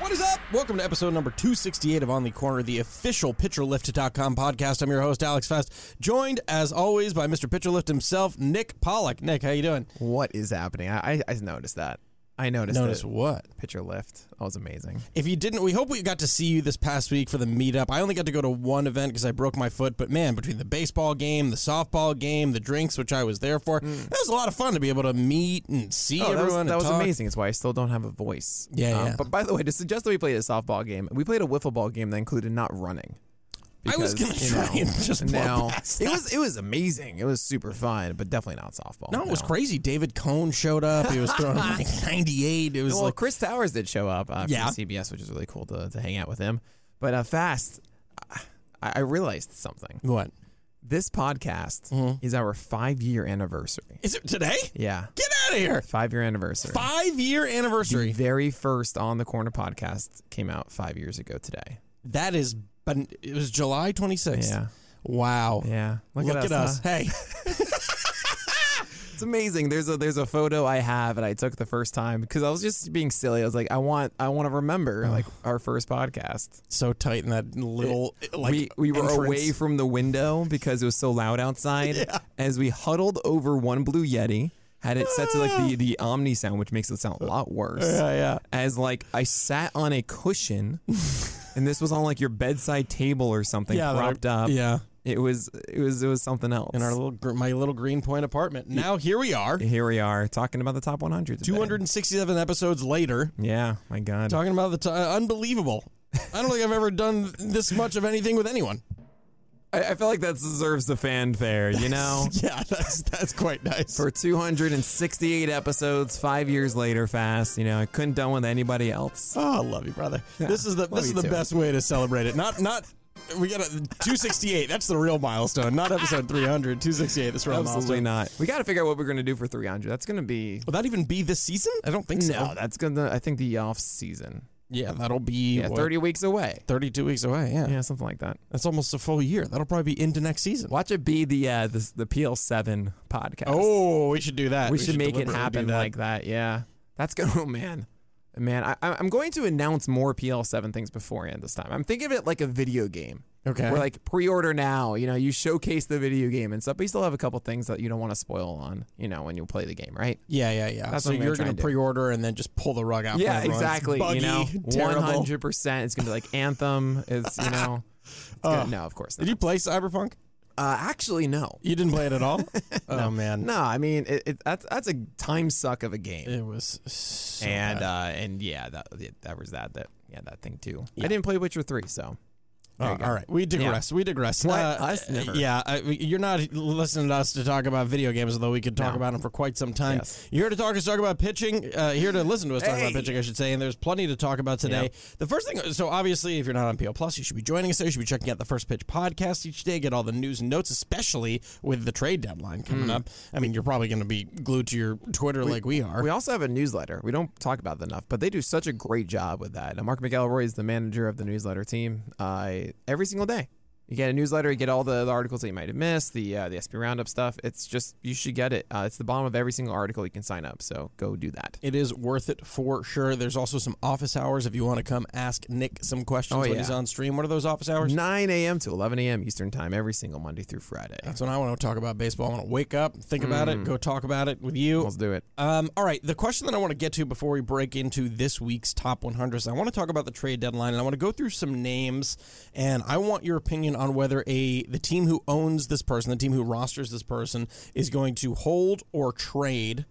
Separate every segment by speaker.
Speaker 1: What is up? Welcome to episode number 268 of On the Corner, the official PitcherLift.com podcast. I'm your host, Alex Fest, joined as always by Mr. Pitcherlift himself, Nick Pollock. Nick, how you doing?
Speaker 2: What is happening? I, I, I noticed that. I noticed that
Speaker 1: what?
Speaker 2: pitcher lift. That was amazing.
Speaker 1: If you didn't, we hope we got to see you this past week for the meetup. I only got to go to one event because I broke my foot, but man, between the baseball game, the softball game, the drinks, which I was there for, it was a lot of fun to be able to meet and see
Speaker 2: Hmm. Oh, that was,
Speaker 1: everyone.
Speaker 2: that
Speaker 1: and
Speaker 2: was
Speaker 1: talk.
Speaker 2: amazing. It's why I still don't have a voice. Um,
Speaker 1: Yeah, yeah.
Speaker 2: But by the way, to suggest that we played a softball game, we played a wiffle ball game that included not running.
Speaker 1: I was
Speaker 2: Because,
Speaker 1: gonna
Speaker 2: you
Speaker 1: try and just blow
Speaker 2: now
Speaker 1: past
Speaker 2: it
Speaker 1: that.
Speaker 2: was it was amazing. It was super fun, but definitely not softball.
Speaker 1: No, it was crazy. David Cohn showed up. He was throwing like 98. It was
Speaker 2: Well,
Speaker 1: like
Speaker 2: Chris Towers did show up uh,
Speaker 1: Yeah.
Speaker 2: from CBS, which is really cool to, to hang out with him. But uh, fast, I, I realized something.
Speaker 1: what?
Speaker 2: This podcast
Speaker 1: Mm-hmm.
Speaker 2: is our five year anniversary.
Speaker 1: Is it today?
Speaker 2: Yeah.
Speaker 1: Get out of here.
Speaker 2: Five year anniversary.
Speaker 1: Five year
Speaker 2: The
Speaker 1: anniversary.
Speaker 2: very first On the Corner podcast came out five years ago today.
Speaker 1: That is, but it was July 26th.
Speaker 2: Yeah.
Speaker 1: Wow.
Speaker 2: Yeah.
Speaker 1: Look, at, us. Hey,
Speaker 2: It's amazing. There's a there's a photo I have and I took the first time because I was just being silly. I was like, I want I want to remember like our first podcast.
Speaker 1: so tight in that little like
Speaker 2: we we were
Speaker 1: entrance.
Speaker 2: away from the window because it was so loud outside. As we huddled over one blue Yeti, had it set to like the, the Omni sound, which makes it sound a lot worse.
Speaker 1: Ah. Yeah, yeah.
Speaker 2: As like I sat on a cushion, and this was on like your bedside table or something,
Speaker 1: Yeah, that-
Speaker 2: propped up.
Speaker 1: Yeah.
Speaker 2: it was it was it was something else.
Speaker 1: In our little gr- my little Green Point apartment. Now here we are,
Speaker 2: here we are talking about the top 100. today.
Speaker 1: 267 episodes later,
Speaker 2: Yeah, my God.
Speaker 1: talking about the t- uh, unbelievable. I don't think I've ever done this much of anything with anyone.
Speaker 2: I, I feel like that deserves the fanfare. You know.
Speaker 1: Yeah, that's that's quite nice.
Speaker 2: for 268 episodes, five years later, fast. You know, I couldn't done with anybody else.
Speaker 1: Oh, I love you, brother. this is the
Speaker 2: love
Speaker 1: this is
Speaker 2: you
Speaker 1: the
Speaker 2: too.
Speaker 1: best way to celebrate it. Not not we got a 268. That's the real milestone. Not episode 300. 268. That's the real
Speaker 2: Absolutely
Speaker 1: milestone.
Speaker 2: not. We got to figure out what we're gonna do for 300. That's gonna be
Speaker 1: Will that even be this season? I don't think so.
Speaker 2: no. That's gonna. I think the off season.
Speaker 1: yeah, that'll be
Speaker 2: Yeah,
Speaker 1: what,
Speaker 2: 30 weeks away.
Speaker 1: 32 weeks away. Yeah.
Speaker 2: Yeah, something like that.
Speaker 1: that's almost a full year. That'll probably be into next season.
Speaker 2: Watch it be the uh, the, the PL7 podcast.
Speaker 1: Oh, we should do that.
Speaker 2: we, should, make it
Speaker 1: deliberately
Speaker 2: happen
Speaker 1: do that.
Speaker 2: like that. Yeah, that's good. Oh man, man, I, I- I'm going to announce more PL7 things beforehand this time. I'm thinking of it like a video game.
Speaker 1: Okay.
Speaker 2: We're like pre-order now. You know, you showcase the video game and stuff, but you still have a couple things that you don't want to spoil on. You know, when you play the game, right?
Speaker 1: yeah, yeah, yeah.
Speaker 2: That's
Speaker 1: so
Speaker 2: what I'm
Speaker 1: you're
Speaker 2: gonna try
Speaker 1: gonna
Speaker 2: and do.
Speaker 1: pre-order and then just pull the rug out.
Speaker 2: Yeah,
Speaker 1: from everyone. It's
Speaker 2: exactly.
Speaker 1: Buggy,
Speaker 2: you know,
Speaker 1: terrible.
Speaker 2: 100. percent It's gonna be like Anthem. It's you know, it's gonna- no, of course
Speaker 1: Uh, Did
Speaker 2: not.
Speaker 1: you play Cyberpunk?
Speaker 2: Uh, actually, no.
Speaker 1: You didn't play it at all. Oh man,
Speaker 2: No, I mean it, it, that's that's a time suck of a game.
Speaker 1: it was so
Speaker 2: and
Speaker 1: bad.
Speaker 2: uh, and yeah, that yeah, that was that that yeah that thing too. I didn't play Witcher three, so
Speaker 1: Oh, all right, we digress. We digress. Uh,
Speaker 2: Why us? Never.
Speaker 1: Yeah, I, you're not listening to us to talk about video games, although we could talk about them for quite some time.
Speaker 2: Yes.
Speaker 1: You're here to talk us talk about pitching. Uh, here to listen to us talk about
Speaker 2: Hey.
Speaker 1: pitching, I should say. And there's plenty to talk about today. The first thing, so obviously, if you're not on PL Plus, you should be joining us there. You should be checking out the First Pitch podcast each day. Get all the news and notes, especially with the trade deadline coming up. I mean, you're probably going to be glued to your Twitter like we are.
Speaker 2: Hmm. we also have a newsletter. We don't talk about that enough, but they do such a great job with that. And Mark McElroy is the manager of the newsletter team. Uh, every single day, You get a newsletter, you get all the, the articles that you might have missed, the uh, the SP Roundup stuff. It's just you should get it. Uh, it's the bottom of every single article you can sign up. So go do that.
Speaker 1: It is worth it for sure. There's also some office hours if you want to come ask Nick some questions
Speaker 2: Oh,
Speaker 1: when
Speaker 2: yeah.
Speaker 1: he's on stream. What are those office hours?
Speaker 2: 9 a.m. to 11 a.m. Eastern Time every single Monday through Friday.
Speaker 1: That's when I want to talk about baseball. I want to wake up, think about it, go talk about it with you.
Speaker 2: Let's do it.
Speaker 1: Um, all right, the question that I want to get to before we break into this week's top 100 is I want to talk about the trade deadline and I want to go through some names and I want your opinion on whether a the team who owns this person, the team who rosters this person, is going to hold or trade,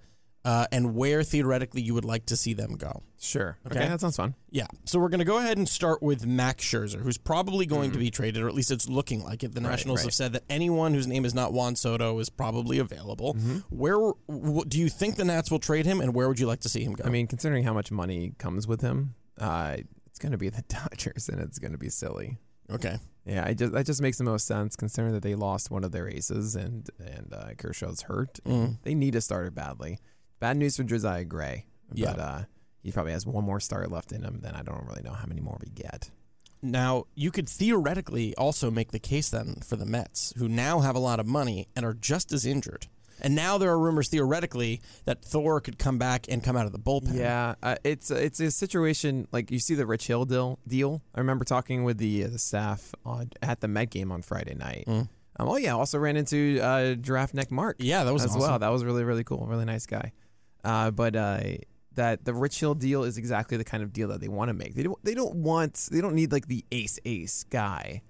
Speaker 1: uh, and where theoretically you would like to see them go.
Speaker 2: Sure. Okay. that sounds fun.
Speaker 1: Yeah. So we're going to go ahead and start with Max Scherzer, who's probably going
Speaker 2: Mm.
Speaker 1: to be traded, or at least it's looking like it. The Nationals have said that anyone whose name is not Juan Soto is probably available.
Speaker 2: Mm-hmm.
Speaker 1: Where w- do you think the Nats will trade him, and where would you like to see him go?
Speaker 2: I mean, considering how much money comes with him, uh, it's going to be the Dodgers, and it's going to be silly.
Speaker 1: okay.
Speaker 2: Yeah, I just that just makes the most sense considering that they lost one of their aces and and uh, Kershaw's hurt. They need a starter badly. Bad news for Josiah Gray, but
Speaker 1: Yeah.
Speaker 2: uh, he probably has one more start left in him. Then I don't really know how many more we get.
Speaker 1: Now, you could theoretically also make the case then for the Mets, who now have a lot of money and are just as injured. And now there are rumors theoretically that Thor could come back and come out of the bullpen.
Speaker 2: Yeah, uh, it's it's a situation like you see the Rich Hill deal. deal. I remember talking with the the staff on, at the Met game on Friday night. Um, oh yeah, also ran into uh, Giraffe Neck Mark.
Speaker 1: Yeah, that was
Speaker 2: as
Speaker 1: awesome.
Speaker 2: well. That was really really cool. Really nice guy. Uh, but uh, that the Rich Hill deal is exactly the kind of deal that they want to make. They don't they don't want they don't need like the ace ace guy.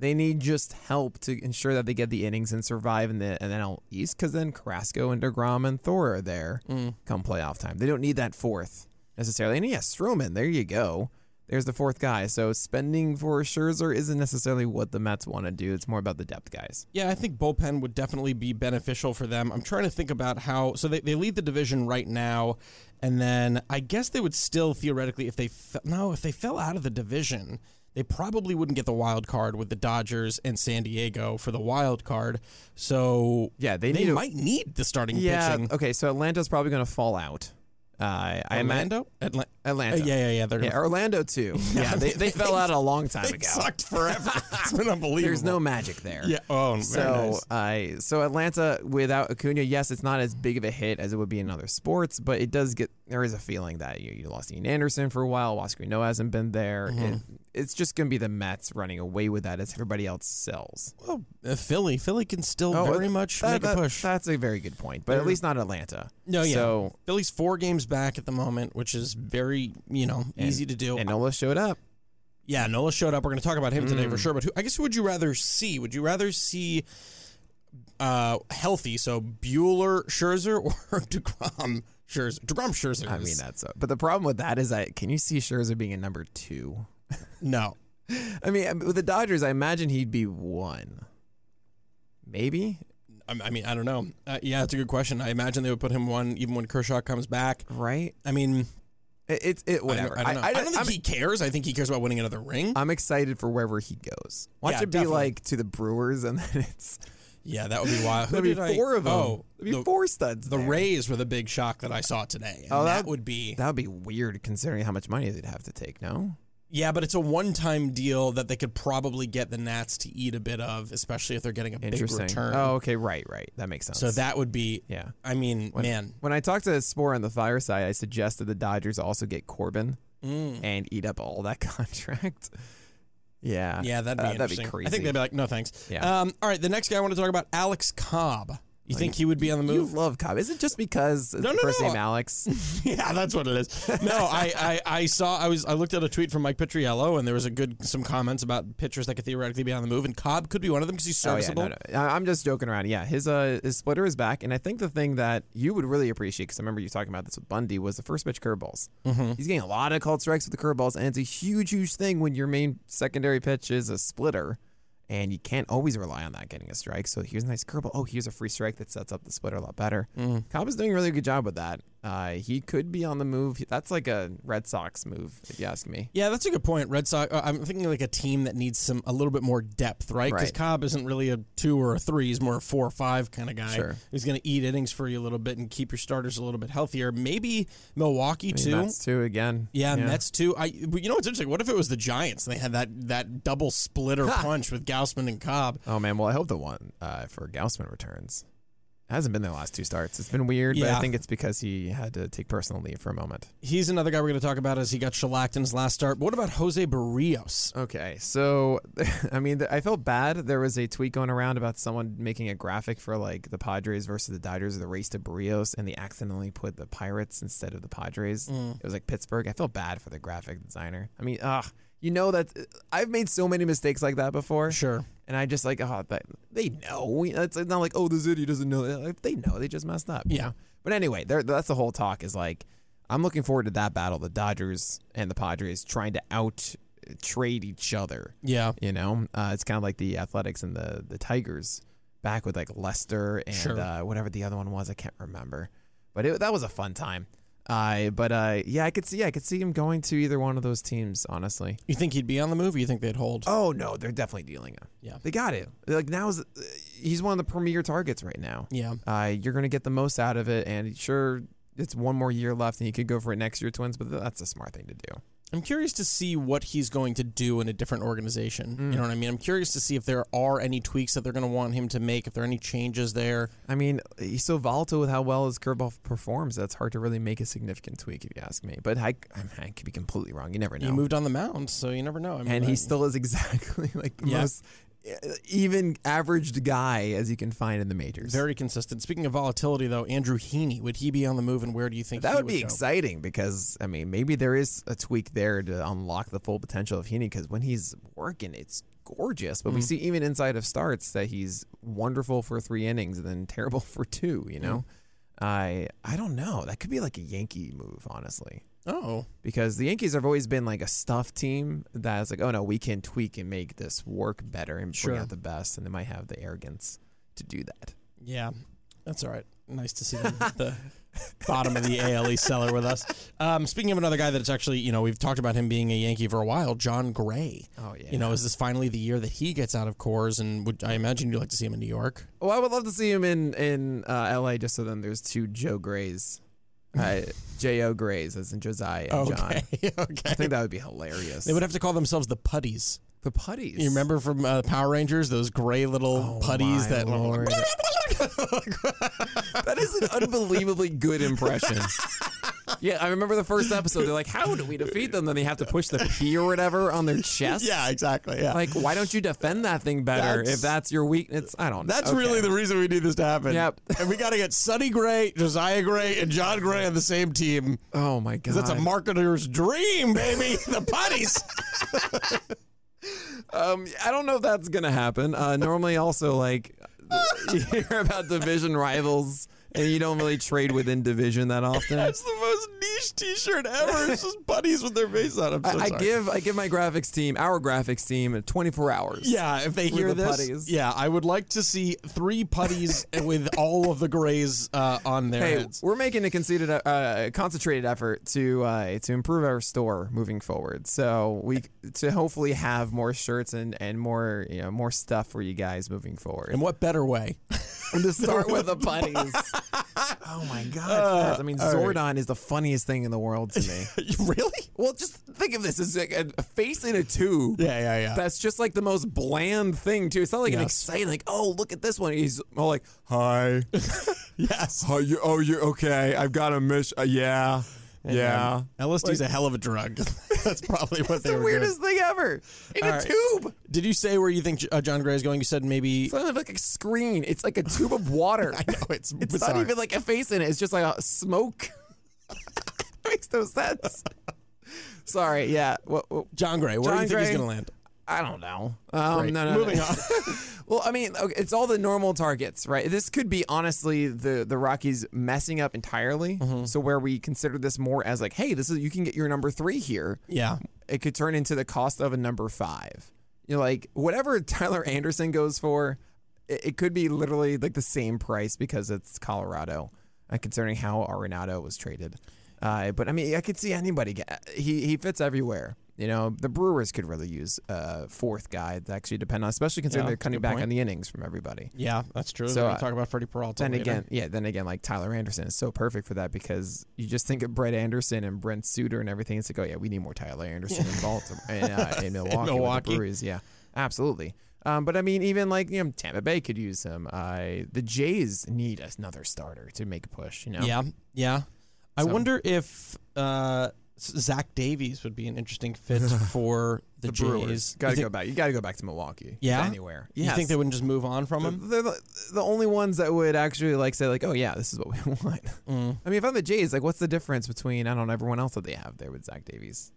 Speaker 2: They need just help to ensure that they get the innings and survive in the and then out East because then Carrasco and Degrom and Thor are there
Speaker 1: Mm.
Speaker 2: come playoff time. They don't need that fourth necessarily. And yes, Stroman, there you go. There's the fourth guy. So spending for Scherzer isn't necessarily what the Mets want to do. It's more about the depth guys.
Speaker 1: Yeah, I think bullpen would definitely be beneficial for them. I'm trying to think about how. So they, they lead the division right now, and then I guess they would still theoretically, if they fe- no, if they fell out of the division, they probably wouldn't get the wild card with the Dodgers and San Diego for the wild card. So
Speaker 2: Yeah, they
Speaker 1: they
Speaker 2: need a-
Speaker 1: might need the starting
Speaker 2: Yeah. uh,
Speaker 1: pitching.
Speaker 2: Okay. So Atlanta's probably going to fall out. Uh, I imagine
Speaker 1: Orlando, Atla- uh,
Speaker 2: Atlanta.
Speaker 1: yeah, yeah, yeah. They're
Speaker 2: Yeah,
Speaker 1: gonna
Speaker 2: Orlando too. Yeah, they, they fell out a long time
Speaker 1: they
Speaker 2: ago.
Speaker 1: sucked forever. it's been unbelievable.
Speaker 2: There's no magic there.
Speaker 1: yeah. Oh, very
Speaker 2: So,
Speaker 1: nice.
Speaker 2: uh, so Atlanta without Acuna, yes, it's not as big of a hit as it would be in other sports, but it does get. There is a feeling that you, you lost Ian Anderson for a while. Wascarino hasn't been there. It, it's just going to be the Mets running away with that as everybody else sells.
Speaker 1: Well, uh, Philly, Philly can still very much
Speaker 2: Oh, That-
Speaker 1: make
Speaker 2: that-
Speaker 1: a push.
Speaker 2: That's a very good point, but at least not Atlanta.
Speaker 1: No, Oh, yeah.
Speaker 2: So
Speaker 1: Philly's four games back at the moment, which is very, you know, easy to do.
Speaker 2: and Nola showed up.
Speaker 1: yeah, Nola showed up. We're going to talk about him today for
Speaker 2: Mm.
Speaker 1: sure. But who, I guess who would you rather see? Would you rather see uh, healthy, so Bueller Scherzer or Degrom Scherzer? Degrom Scherzer.
Speaker 2: I mean, uh, that's a, but the problem with that is that can you see Scherzer being a number two?
Speaker 1: no.
Speaker 2: I mean, um, with the Dodgers, I imagine he'd be one, maybe.
Speaker 1: I, I mean, I don't know. Uh, yeah, it's a good question. I imagine they would put him one, even when Kershaw comes back.
Speaker 2: Right?
Speaker 1: I mean,
Speaker 2: It- It's it,
Speaker 1: I don't,
Speaker 2: whatever.
Speaker 1: I don't know. I, don't think
Speaker 2: I'm,
Speaker 1: he cares. I think he cares about winning another ring.
Speaker 2: I'm excited for wherever he goes. Watch
Speaker 1: Yeah,
Speaker 2: it be
Speaker 1: definitely.
Speaker 2: like to the Brewers, and then it's
Speaker 1: yeah, that would be wild. Who
Speaker 2: there'll be
Speaker 1: did I-
Speaker 2: four of them.
Speaker 1: Oh,
Speaker 2: there'll be
Speaker 1: the-
Speaker 2: four studs.
Speaker 1: The
Speaker 2: there.
Speaker 1: Rays were the big shock that I saw today. And
Speaker 2: Oh,
Speaker 1: that,
Speaker 2: that-
Speaker 1: would be
Speaker 2: That would be weird considering how much money they'd have to take. No,
Speaker 1: yeah, but it's a one-time deal that they could probably get the Nats to eat a bit of, especially if they're getting a big
Speaker 2: interesting.
Speaker 1: return.
Speaker 2: Oh, okay, right, right. That makes sense.
Speaker 1: so that would be
Speaker 2: yeah.
Speaker 1: I mean, man,
Speaker 2: When I talked to Spore on the fireside, I suggested the Dodgers also get Corbin
Speaker 1: Mm.
Speaker 2: and eat up all that contract. Yeah.
Speaker 1: yeah, that'd be
Speaker 2: Uh,
Speaker 1: interesting.
Speaker 2: crazy.
Speaker 1: I think they'd be like, no thanks.
Speaker 2: Yeah.
Speaker 1: Um, all right, the next guy I want to talk about, Alex Cobb. You think he would be on the
Speaker 2: you
Speaker 1: move?
Speaker 2: love Cobb. Is it just because it's
Speaker 1: No,
Speaker 2: the
Speaker 1: no,
Speaker 2: first
Speaker 1: no.
Speaker 2: name Alex?
Speaker 1: yeah, that's what it is. No, I, I, I saw I was I looked at a tweet from Mike Petriello and there was a good some comments about pitchers that could theoretically be on the move and Cobb could be one of them because he's
Speaker 2: Oh, yeah,
Speaker 1: serviceable.
Speaker 2: no, no. I- I'm just joking around. Yeah, his uh, his splitter is back, and I think the thing that you would really appreciate, because I remember you talking about this with Bundy, was the first pitch curveballs.
Speaker 1: Mm-hmm.
Speaker 2: He's getting a lot of called strikes with the curveballs, and it's a huge, huge thing when your main secondary pitch is a splitter, and you can't always rely on that getting a
Speaker 1: Mm.
Speaker 2: strike. So here's a nice curveball. Oh, here's a free strike that sets up the splitter a lot better. Cobb is doing a really good job with that. Uh, Uh, he could be on the move. That's like a Red Sox move, if you ask me.
Speaker 1: Yeah, that's a good point. Red Sox. Uh, I'm thinking like a team that needs some a little bit more depth, right? Because
Speaker 2: Right.
Speaker 1: Cobb isn't really a two or a three; he's more a four or five kind of guy.
Speaker 2: Sure.
Speaker 1: He's going to eat innings for you a little bit and keep your starters a little bit healthier. Maybe Milwaukee too.
Speaker 2: Mets two again.
Speaker 1: yeah, Mets too. I. But you know what's interesting? What if it was the Giants and they had that that double splitter punch with Gausman and Cobb?
Speaker 2: Oh man, well I hope the one uh, for Gaussman returns. hasn't been the last two starts. It's been weird, but
Speaker 1: Yeah.
Speaker 2: I think it's because he had to take personal leave for a moment.
Speaker 1: He's another guy we're going to talk about as he got shellacked in his last start. But what about Jose Barrios?
Speaker 2: Okay, so I mean, th- I felt bad. There was a tweet going around about someone making a graphic for like the Padres versus the Dodgers, or the race to Barrios, and they accidentally put the Pirates instead of the Padres. It was like Pittsburgh. I felt bad for the graphic designer. I mean, ugh, you know that uh, I've made so many mistakes like that before.
Speaker 1: Sure.
Speaker 2: And I just like, oh, but they know. We- It's not like, oh, this idiot doesn't know. Like, They know. They just messed up. you
Speaker 1: Yeah.
Speaker 2: know? But anyway, there- that's the whole talk is like, I'm looking forward to that battle, the Dodgers and the Padres trying to out trade each other.
Speaker 1: Yeah.
Speaker 2: You know, uh, it's kind of like the Athletics and the the Tigers back with like Lester and
Speaker 1: Sure.
Speaker 2: uh, whatever the other one was. I can't remember, but it, that was a fun time. Uh, but uh, yeah, I could see, yeah, I could see him going to either one of those teams. Honestly,
Speaker 1: You think he'd be on the move? Or you think they'd hold?
Speaker 2: Oh no, they're definitely dealing him.
Speaker 1: Yeah.
Speaker 2: they got him. Like now is he's one of the premier targets right now.
Speaker 1: Yeah.
Speaker 2: Uh, you're gonna get the most out of it, and sure, it's one more year left, and you could go for it next year, Twins. But that's a smart thing to do.
Speaker 1: I'm curious to see what he's going to do in a different organization.
Speaker 2: Mm.
Speaker 1: You know what I mean? I'm curious to see if there are any tweaks that they're going to want him to make, if there are any changes there.
Speaker 2: I mean, he's so volatile with how well his curveball performs. That's hard to really make a significant tweak, if you ask me. But I, I, mean, I could be completely wrong. You never know.
Speaker 1: He moved on the mound, so you never know. I mean,
Speaker 2: and
Speaker 1: I-
Speaker 2: he still is exactly like the
Speaker 1: Yeah.
Speaker 2: most uh, even averaged guy as you can find in the majors.
Speaker 1: very consistent. Speaking of volatility, though, Andrew Heaney would he be on the move, and where do you think
Speaker 2: That
Speaker 1: he
Speaker 2: would be
Speaker 1: go?
Speaker 2: exciting because I mean maybe there is a tweak there to unlock the full potential of Heaney because when he's working it's gorgeous.
Speaker 1: Mm.
Speaker 2: But we see even inside of starts that he's wonderful for three innings and then terrible for two. You
Speaker 1: Mm.
Speaker 2: know, I I don't know. That could be like a Yankee move honestly
Speaker 1: Oh,
Speaker 2: because the Yankees have always been like a stuff team that's like oh no we can tweak and make this work better and
Speaker 1: Sure.
Speaker 2: bring out the best and they might have the arrogance to do that.
Speaker 1: yeah, that's all right. Nice to see them at the bottom of the ALE cellar with us. Um, speaking of another guy that's actually, you know, we've talked about him being a Yankee for a while, John Gray.
Speaker 2: Oh, yeah.
Speaker 1: You know, is this finally the year that he gets out of Coors? And would I imagine you'd like to see him in New York?
Speaker 2: Well, I would love to see him in in uh, L.A. Just so then there's two Joe Grays, uh, J.O. Grays, as in Josiah and John. I
Speaker 1: Okay. okay.
Speaker 2: think that would be hilarious.
Speaker 1: They would have to call themselves the putties.
Speaker 2: the putties.
Speaker 1: You remember from uh, Power Rangers those gray little
Speaker 2: Oh,
Speaker 1: putties
Speaker 2: my
Speaker 1: that
Speaker 2: Lord. that is an unbelievably good impression. Yeah, I remember the first episode. They're like, "How do we defeat them?" Then they have to push the key or whatever on their chest.
Speaker 1: yeah, exactly. Yeah.
Speaker 2: Like, why don't you defend that thing better
Speaker 1: That's-
Speaker 2: if that's your weakness? I don't. know.
Speaker 1: that's
Speaker 2: Okay.
Speaker 1: really the reason we need this to happen.
Speaker 2: Yep.
Speaker 1: And we got to get Sonny Gray, Josiah Gray, and John Gray on the same team.
Speaker 2: Oh my god.
Speaker 1: That's a marketer's dream, baby. The putties.
Speaker 2: Um, I don't know if that's gonna happen. Uh, normally, also like you hear about division rivals, and you don't really trade within division that often. I,
Speaker 1: That's the most niche T-shirt ever. It's just putties with their face on. it. I'm so
Speaker 2: I
Speaker 1: sorry.
Speaker 2: give I give my graphics team, our graphics team, 24 hours.
Speaker 1: Yeah, if they hear
Speaker 2: the
Speaker 1: this,
Speaker 2: putties.
Speaker 1: yeah, I would like to see three putties with all of the grays uh, on their
Speaker 2: Hey,
Speaker 1: heads.
Speaker 2: we're making a conceded, uh, concentrated effort to uh, to improve our store moving forward. So we to hopefully have more shirts and, and more you know more stuff for you guys moving forward.
Speaker 1: In what better way?
Speaker 2: And to start with the putties. oh my god! I mean, Zordon is the funniest thing in the world to me.
Speaker 1: really?
Speaker 2: well, just think of this as like a, a face in a tube.
Speaker 1: Yeah, yeah, yeah.
Speaker 2: That's just like the most bland thing too. It's not like an
Speaker 1: Yes.
Speaker 2: exciting like, oh look at this one. He's all like, hi,
Speaker 1: yes.
Speaker 2: oh you, oh you're okay. I've got a miss. Uh, yeah, yeah.
Speaker 1: LSD's a hell of a drug. That's probably what they
Speaker 2: The
Speaker 1: were
Speaker 2: weirdest thing ever in a
Speaker 1: All right.
Speaker 2: tube.
Speaker 1: doing. Did you say where you think uh, John Gray is going? You said maybe.
Speaker 2: It's not even like a screen. It's like a tube of water.
Speaker 1: I know it's,
Speaker 2: It's
Speaker 1: bizarre.
Speaker 2: not even like a face in it. It's just like a smoke. it makes no sense. Sorry. Yeah. What, what-
Speaker 1: John Gray. Where do
Speaker 2: John
Speaker 1: you think he's
Speaker 2: Gray.
Speaker 1: going to land?
Speaker 2: I don't know. Um,
Speaker 1: Great.
Speaker 2: No, no, no.
Speaker 1: Moving on.
Speaker 2: well, I mean, okay, it's all the normal targets, right? This could be honestly the the Rockies messing up entirely.
Speaker 1: Mm-hmm.
Speaker 2: So where we consider this more as like, hey, this is you can get your number three here.
Speaker 1: Yeah.
Speaker 2: It could turn into the cost of a number five. You know, like whatever Tyler Anderson goes for, it, it could be literally like the same price because it's Colorado. uh, considering how Arenado was traded. Uh, but I mean, I could see anybody get. He he fits everywhere. You know, the Brewers could really use a fourth guy to actually depend on, especially considering
Speaker 1: Yeah,
Speaker 2: they're
Speaker 1: that's a
Speaker 2: cutting
Speaker 1: good
Speaker 2: back
Speaker 1: point.
Speaker 2: on the innings from everybody.
Speaker 1: Yeah, that's true.
Speaker 2: So,
Speaker 1: So we
Speaker 2: uh,
Speaker 1: talk about Freddie Peralta.
Speaker 2: Then
Speaker 1: later.
Speaker 2: again, yeah, then again, like Tyler Anderson is so perfect for that because you just think of Brett Anderson and Brent Suter and everything. It's like, oh yeah, we need more Tyler Anderson in Baltimore and uh, in Milwaukee. with the
Speaker 1: Milwaukee.
Speaker 2: Breweries, yeah, absolutely. Um, but I mean, even like you know, Tampa Bay could use him. Uh, the Jays need another starter to make a push. You know,
Speaker 1: yeah, yeah. I
Speaker 2: So-
Speaker 1: wonder if uh, S- Zach Davies would be an interesting fit for the,
Speaker 2: the
Speaker 1: Jays.
Speaker 2: Brewers
Speaker 1: You
Speaker 2: got to
Speaker 1: think-
Speaker 2: go back. You got to go back to Milwaukee.
Speaker 1: Yeah?
Speaker 2: anywhere.
Speaker 1: You think they wouldn't just move on from him?
Speaker 2: They're the, the only ones that would actually like say like, oh yeah, this is what we want.
Speaker 1: Mm.
Speaker 2: I mean, if I'm the Jays, like, what's the difference between I don't know everyone else that they have there with Zach Davies?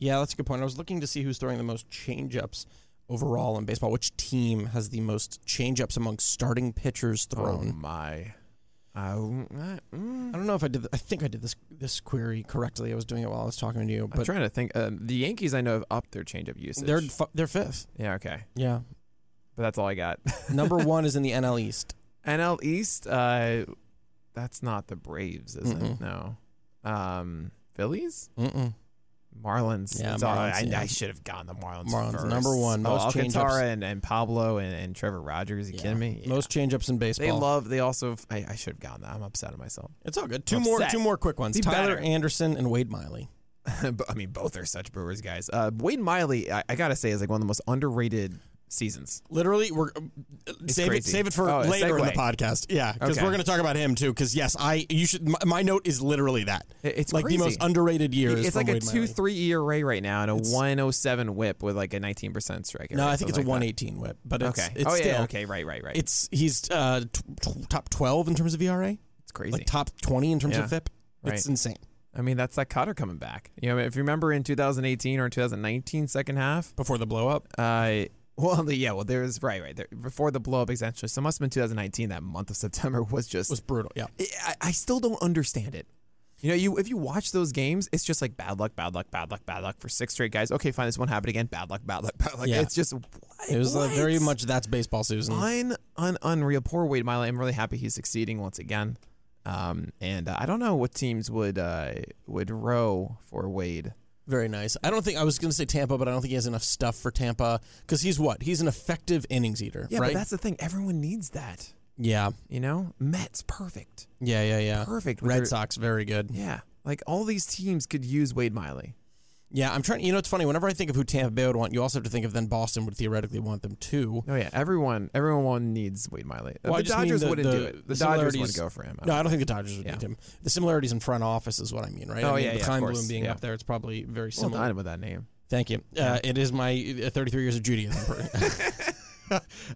Speaker 1: Yeah, that's a good point. I was looking to see who's throwing the most changeups overall in baseball. Which team has the most changeups among starting pitchers
Speaker 2: Oh
Speaker 1: thrown?
Speaker 2: my, oh, uh, mm.
Speaker 1: I don't know if I did. th- I think I did this this query correctly. I was doing it while I was talking to you,
Speaker 2: I'm
Speaker 1: but
Speaker 2: trying to think. Um, the Yankees, I know, have upped their changeup usage.
Speaker 1: they're fi- they're fifth.
Speaker 2: yeah, okay,
Speaker 1: Yeah,
Speaker 2: but that's all I got.
Speaker 1: number one is in the NL East.
Speaker 2: NL East, uh, that's not the Braves, is
Speaker 1: Mm-mm.
Speaker 2: it? No, um, Phillies.
Speaker 1: Mm-mm.
Speaker 2: Marlins.
Speaker 1: Yeah,
Speaker 2: That's all-
Speaker 1: Marlins,
Speaker 2: I,
Speaker 1: yeah.
Speaker 2: I should have gotten the Marlins.
Speaker 1: Marlins,
Speaker 2: first.
Speaker 1: number one,
Speaker 2: Oh,
Speaker 1: most
Speaker 2: Alcantara
Speaker 1: change-ups.
Speaker 2: and, and Pablo and, and Trevor Rogers. You
Speaker 1: Yeah.
Speaker 2: kidding me? Yeah.
Speaker 1: Most changeups in
Speaker 2: They
Speaker 1: baseball.
Speaker 2: love. They also. I, I should have gotten that. I'm upset at myself.
Speaker 1: it's all good. Two
Speaker 2: Upset.
Speaker 1: more two more quick ones.
Speaker 2: Be
Speaker 1: Tyler
Speaker 2: better.
Speaker 1: Anderson and Wade Miley.
Speaker 2: but, I mean, both are such Brewers guys. Uh, Wade Miley, I, I gotta say, is like one of the most underrated seasons.
Speaker 1: Literally, we're uh, save it
Speaker 2: crazy.
Speaker 1: save it for
Speaker 2: Oh, a
Speaker 1: later in the
Speaker 2: segue.
Speaker 1: podcast. Yeah, because
Speaker 2: Okay.
Speaker 1: we're going to talk about him too. Because yes, I you should. My, my note is literally that.
Speaker 2: It- it's
Speaker 1: like
Speaker 2: crazy.
Speaker 1: the most underrated year. is
Speaker 2: It's
Speaker 1: from
Speaker 2: like a
Speaker 1: Wade
Speaker 2: two
Speaker 1: Miley.
Speaker 2: three ERA right now and a 107 WHIP with like a 19 percent strikeout.
Speaker 1: No,
Speaker 2: rate,
Speaker 1: I think it's a
Speaker 2: something like
Speaker 1: 118 whip, but
Speaker 2: that.
Speaker 1: it's,
Speaker 2: okay.
Speaker 1: it's
Speaker 2: oh yeah.
Speaker 1: still,
Speaker 2: Okay. Right. Right. Right. It's,
Speaker 1: It's he's uh, t- t- top 12 in terms of ERA,
Speaker 2: crazy.
Speaker 1: like top 20 in terms
Speaker 2: Yeah.
Speaker 1: of FIP. It's
Speaker 2: Right.
Speaker 1: insane.
Speaker 2: I mean, that's that Cutter coming back. You know, if you remember in 2018 or 2019 second half,
Speaker 1: Before the blow up,
Speaker 2: Uh, well, the- yeah, well, there was right, right there before the blow up essentially. So it must have been 2019. That month of September was just.
Speaker 1: was brutal. Yeah,
Speaker 2: I, I still don't understand it. You know, you if you watch those games, it's just like bad luck, bad luck, bad luck, bad luck for six straight guys. Okay, fine, this one happened again. Bad luck, bad luck, bad luck.
Speaker 1: Yeah.
Speaker 2: It's just what?
Speaker 1: it was uh,
Speaker 2: what?
Speaker 1: very much that's baseball, Susan.
Speaker 2: un, un unreal. Poor Wade Miley. I'm really happy he's succeeding once again. Um, and uh, I don't know what teams would uh, would row for Wade.
Speaker 1: Very nice. I don't think I was going to say Tampa, but I don't think he has enough stuff for Tampa because he's what? He's an effective innings eater,
Speaker 2: Yeah,
Speaker 1: right?
Speaker 2: but that's the thing. Everyone needs that.
Speaker 1: yeah,
Speaker 2: You know, Mets perfect.
Speaker 1: yeah, yeah, yeah.
Speaker 2: perfect. with
Speaker 1: Red
Speaker 2: their-
Speaker 1: Sox, very good.
Speaker 2: Yeah. Like all these teams could use Wade Miley.
Speaker 1: Yeah, I'm trying. You know, it's funny. Whenever I think of who Tampa Bay would want, you also have to think of then Boston would theoretically want them too.
Speaker 2: Oh yeah, everyone everyone needs Wade Miley.
Speaker 1: Well, I
Speaker 2: the
Speaker 1: just mean
Speaker 2: Dodgers
Speaker 1: the-
Speaker 2: wouldn't
Speaker 1: the-
Speaker 2: do it.
Speaker 1: the
Speaker 2: The, Dodgers
Speaker 1: similarities-
Speaker 2: would go for him.
Speaker 1: No, I don't think the Dodgers would
Speaker 2: Yeah.
Speaker 1: need him. The similarities in front office is what I mean, right? I
Speaker 2: Oh,
Speaker 1: mean,
Speaker 2: yeah,
Speaker 1: with
Speaker 2: yeah, of
Speaker 1: Kleinblum
Speaker 2: course,
Speaker 1: being
Speaker 2: yeah.
Speaker 1: up there, it's probably very
Speaker 2: well
Speaker 1: similar.
Speaker 2: done with that name.
Speaker 1: Thank you. Uh, it is my uh, 33 years of Judaism.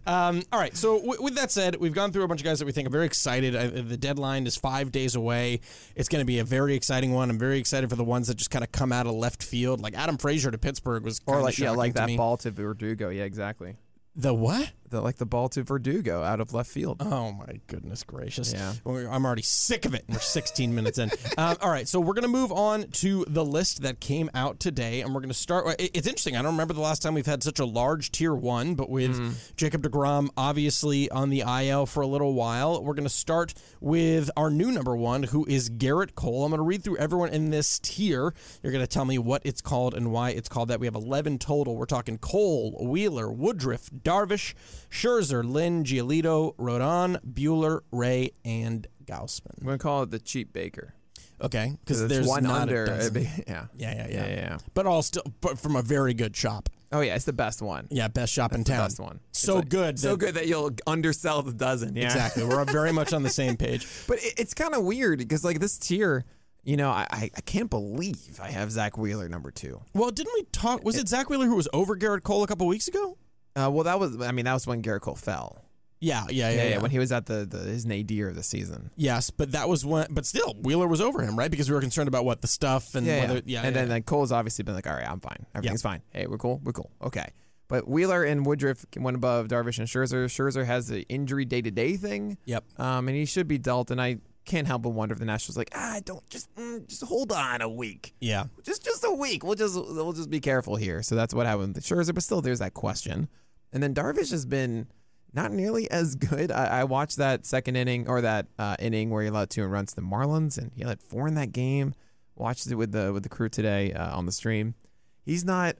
Speaker 1: um, all right. So, w- with that said, we've gone through a bunch of guys that we think are very excited. I, the deadline is five days away. It's going to be a very exciting one. I'm very excited for the ones that just kind of come out of left field. Like Adam Frazier to Pittsburgh was
Speaker 2: Or
Speaker 1: kinda
Speaker 2: like yeah,
Speaker 1: shocking
Speaker 2: like
Speaker 1: to
Speaker 2: that
Speaker 1: me.
Speaker 2: ball to Verdugo. Yeah, exactly.
Speaker 1: The what?
Speaker 2: The, like the ball to Verdugo out of left field.
Speaker 1: Oh my goodness gracious!
Speaker 2: Yeah.
Speaker 1: We're- I'm already sick of it. We're 16 minutes in. Um, all right, so we're gonna move on to the list that came out today, and we're gonna start. it- It's interesting. I don't remember the last time we've had such a large tier one, but with Jacob Degrom obviously on the IL for a little while, we're gonna start with our new number one, who is Garrett Cole. I'm gonna read through everyone in this tier. You're gonna tell me what it's called and why it's called that. We have 11 total. We're talking Cole, Wheeler, Woodruff, Darvish, Scherzer, Lynn, Giolito, Rodon, Bueller, Ray, and Gaussman.
Speaker 2: I'm gonna call it the cheap baker.
Speaker 1: Okay, because
Speaker 2: It's
Speaker 1: there's
Speaker 2: one
Speaker 1: not
Speaker 2: under.
Speaker 1: A dozen.
Speaker 2: yeah. Yeah,
Speaker 1: Yeah, yeah,
Speaker 2: yeah,
Speaker 1: yeah,
Speaker 2: yeah.
Speaker 1: But all still but from a very good shop.
Speaker 2: Oh yeah, it's the best one.
Speaker 1: Yeah, best shop in
Speaker 2: It's the
Speaker 1: town.
Speaker 2: best one. It's
Speaker 1: So
Speaker 2: like-
Speaker 1: good.
Speaker 2: So
Speaker 1: that-
Speaker 2: good that you'll undersell the dozen. Yeah.
Speaker 1: Exactly. We're very much on the same page.
Speaker 2: But it, it's kind of weird because like this tier, you know, I, I, I can't believe I have Zach Wheeler number two.
Speaker 1: Well, didn't we talk? Was it Zach Wheeler who was over Garrett Cole a couple weeks ago?
Speaker 2: Uh, well, that was I mean that was when Garrett Cole fell.
Speaker 1: Yeah, yeah, yeah.
Speaker 2: Yeah,
Speaker 1: yeah,
Speaker 2: yeah, when he was at the, the his nadir of the season.
Speaker 1: yes, but that was when. But still, Wheeler was over him, right? Because we were concerned about what the stuff and whether. Yeah,
Speaker 2: and
Speaker 1: yeah,
Speaker 2: then like, Cole's obviously been like, all right, I'm fine, everything's fine. Hey, we're cool, we're cool, okay. But Wheeler and Woodruff went above Darvish and Scherzer. Scherzer has the injury day to day thing,
Speaker 1: Yep.
Speaker 2: um, and he should be dealt. And I can't help but wonder if the Nationals like, ah, don't just mm, just hold on a week,
Speaker 1: Yeah.
Speaker 2: just just a week. We'll just we'll just be careful here. So that's what happened with Scherzer. But still, there's that question. And then Darvish has been not nearly as good. I, I watched that second inning or that uh, inning where he allowed two and runs to the Marlins, and he had four in that game. Watched it with the with the crew today uh, on the stream. He's not.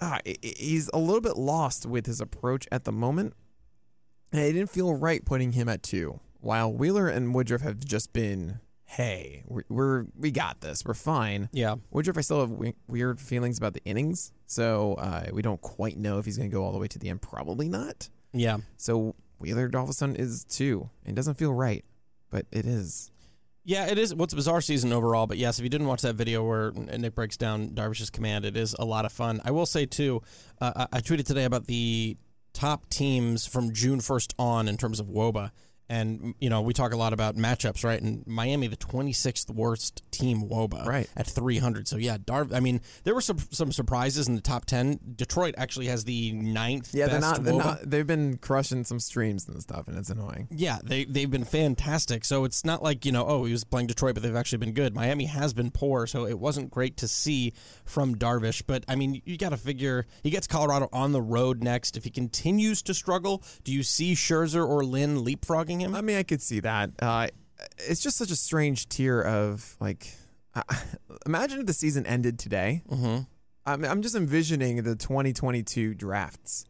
Speaker 2: Uh, he's a little bit lost with his approach at the moment. And it didn't feel right putting him at two, while Wheeler and Woodruff have just been, hey, we're, we're we got this, we're fine.
Speaker 1: Yeah.
Speaker 2: Woodruff, I still have we- weird feelings about the innings, so uh, we don't quite know if he's going to go all the way to the end. Probably not.
Speaker 1: Yeah.
Speaker 2: So Wheeler all of a sudden is two. It doesn't feel right, but it is.
Speaker 1: Yeah, it is. What's a bizarre season overall, but yes, if you didn't watch that video where N- Nick breaks down Darvish's command, it is a lot of fun. I will say too, uh, I I tweeted today about the top teams from June first on in terms of WOBA, and you know we talk a lot about matchups, right? And Miami, the twenty sixth worst team WOBA,
Speaker 2: Right.
Speaker 1: at three hundred. So yeah, Darv. I mean, there were some some surprises in the top ten. Detroit actually has the ninth.
Speaker 2: Yeah, they're
Speaker 1: best
Speaker 2: not. They're
Speaker 1: WOBA.
Speaker 2: not. They've been crushing some streams and stuff, and it's annoying.
Speaker 1: Yeah, they they've been fantastic. So it's not like you know, oh, he was playing Detroit, but they've actually been good. Miami has been poor, so it wasn't great to see from Darvish. But I mean, you got to figure he gets Colorado on the road next. If he continues to struggle, do you see Scherzer or Lynn leapfrogging him?
Speaker 2: I mean, I could see that. Uh, it's just such a strange tier of like. I imagine if the season ended today.
Speaker 1: Mhm.
Speaker 2: I'm, I'm just envisioning the 2022 drafts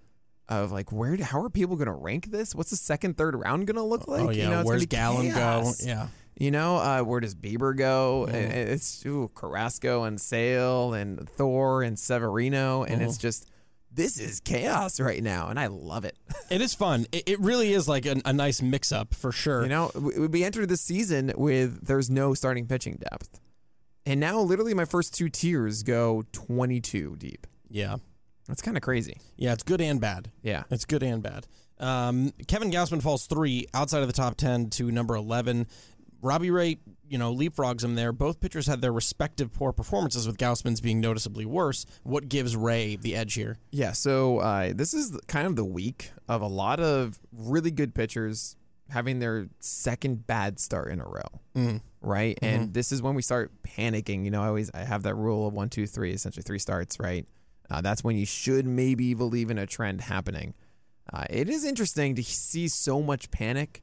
Speaker 2: of like where how are people going to rank this? What's the second third round going to look like?
Speaker 1: oh yeah,
Speaker 2: you know, it's gonna
Speaker 1: where's
Speaker 2: be
Speaker 1: Gallon
Speaker 2: chaos.
Speaker 1: go? Yeah, Mm-hmm.
Speaker 2: You know, uh, where does Bieber go? And- and It's ooh, Carrasco and Sale and Thor and Severino,
Speaker 1: Mm-hmm.
Speaker 2: and it's just this is chaos right now, and I love it.
Speaker 1: it is fun. It, it really is like an, a nice mix up for sure.
Speaker 2: You know, we, we entered the season with there's no starting pitching depth, and now literally my first two tiers go 22 deep.
Speaker 1: yeah,
Speaker 2: That's kind of crazy.
Speaker 1: yeah, it's good and bad.
Speaker 2: Yeah,
Speaker 1: It's good and bad. Um, Kevin Gausman falls three outside of the top 10 to number 11. Robbie Ray, you know, leapfrogs him there. Both pitchers had their respective poor performances, with Gausman's being noticeably worse. What gives Ray the edge here?
Speaker 2: yeah. So uh, this is kind of the week of a lot of really good pitchers having their second bad start in a row. right? And this is when we start panicking. You know, I always I have that rule of one, two, three, essentially three starts, right? Uh, that's when you should maybe believe in a trend happening. Uh, it is interesting to see so much panic.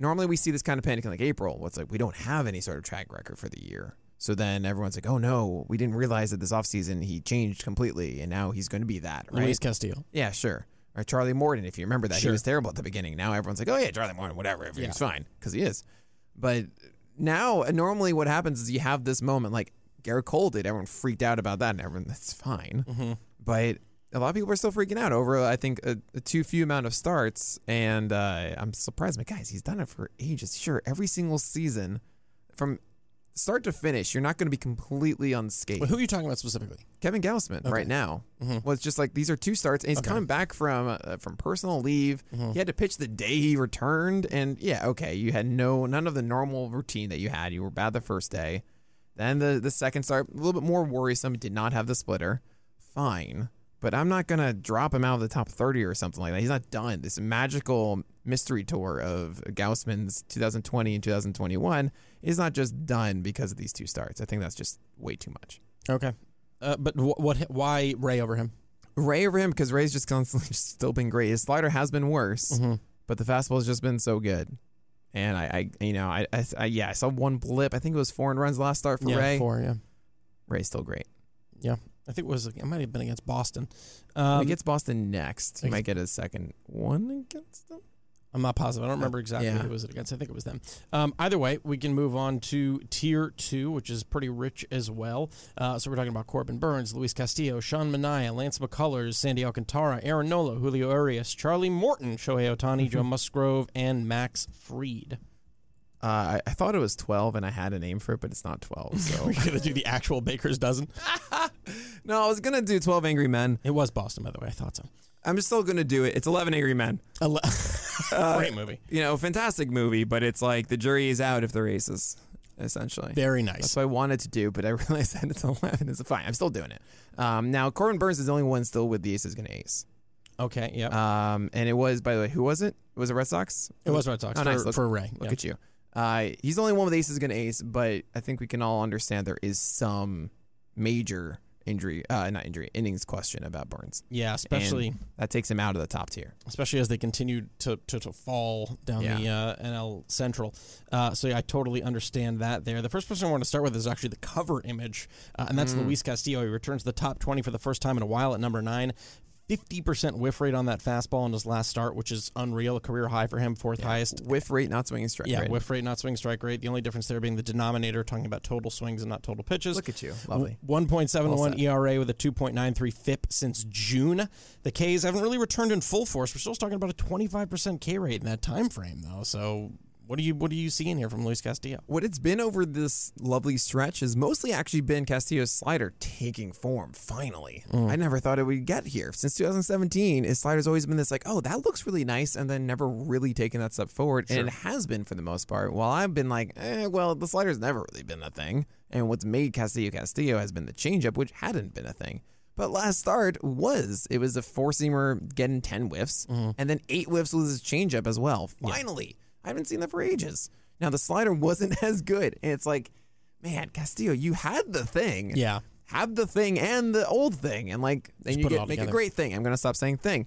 Speaker 2: Normally, we see this kind of panic in like April. where It's like we don't have any sort of track record for the year. So then everyone's like, "Oh no, we didn't realize that this offseason he changed completely, and now he's going to be that." Right?
Speaker 1: Luis Castillo.
Speaker 2: Yeah, sure. Or Charlie Morton, if you remember that,
Speaker 1: Sure.
Speaker 2: he was terrible at the beginning. Now everyone's like, oh yeah, Charlie Morton, whatever, everything's fine because he is. But now, uh, normally, what happens is you have this moment like Garrett Cole did. Everyone freaked out about that, and everyone that's fine. But a lot of people are still freaking out over, uh, I think, a, a too few amount of starts, and uh, I'm surprised. But guys, he's done it for ages. Sure, every single season, from start to finish, you're not going to be completely unscathed.
Speaker 1: Wait, who are you talking about specifically?
Speaker 2: Kevin Gausman right now was just like these are two starts, and he's coming back from uh, from personal leave. He had to pitch the day he returned, and yeah, okay, you had no none of the normal routine that you had. You were bad the first day, then the the second start a little bit more worrisome. Did not have the splitter, fine, but I'm not gonna drop him out of the top thirty or something like that. He's not done this magical mystery tour of Gausman's 2020 and 2021 is not just done because of these two starts. I think that's just way too much.
Speaker 1: Okay. Uh, but wh- what? Why Ray over him?
Speaker 2: Ray over him because Ray's just constantly just still been great. His slider has been
Speaker 1: Mm-hmm.
Speaker 2: worse, but the fastball has just been so good. And I, I you know, I, I, I- yeah, I saw one blip. I think it was four and runs last start for Ray.
Speaker 1: four. Yeah,
Speaker 2: Ray's still great.
Speaker 1: yeah. I think it was. It might have been against Boston. Um,
Speaker 2: he gets Boston next.
Speaker 1: I
Speaker 2: He
Speaker 1: guess-
Speaker 2: might get his second one against them.
Speaker 1: I'm not positive. I don't remember exactly
Speaker 2: Uh, Yeah.
Speaker 1: who was it against. I think it was them. Um, either way, we can move on to tier two, which is pretty rich as well. Uh, so we're talking about Corbin Burns, Luis Castillo, Sean Mania, Lance McCullers, Sandy Alcantara, Aaron Nola, Julio Arias, Charlie Morton, Shohei Otani, Joe Musgrove, and Max Freed.
Speaker 2: Uh, I, I thought it was twelve, and I had a name for it, but it's not twelve. So
Speaker 1: We're gonna do the actual Baker's dozen.
Speaker 2: no, I was gonna do twelve Angry Men.
Speaker 1: It was Boston, by the way. I thought so.
Speaker 2: I'm just still gonna do it. It's eleven Angry Men.
Speaker 1: Ele- Great movie.
Speaker 2: You know, fantastic movie, but it's like the jury is out if they're racist, essentially.
Speaker 1: Very nice.
Speaker 2: That's what I wanted to do, but I realized that it's 11. It's fine. I'm still doing it. Um, now, Corbin Burns is the only one still with the ace is going to ace.
Speaker 1: Okay. Yeah.
Speaker 2: Um, and it was, by the way, who was it? Was it Red Sox?
Speaker 1: it was Red Sox
Speaker 2: oh,
Speaker 1: for,
Speaker 2: nice. Look-
Speaker 1: for Ray.
Speaker 2: Look
Speaker 1: Yeah.
Speaker 2: at you. Uh, he's the only one with ace is going to ace, but I think we can all understand there is some major injury, uh, not injury, innings question about Burns.
Speaker 1: Yeah,
Speaker 2: And
Speaker 1: especially
Speaker 2: that takes him out of the top tier.
Speaker 1: especially as they continue to, to, to fall down the uh, NL Central. Uh, so yeah, I totally understand that there. The first person I want to start with is actually the cover image, uh, and
Speaker 2: Mm.
Speaker 1: that's Luis Castillo. He returns to the top 20 for the first time in a while at number nine. 50% whiff rate on that fastball in his last start, which is unreal. A career high for him, fourth highest.
Speaker 2: Whiff rate, not swinging strike
Speaker 1: Yeah,
Speaker 2: rate.
Speaker 1: whiff rate, not swing strike rate. The only difference there being the denominator, talking about total swings and not total pitches.
Speaker 2: Look at you, lovely.
Speaker 1: 1.71 ERA with E a 2.93 FIP since June. The Ks haven't really returned in full force. We're still talking about a 25% K rate in that time frame, though. So, what are you what are you seeing here from Luis Castillo?
Speaker 2: What it's been over this lovely stretch has mostly actually been Castillo's slider taking form. Finally, I never thought it would get here. Since 2017, his slider's always been this like, oh, that looks really nice, and then never really taken that step forward. And it has been for the most part. While I've been like, eh, well, the slider's never really been a thing. And what's made Castillo Castillo has been the changeup, which hadn't been a thing. But last start was it was a four seamer getting ten whiffs, and then eight whiffs with his changeup as well. Finally, I haven't seen that for ages. Now the slider wasn't as good, and it's like, man, Castillo, you had the thing,
Speaker 1: Yeah.
Speaker 2: have the thing and the old thing, and like, then you
Speaker 1: put it all
Speaker 2: get, make a
Speaker 1: together.
Speaker 2: great thing. I'm gonna stop saying thing.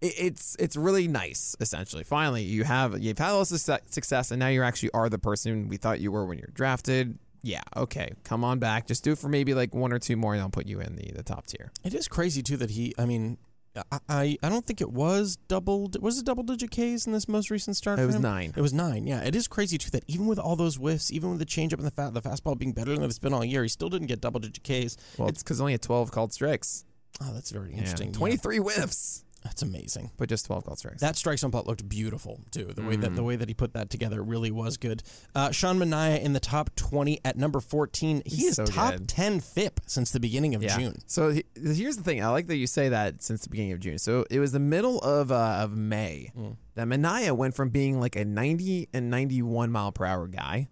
Speaker 2: It, it's it's really nice, essentially. Finally, you have you've had all this success- success, and now you actually are the person we thought you were when you were drafted. Yeah, okay, come on back. Just do it for maybe like one or two more, and I'll put you in the, the top tier.
Speaker 1: It is crazy, too, that he, I mean, I, I, I don't think it was double. Was it double digit Ks in this most recent start?
Speaker 2: It
Speaker 1: for
Speaker 2: was
Speaker 1: him?
Speaker 2: nine.
Speaker 1: It was nine. Yeah, it is crazy too that even with all those whiffs, even with the changeup and the fa- the fastball being better than it's been all year, he still didn't get double digit Ks.
Speaker 2: Well, it's because only had 12 called strikes.
Speaker 1: Oh, that's very
Speaker 2: Yeah.
Speaker 1: interesting. Yeah.
Speaker 2: 23 whiffs,
Speaker 1: That's amazing.
Speaker 2: but just 12 called strikes.
Speaker 1: That strike zone plot looked beautiful too. The way
Speaker 2: Mm.
Speaker 1: that the way that he put that together really was good. Uh, Sean Mania in the top twenty at number fourteen. He
Speaker 2: He's
Speaker 1: is
Speaker 2: so
Speaker 1: top
Speaker 2: good.
Speaker 1: ten FIP since the beginning of June.
Speaker 2: So he- here's the thing. I like that you say that since the beginning of June. So it was the middle of uh, of May that Mania went from being like a 90 and 91 mile per hour guy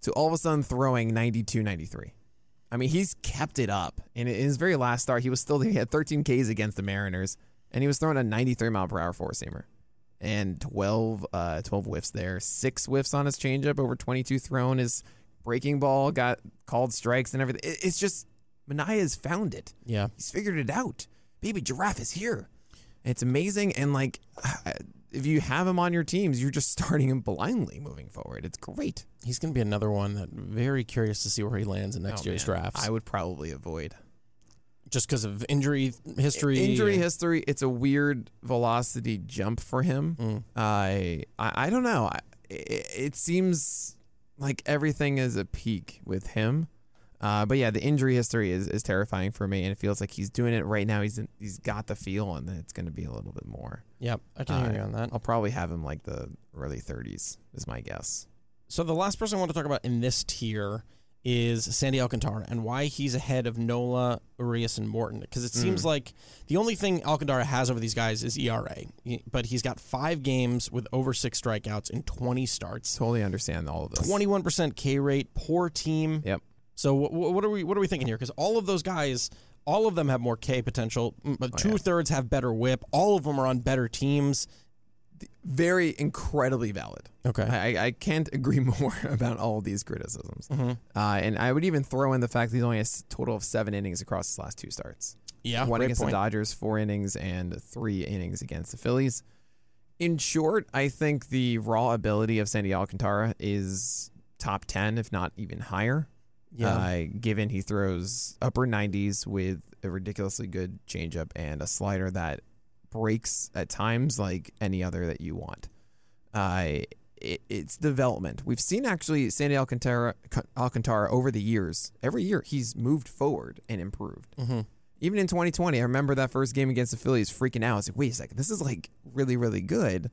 Speaker 2: to all of a sudden throwing 92, 93. I mean, he's kept it up. And in his very last start, he was still he had 13 Ks against the Mariners, and he was throwing a 93 mile per hour four seamer. And 12, uh, 12 whiffs there. Six whiffs on his changeup over 22 thrown. His breaking ball got called strikes and everything. It- it's just Manaya's found it.
Speaker 1: Yeah.
Speaker 2: He's figured it out. Baby giraffe is here. And it's amazing. And like, if you have him on your teams, you're just starting him blindly moving forward. It's great.
Speaker 1: He's going to be another one that very curious to see where he lands in next year's drafts.
Speaker 2: Oh, I would probably avoid
Speaker 1: just because of injury history.
Speaker 2: injury history. It's a weird velocity jump for him. I, I I don't know. I, it, it seems like everything is a peak with him. Uh, but yeah, the injury history is, is terrifying for me, and it feels like he's doing it right now. He's in, he's got the feel, and then it's going to be a little bit more.
Speaker 1: Yep, I can
Speaker 2: Uh,
Speaker 1: hear you on that.
Speaker 2: I'll probably have him like the early 30s is my guess.
Speaker 1: So the last person I want to talk about in this tier is Sandy Alcantara and why he's ahead of Nola, Urias, and Morton. Because it seems like the only thing Alcantara has over these guys is ERA, He- but he's got five games with over six strikeouts and 20 starts,
Speaker 2: Totally understand all of this.
Speaker 1: 21% K rate, poor team.
Speaker 2: Yep.
Speaker 1: So wh- wh- what are we what are we thinking here? Because all of those guys, all of them have more K potential, m- but two thirds have better WHIP. All of them are on better teams.
Speaker 2: Very incredibly valid.
Speaker 1: Okay.
Speaker 2: I, I- I can't agree more about all of these criticisms.
Speaker 1: Mm-hmm.
Speaker 2: Uh, and I would even throw in the fact that he's only a s- total of seven innings across his last two starts.
Speaker 1: Yeah, Oh,
Speaker 2: One
Speaker 1: great
Speaker 2: against
Speaker 1: point.
Speaker 2: the Dodgers, four innings, and three innings against the Phillies. In short, I think the raw ability of Sandy Alcantara is top 10, if not even higher.
Speaker 1: Yeah.
Speaker 2: Uh, given he throws upper 90s with a ridiculously good changeup and a slider that breaks at times like any other that you want. Uh, it, it's development. We've seen actually Sandy Alcantara, Alcantara over the years. Every year he's moved forward and improved. Even in 2020, I remember that first game against the Phillies freaking out. I was like, wait a second, this is like really, really good.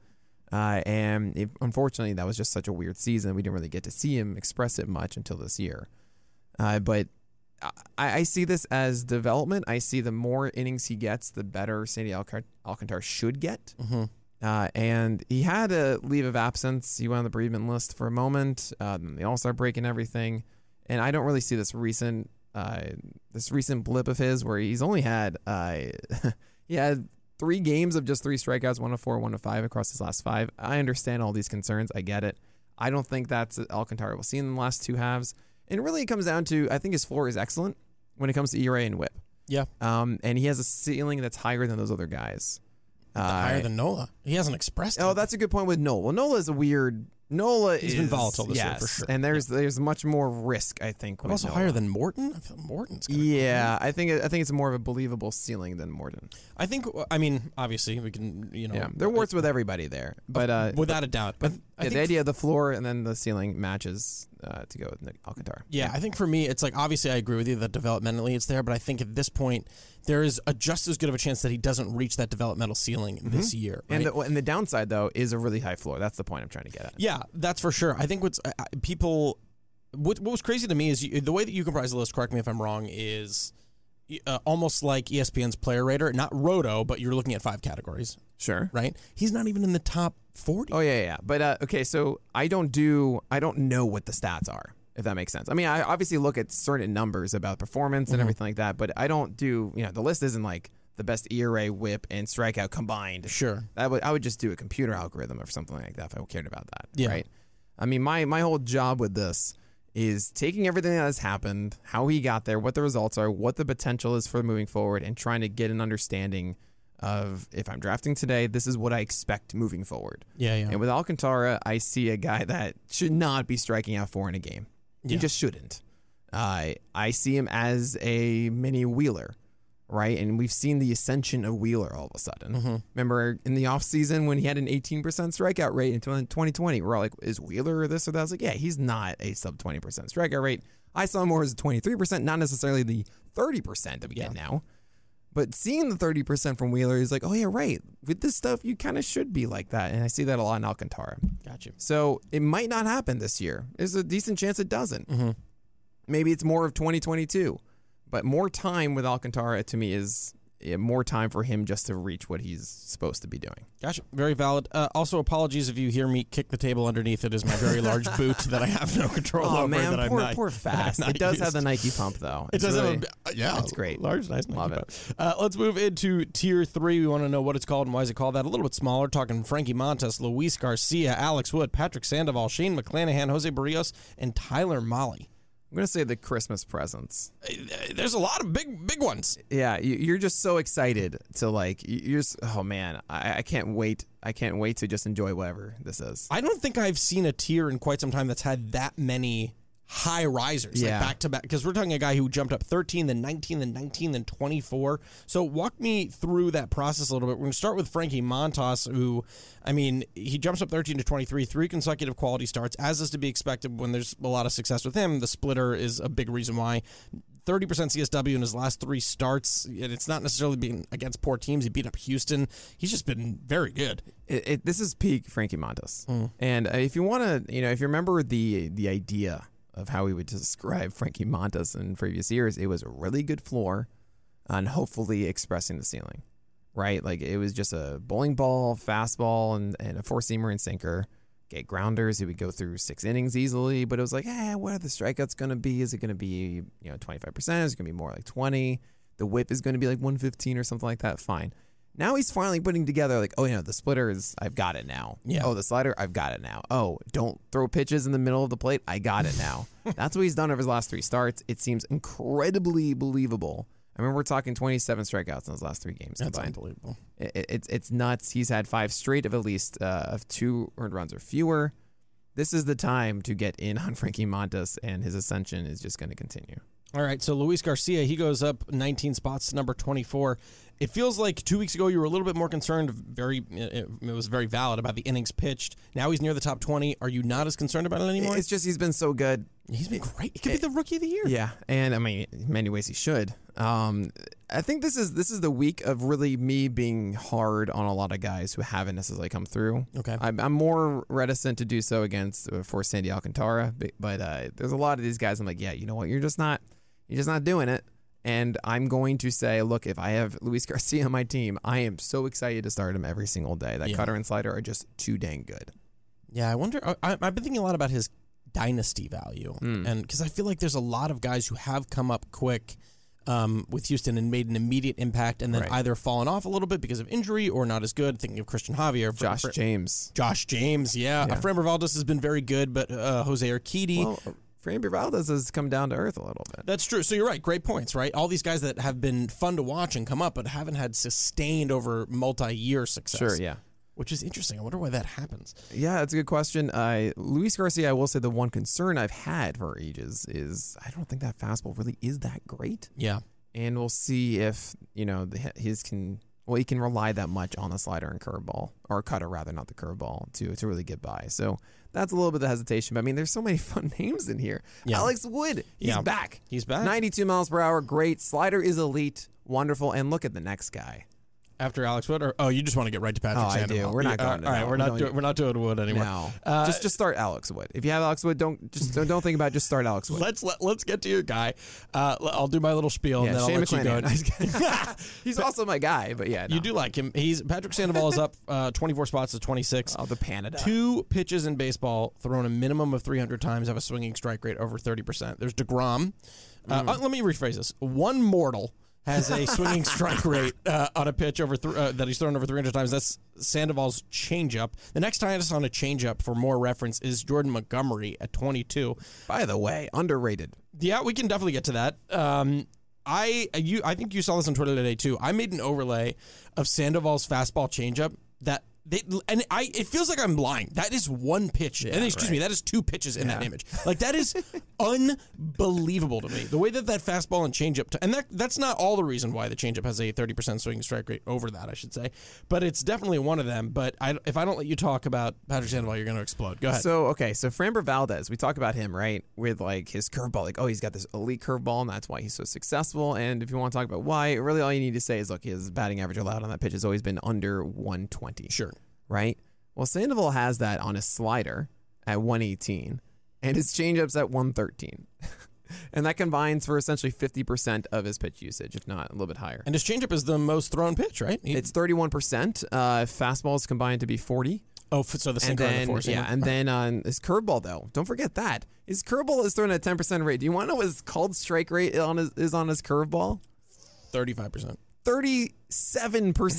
Speaker 2: Uh, and it, unfortunately, that was just such a weird season. We didn't really get to see him express it much until this year. Uh, but I, I see this as development. I see the more innings he gets, the better Sandy Alcar- Alcantara should get. Uh, and he had a leave of absence. He went on the bereavement list for a moment, um, the All Star break and everything. And I don't really see this recent uh, this recent blip of his where he's only had uh, he had three games of just three strikeouts, one of four, one of five across his last five. I understand all these concerns. I get it. I don't think that's Alcantara we'll see in the last two halves. And really, it comes down to I think his floor is excellent. when it comes to ERA and WHIP.
Speaker 1: Yeah.
Speaker 2: Um, and he has a ceiling that's higher than those other guys.
Speaker 1: Higher than Nola. He hasn't expressed.
Speaker 2: Oh,
Speaker 1: it.
Speaker 2: that's a good point with Nola. Well, Nola is a weird. Nola
Speaker 1: He's
Speaker 2: is
Speaker 1: been volatile this year, for
Speaker 2: yes,
Speaker 1: sure.
Speaker 2: And there's there's much more risk, I think.
Speaker 1: But
Speaker 2: with
Speaker 1: also
Speaker 2: Nola.
Speaker 1: higher than Morton. I feel Morton's. Gonna
Speaker 2: Yeah, I think I think it's more of a believable ceiling than Morton.
Speaker 1: I think. I mean, obviously, we can. You know,
Speaker 2: Yeah, they're warts with everybody there, but uh,
Speaker 1: without a doubt. But I
Speaker 2: yeah,
Speaker 1: think
Speaker 2: the idea of the floor and then the ceiling matches uh, to go with Nick Alcantar.
Speaker 1: Yeah, I think for me, it's like obviously I agree with you that developmentally it's there, but I think at this point there is a just as good of a chance that he doesn't reach that developmental ceiling this year.
Speaker 2: Mm-hmm. and
Speaker 1: right?
Speaker 2: the, and the downside though is a really high floor. That's the point I'm trying to get at.
Speaker 1: yeah, that's for sure. I think what's uh, uh, people, what what was crazy to me is you, the way that you comprise the list. Correct me if I'm wrong. Is uh, almost like ESPN's player rater, not Roto, but you're looking at five categories,
Speaker 2: Sure.
Speaker 1: right? He's not even in the top forty.
Speaker 2: Oh yeah, yeah, yeah. But uh, okay, so I don't do I don't know what the stats are, if that makes sense. I mean, I obviously look at certain numbers about performance
Speaker 1: Mm-hmm.
Speaker 2: and everything like that, but I don't do you know the list isn't like the best ERA, WHIP, and strikeout combined.
Speaker 1: Sure.
Speaker 2: That would I would just do a computer algorithm or something like that if I cared about that.
Speaker 1: Yeah.
Speaker 2: Right. I mean, my my whole job with this is taking everything that has happened, how he got there, what the results are, what the potential is for moving forward, and trying to get an understanding of if I'm drafting today, this is what I expect moving forward.
Speaker 1: Yeah, yeah.
Speaker 2: And with Alcantara, I see a guy that should not be striking out four in a game. He
Speaker 1: Yeah.
Speaker 2: just shouldn't. Uh, I see him as a mini Wheeler, right? And we've seen the ascension of Wheeler all of a sudden.
Speaker 1: Mm-hmm.
Speaker 2: Remember in the offseason when he had an 18% strikeout rate in 2020, we're all like, is Wheeler this or that? I was like, yeah, he's not a sub 20% strikeout rate. I saw him more as a 23%, not necessarily the 30% that we get now. But seeing the 30% from Wheeler is like, oh, yeah, right. With this stuff, you kind of should be like that. And I see that a lot in Alcantara.
Speaker 1: Gotcha.
Speaker 2: So it might not happen this year. There's a decent chance it doesn't.
Speaker 1: Mm-hmm.
Speaker 2: Maybe it's more of 2022. But more time with Alcantara to me is yeah, more time for him just to reach what he's supposed to be doing.
Speaker 1: Gotcha. Very valid. Uh, also, apologies if you hear me kick the table underneath. It is my very large boot that I have no control over. that I'm
Speaker 2: Oh, poor,
Speaker 1: not,
Speaker 2: poor fast.
Speaker 1: that I'm
Speaker 2: It does
Speaker 1: not
Speaker 2: have the
Speaker 1: used.
Speaker 2: Nike pump though.
Speaker 1: It does
Speaker 2: really-
Speaker 1: have a, uh, yeah,
Speaker 2: That's great.
Speaker 1: Large, nice,
Speaker 2: Love
Speaker 1: Nike button. Uh, let's move into tier three. We want to know what it's called and why is it called that. A little bit smaller. Talking Frankie Montes, Luis Garcia, Alex Wood, Patrick Sandoval, Shane McClanahan, Jose Barrios, and Tyler Molly.
Speaker 2: I'm gonna say the Christmas presents.
Speaker 1: Uh, There's a lot of big, big ones.
Speaker 2: Yeah, you- you're just so excited to like. you- You're just, oh man, I, I can't wait. I can't wait to just enjoy whatever this is.
Speaker 1: I don't think I've seen a tier in quite some time that's had that many high risers,
Speaker 2: Yeah.
Speaker 1: like back to back. Because we're talking a guy who jumped up 13, then 19, then 19, then 24. So walk me through that process a little bit. We're going to start with Frankie Montas, who, I mean, he jumps up 13 to 23, three consecutive quality starts, as is to be expected when there's a lot of success with him. The splitter is a big reason why. 30% CSW in his last three starts, and it's not necessarily being against poor teams. He beat up Houston. He's just been very good.
Speaker 2: it, it, this is peak Frankie Montes. And uh, if you want to, you know, if you remember the the idea of how we would describe Frankie Montes in previous years, it was a really good floor, and hopefully expressing the ceiling, right? Like it was just a bowling ball, fastball, and and a four seamer and sinker. Get grounders. He would go through six innings easily, but it was like, eh, what are the strikeouts going to be? Is it going to be you know twenty five percent? Is it going to be more like twenty? The whip is going to be like one fifteen or something like that. Fine. Now he's finally putting together like, oh, you know, the splitter is I've got it now.
Speaker 1: Yeah.
Speaker 2: Oh, the slider, I've got it now. Oh, don't throw pitches in the middle of the plate. I got it now. That's what he's done over his last three starts. It seems incredibly believable. I remember we're talking 27 strikeouts in his last three games combined.
Speaker 1: unbelievable.
Speaker 2: It, it- it's it's nuts. He's had five straight of at least uh, of two earned runs or fewer. This is the time to get in on Frankie Montes, and his ascension is just going to continue.
Speaker 1: All right, so Luis Garcia, he goes up 19 spots to number 24. It feels like two weeks ago you were a little bit more concerned, very it it was very valid about the innings pitched. Now he's near the top 20. Are you not as concerned about it anymore?
Speaker 2: It's just he's been so good.
Speaker 1: he's been great. He could be the rookie of the year.
Speaker 2: Yeah, and I mean, in many ways he should. Um, I think this is this is the week of really me being hard on a lot of guys who haven't necessarily come through.
Speaker 1: Okay.
Speaker 2: I'm, I'm more reticent to do so against uh, for Sandy Alcantara, but, but uh, there's a lot of these guys. I'm like, yeah, you know what? You're just not you're just not doing it. And I'm going to say, look, if I have Luis Garcia on my team, I am so excited to start him every single day. That
Speaker 1: Yeah.
Speaker 2: cutter and slider are just too dang good.
Speaker 1: Yeah, I wonder. I, I- I've been thinking a lot about his dynasty value, and because I feel like there's a lot of guys who have come up quick um, with Houston and made an immediate impact, and then
Speaker 2: Right.
Speaker 1: either fallen off a little bit because of injury or not as good. Thinking of Christian Javier, Fr-
Speaker 2: Josh
Speaker 1: Fr-
Speaker 2: James.
Speaker 1: Josh James, yeah. Efrain Valdez has been very good, but uh, Jose Urquidy.
Speaker 2: Well, Framber Valdez has come down to earth a little bit.
Speaker 1: That's true. So you're right. Great points, right? All these guys that have been fun to watch and come up, but haven't had sustained over multi-year success.
Speaker 2: Sure, yeah.
Speaker 1: Which is interesting. I wonder why that happens.
Speaker 2: Yeah, that's a good question. Uh, Luis Garcia, I will say the one concern I've had for ages is I don't think that fastball really is that great.
Speaker 1: Yeah.
Speaker 2: And we'll see if, you know, the, his can, well, he can rely that much on the slider and curveball, or cutter rather, not the curveball, to, to really get by. So that's a little bit of hesitation. But I mean, there's so many fun names in here.
Speaker 1: Yeah.
Speaker 2: Alex Wood, he's
Speaker 1: Yeah.
Speaker 2: back.
Speaker 1: He's back.
Speaker 2: 92 miles per hour, great. Slider is elite, wonderful. And look at the next guy.
Speaker 1: After Alex Wood, or oh, you just want to get right to Patrick
Speaker 2: Oh, I do.
Speaker 1: Sandoval.
Speaker 2: We're not
Speaker 1: Yeah,
Speaker 2: going to
Speaker 1: all
Speaker 2: that
Speaker 1: right,
Speaker 2: one.
Speaker 1: we're
Speaker 2: We
Speaker 1: not
Speaker 2: don't
Speaker 1: doing, we're not doing Wood anymore.
Speaker 2: No,
Speaker 1: Uh,
Speaker 2: just just start Alex Wood. If you have Alex Wood, don't just don't, don't think about it, just start Alex Wood.
Speaker 1: Let's let, let's get to your guy. Uh, l- I'll do my little spiel
Speaker 2: Yeah,
Speaker 1: and then
Speaker 2: Shane
Speaker 1: I'll let you go.
Speaker 2: He's also my guy, but yeah, no.
Speaker 1: You do like him. He's Patrick Sandoval is up uh, 24 spots to 26.
Speaker 2: oh the Panada.
Speaker 1: Two pitches in baseball thrown a minimum of 300 times have a swinging strike rate over 30%. There's DeGrom. Uh, uh, let me rephrase this. One mortal has a swinging strike rate uh, on a pitch over th- uh, that he's thrown over 300 times. That's Sandoval's changeup. The next highest on a changeup, for more reference, is Jordan Montgomery at 22.
Speaker 2: By the way, underrated.
Speaker 1: Yeah, we can definitely get to that. Um, I you I think you saw this on Twitter today too. I made an overlay of Sandoval's fastball changeup that they, and I it feels like I'm lying. That is one pitch. and excuse me, that is two pitches in that image. Like that is unbelievable to me. The way that that fastball and changeup t- and that that's not all the reason why the changeup has a 30% swing strike rate over that, I should say. But it's definitely one of them, but I, if I don't let you talk about Patrick Sandoval, you're going to explode. Go ahead.
Speaker 2: So okay, so Framber Valdez, we talk about him right with like his curveball, like oh he's got this elite curveball and that's why he's so successful. And if you want to talk about why, really all you need to say is look, his batting average allowed on that pitch has always been under 120.
Speaker 1: sure.
Speaker 2: right? Well, Sandoval has that on his slider at 118 and his changeup's at 113. and that combines for essentially 50% of his pitch usage, if not a little bit higher.
Speaker 1: And his changeup is the most thrown pitch, right? He-
Speaker 2: It's 31%. Uh, fastballs combined to be 40.
Speaker 1: Oh, f- so the same
Speaker 2: And
Speaker 1: kind of
Speaker 2: then,
Speaker 1: force.
Speaker 2: yeah, and then on his curveball, though, don't forget that. His curveball is thrown at 10% rate. Do you want to know what his called strike rate on his, is on his curveball?
Speaker 1: thirty-five percent.
Speaker 2: 37%.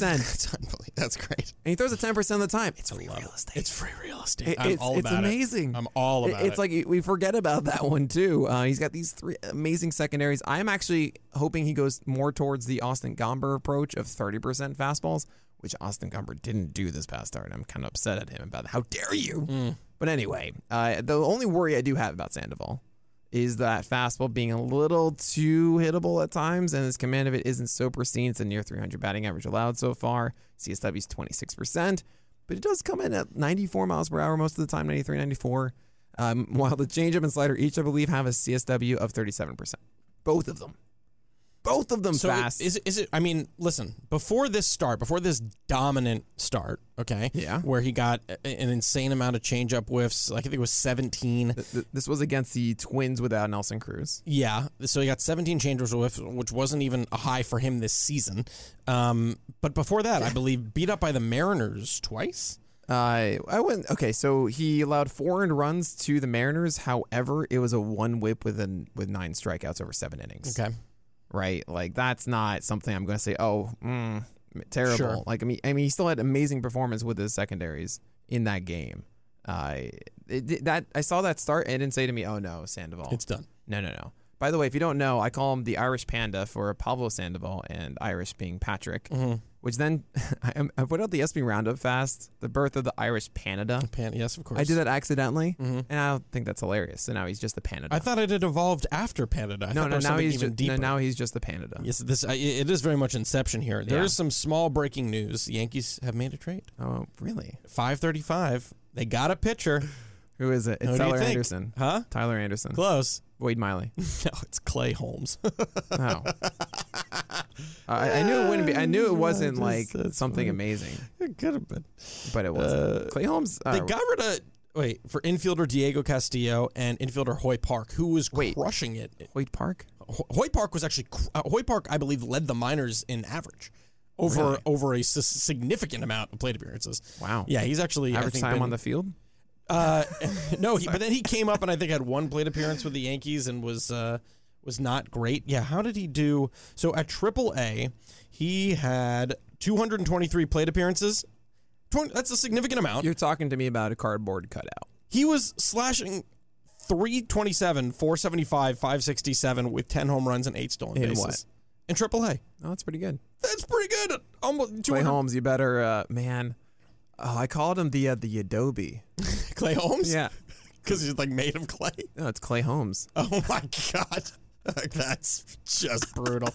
Speaker 1: That's unbelievable. That's great.
Speaker 2: and he throws it 10% of the time. It's free real estate.
Speaker 1: It's free real estate.
Speaker 2: It-
Speaker 1: I'm
Speaker 2: it's
Speaker 1: all
Speaker 2: it's
Speaker 1: about it.
Speaker 2: amazing.
Speaker 1: I'm all
Speaker 2: It-
Speaker 1: about
Speaker 2: It's
Speaker 1: it.
Speaker 2: like we forget about that one too. Uh, he's got these three amazing secondaries. I'm actually hoping he goes more towards the Austin Gomber approach of 30% fastballs, which Austin Gomber didn't do this past start. I'm kind of upset at him about it. how dare you.
Speaker 1: Hmm.
Speaker 2: But anyway, uh, the only worry I do have about Sandoval is that fastball being a little too hittable at times, and his command of it isn't so pristine. It's a near 300 batting average allowed so far. CSW's 26%, but it does come in at 94 miles per hour most of the time, 93, 94. Um, while the changeup and slider each, I believe, have a CSW of 37%. Both of them. Both of them
Speaker 1: so
Speaker 2: fast.
Speaker 1: it- is it, is it? I mean, listen. Before this start, before this dominant start, okay,
Speaker 2: Yeah.
Speaker 1: where he got a- an insane amount of changeup whiffs. Like I think it was seventeen.
Speaker 2: Th- this was against the Twins without Nelson Cruz.
Speaker 1: Yeah, so he got 17 changes whiffs, which wasn't even a high for him this season. Um, but before that, I believe beat up by the Mariners twice.
Speaker 2: Uh, I went okay. So he allowed four earned runs to the Mariners. However, it was a one whip with an, with nine strikeouts over seven innings.
Speaker 1: Okay,
Speaker 2: right? Like that's not something I'm going to say. Oh, mm, terrible.
Speaker 1: Sure.
Speaker 2: Like I mean, I mean, he still had amazing performance with his secondaries in that game. Uh, it, that I saw that start and it didn't say to me, "Oh no, Sandoval."
Speaker 1: it's done.
Speaker 2: no, no, no. By the way, if you don't know, I call him the Irish Panda for Pablo Sandoval and Irish being Patrick.
Speaker 1: Mm-hmm.
Speaker 2: Which then I, I put out the SB Roundup fast, the birth of the Irish Panada.
Speaker 1: Pan, yes, of course. Mm-hmm.
Speaker 2: I did that accidentally, and I think that's hilarious. So now he's just the Panada.
Speaker 1: I thought it had evolved after Panada. I thought
Speaker 2: no, no,
Speaker 1: there was
Speaker 2: now
Speaker 1: something
Speaker 2: he's
Speaker 1: even
Speaker 2: just
Speaker 1: deeper.
Speaker 2: no, now he's just the Panada.
Speaker 1: Yes, this I, it is very much Inception here. There is
Speaker 2: Yeah.
Speaker 1: some small breaking news. The Yankees have made a trade.
Speaker 2: Oh, really?
Speaker 1: Five thirty-five. They got a pitcher,
Speaker 2: Who is it? It's
Speaker 1: Who do you
Speaker 2: Tyler
Speaker 1: think?
Speaker 2: Anderson.
Speaker 1: huh?
Speaker 2: Tyler Anderson.
Speaker 1: Close.
Speaker 2: Wade Miley.
Speaker 1: No, it's Clay Holmes.
Speaker 2: Oh. I, I knew it wouldn't be. I knew it wasn't like something amazing,
Speaker 1: it could have been.
Speaker 2: but it wasn't. Clay Holmes. Uh,
Speaker 1: They got rid of wait for infielder Diego Castillo and infielder Hoy Park, who was
Speaker 2: Wait.
Speaker 1: crushing it.
Speaker 2: Wade Park.
Speaker 1: Ho- Hoy Park was actually cr- uh, Hoy Park, I believe, led the minors in average over
Speaker 2: Really?
Speaker 1: over a s- significant amount of plate appearances.
Speaker 2: Wow.
Speaker 1: Yeah, he's actually I
Speaker 2: Average
Speaker 1: think,
Speaker 2: time
Speaker 1: been-
Speaker 2: on the field.
Speaker 1: Uh, no, he, but then he came up and I think had one plate appearance with the Yankees and was uh, was not great. Yeah, how did he do? So at Triple A, he had 223 plate appearances. 20, that's a significant amount.
Speaker 2: You're talking to me about a cardboard cutout.
Speaker 1: He was slashing 327, 475, 567 with 10 home runs and 8 stolen
Speaker 2: In
Speaker 1: bases.
Speaker 2: what?
Speaker 1: In AAA.
Speaker 2: Oh, that's pretty good.
Speaker 1: That's pretty good. Almost
Speaker 2: Clay
Speaker 1: 200
Speaker 2: Holmes, you better, uh, man. Oh, I called him the uh, the Adobe.
Speaker 1: Clay Holmes?
Speaker 2: Yeah.
Speaker 1: Because he's like made of clay.
Speaker 2: No, it's Clay Holmes.
Speaker 1: Oh my God. Like, That's just brutal.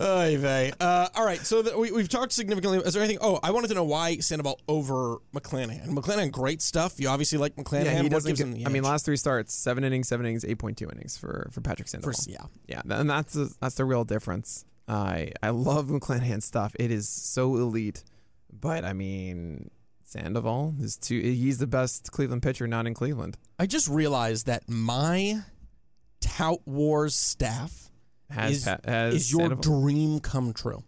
Speaker 1: Oy vey. Uh, all right, so the, we, we've talked significantly. Is there anything? Oh, I wanted to know why Sandoval over McClanahan. McClanahan, great stuff. You obviously like McClanahan.
Speaker 2: Yeah, he
Speaker 1: What
Speaker 2: doesn't.
Speaker 1: gives
Speaker 2: Get,
Speaker 1: him the
Speaker 2: I mean,
Speaker 1: edge?
Speaker 2: last three starts, seven innings, seven innings, eight point two innings for for Patrick Sandoval.
Speaker 1: First- yeah.
Speaker 2: Yeah, th- and that's the that's the real difference. I I love McClanahan's stuff. It is so elite, but I mean Sandoval is too. He's the best Cleveland pitcher, not in Cleveland.
Speaker 1: I just realized that my Tout Wars staff
Speaker 2: Has
Speaker 1: is,
Speaker 2: Pa- has
Speaker 1: is your
Speaker 2: Sandoval-
Speaker 1: dream come true.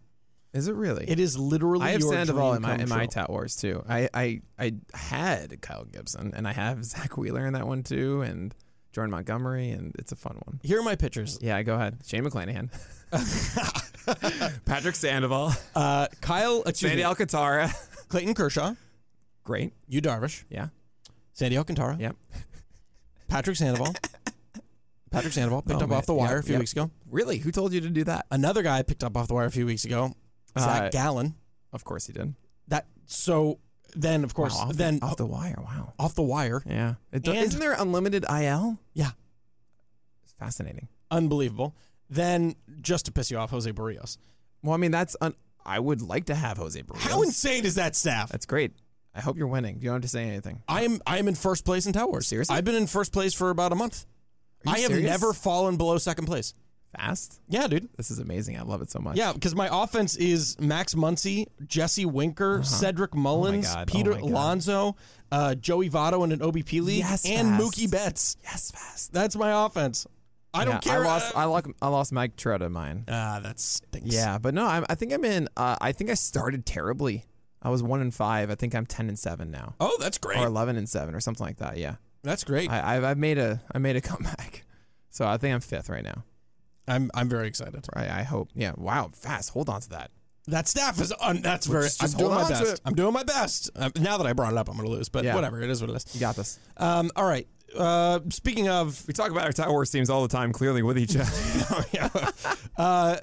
Speaker 2: is it really?
Speaker 1: It is literally
Speaker 2: I have
Speaker 1: your
Speaker 2: Sandoval
Speaker 1: dream
Speaker 2: in my
Speaker 1: come
Speaker 2: in my
Speaker 1: true.
Speaker 2: Tout Wars too. I, I I had Kyle Gibson and I have Zach Wheeler in that one too, and Jordan Montgomery, and it's a fun one.
Speaker 1: Here are my pitchers.
Speaker 2: Yeah, go ahead. Shane McClanahan, Patrick Sandoval,
Speaker 1: Uh, Kyle, excuse
Speaker 2: Sandy
Speaker 1: me,
Speaker 2: Alcantara.
Speaker 1: Clayton Kershaw,
Speaker 2: Great.
Speaker 1: you Darvish,
Speaker 2: Yeah.
Speaker 1: Sandy Alcantara,
Speaker 2: Yep.
Speaker 1: Patrick Sandoval. Patrick Sandoval picked
Speaker 2: Oh,
Speaker 1: up
Speaker 2: man.
Speaker 1: off the wire
Speaker 2: Yep,
Speaker 1: a few
Speaker 2: yep.
Speaker 1: weeks ago.
Speaker 2: Really? Who told you to do that?
Speaker 1: Another guy I picked up off the wire a few weeks ago,
Speaker 2: Uh,
Speaker 1: Zach Gallen.
Speaker 2: Of course he did.
Speaker 1: That so then of course
Speaker 2: Wow, off
Speaker 1: then
Speaker 2: the, off the wire. Wow.
Speaker 1: off the wire.
Speaker 2: Yeah. It do-
Speaker 1: And-
Speaker 2: isn't there unlimited IL?
Speaker 1: Yeah,
Speaker 2: It's fascinating.
Speaker 1: unbelievable. Then just to piss you off, Jose Barrios.
Speaker 2: Well, I mean, that's un- I would like to have Jose Barrios.
Speaker 1: How insane is that staff?
Speaker 2: that's great. I hope you're winning. You don't have to say anything.
Speaker 1: I am I am in first place in Tower.
Speaker 2: Seriously?
Speaker 1: I've been in first place for about a month.
Speaker 2: Are you
Speaker 1: I have
Speaker 2: serious?
Speaker 1: never fallen below second place.
Speaker 2: fast.
Speaker 1: Yeah, dude.
Speaker 2: This is amazing. I love it so much.
Speaker 1: Yeah, because my offense is Max Muncy, Jesse Winker, Cedric Mullins,
Speaker 2: God. Uh-huh. Oh
Speaker 1: Peter
Speaker 2: my God.
Speaker 1: Alonso, uh, Joey Votto in an OBP league,
Speaker 2: Yes,
Speaker 1: and
Speaker 2: fast.
Speaker 1: Mookie Betts.
Speaker 2: Yes, fast.
Speaker 1: That's my offense. I don't care. uh,
Speaker 2: I Uh, lost. I lost. I lost Mike Trout in mine.
Speaker 1: Ah, that stinks.
Speaker 2: Yeah, but no, I'm, I think I'm in. Uh, I think I started terribly. I was one and five. I think I'm ten and seven now,
Speaker 1: Oh, that's great.
Speaker 2: or eleven and seven, or something like that. Yeah.
Speaker 1: That's great. I,
Speaker 2: I, I've, I've made a I made a comeback, so I think I'm fifth right now.
Speaker 1: am I'm very excited.
Speaker 2: I, I hope. Yeah. Wow. Fast. Hold on to that.
Speaker 1: That staff is un, that's very.
Speaker 2: just-
Speaker 1: I'm
Speaker 2: just
Speaker 1: doing
Speaker 2: hold
Speaker 1: my
Speaker 2: on to
Speaker 1: best.
Speaker 2: it.
Speaker 1: I'm doing my best. Um, now that I brought it up, I'm going to lose. But
Speaker 2: Yeah.
Speaker 1: whatever, it is what it is.
Speaker 2: You got this.
Speaker 1: Um, all right. Uh, speaking of,
Speaker 2: We talk about our Tower Wars teams all the time, clearly with each other.
Speaker 1: Oh, uh,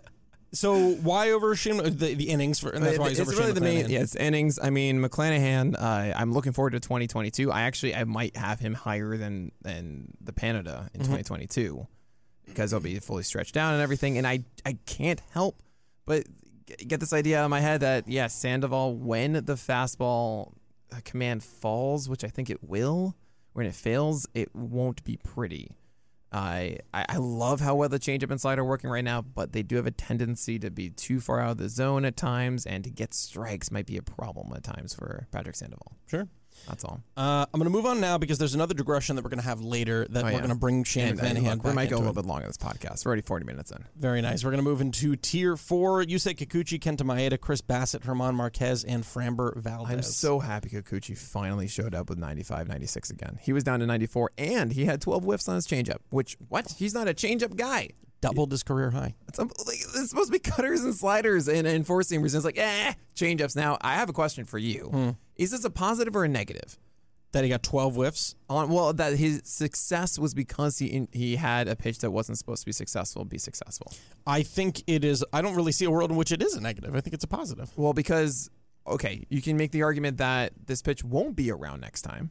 Speaker 1: so why over Shane? The, the innings for and that's why he's
Speaker 2: Uh, it's
Speaker 1: over
Speaker 2: really
Speaker 1: Shane
Speaker 2: the main.
Speaker 1: McClanahan.
Speaker 2: Yeah, it's innings. I mean, McClanahan. Uh, I'm looking forward to 2022. I actually I might have him higher than than the Panada
Speaker 1: Mm-hmm.
Speaker 2: in 2022 because he'll be fully stretched down and everything. And I I can't help but g- get this idea out of my head that yeah, Sandoval when the fastball uh, command falls, which I think it will, when it fails, it won't be pretty. I I I love how well the changeup and slide are working right now, but they do have a tendency to be too far out of the zone at times, and to get strikes might be a problem at times for Patrick Sandoval.
Speaker 1: Sure.
Speaker 2: That's all.
Speaker 1: Uh, I'm going to move on now because there's another digression that we're going to have later that
Speaker 2: Oh,
Speaker 1: we're
Speaker 2: yeah.
Speaker 1: going to bring Shane
Speaker 2: And, and
Speaker 1: McClanahan
Speaker 2: look, we
Speaker 1: back
Speaker 2: might go
Speaker 1: into
Speaker 2: a little
Speaker 1: it.
Speaker 2: bit long on this podcast. We're already 40 minutes in.
Speaker 1: Very nice. We're going to move into tier four. Yusei Kikuchi, Kenta Maeda, Chris Bassett, Herman Marquez, and Framber Valdez.
Speaker 2: I'm so happy Kikuchi finally showed up with 95, 96 again. He was down to 94, and he had 12 whiffs on his changeup. Which what? He's not a changeup guy.
Speaker 1: doubled his career high.
Speaker 2: It's, um, like, it's supposed to be cutters and sliders and, and four seamers. And it's like, eh, changeups. Now, I have a question for you. Is this a positive or a negative?
Speaker 1: That he got 12 whiffs.
Speaker 2: on well that his success was because he in, he had a pitch that wasn't supposed to be successful be successful.
Speaker 1: I think it is. I don't really see a world in which it is a negative. I think it's a positive.
Speaker 2: Well, because okay, you can make the argument that this pitch won't be around next time,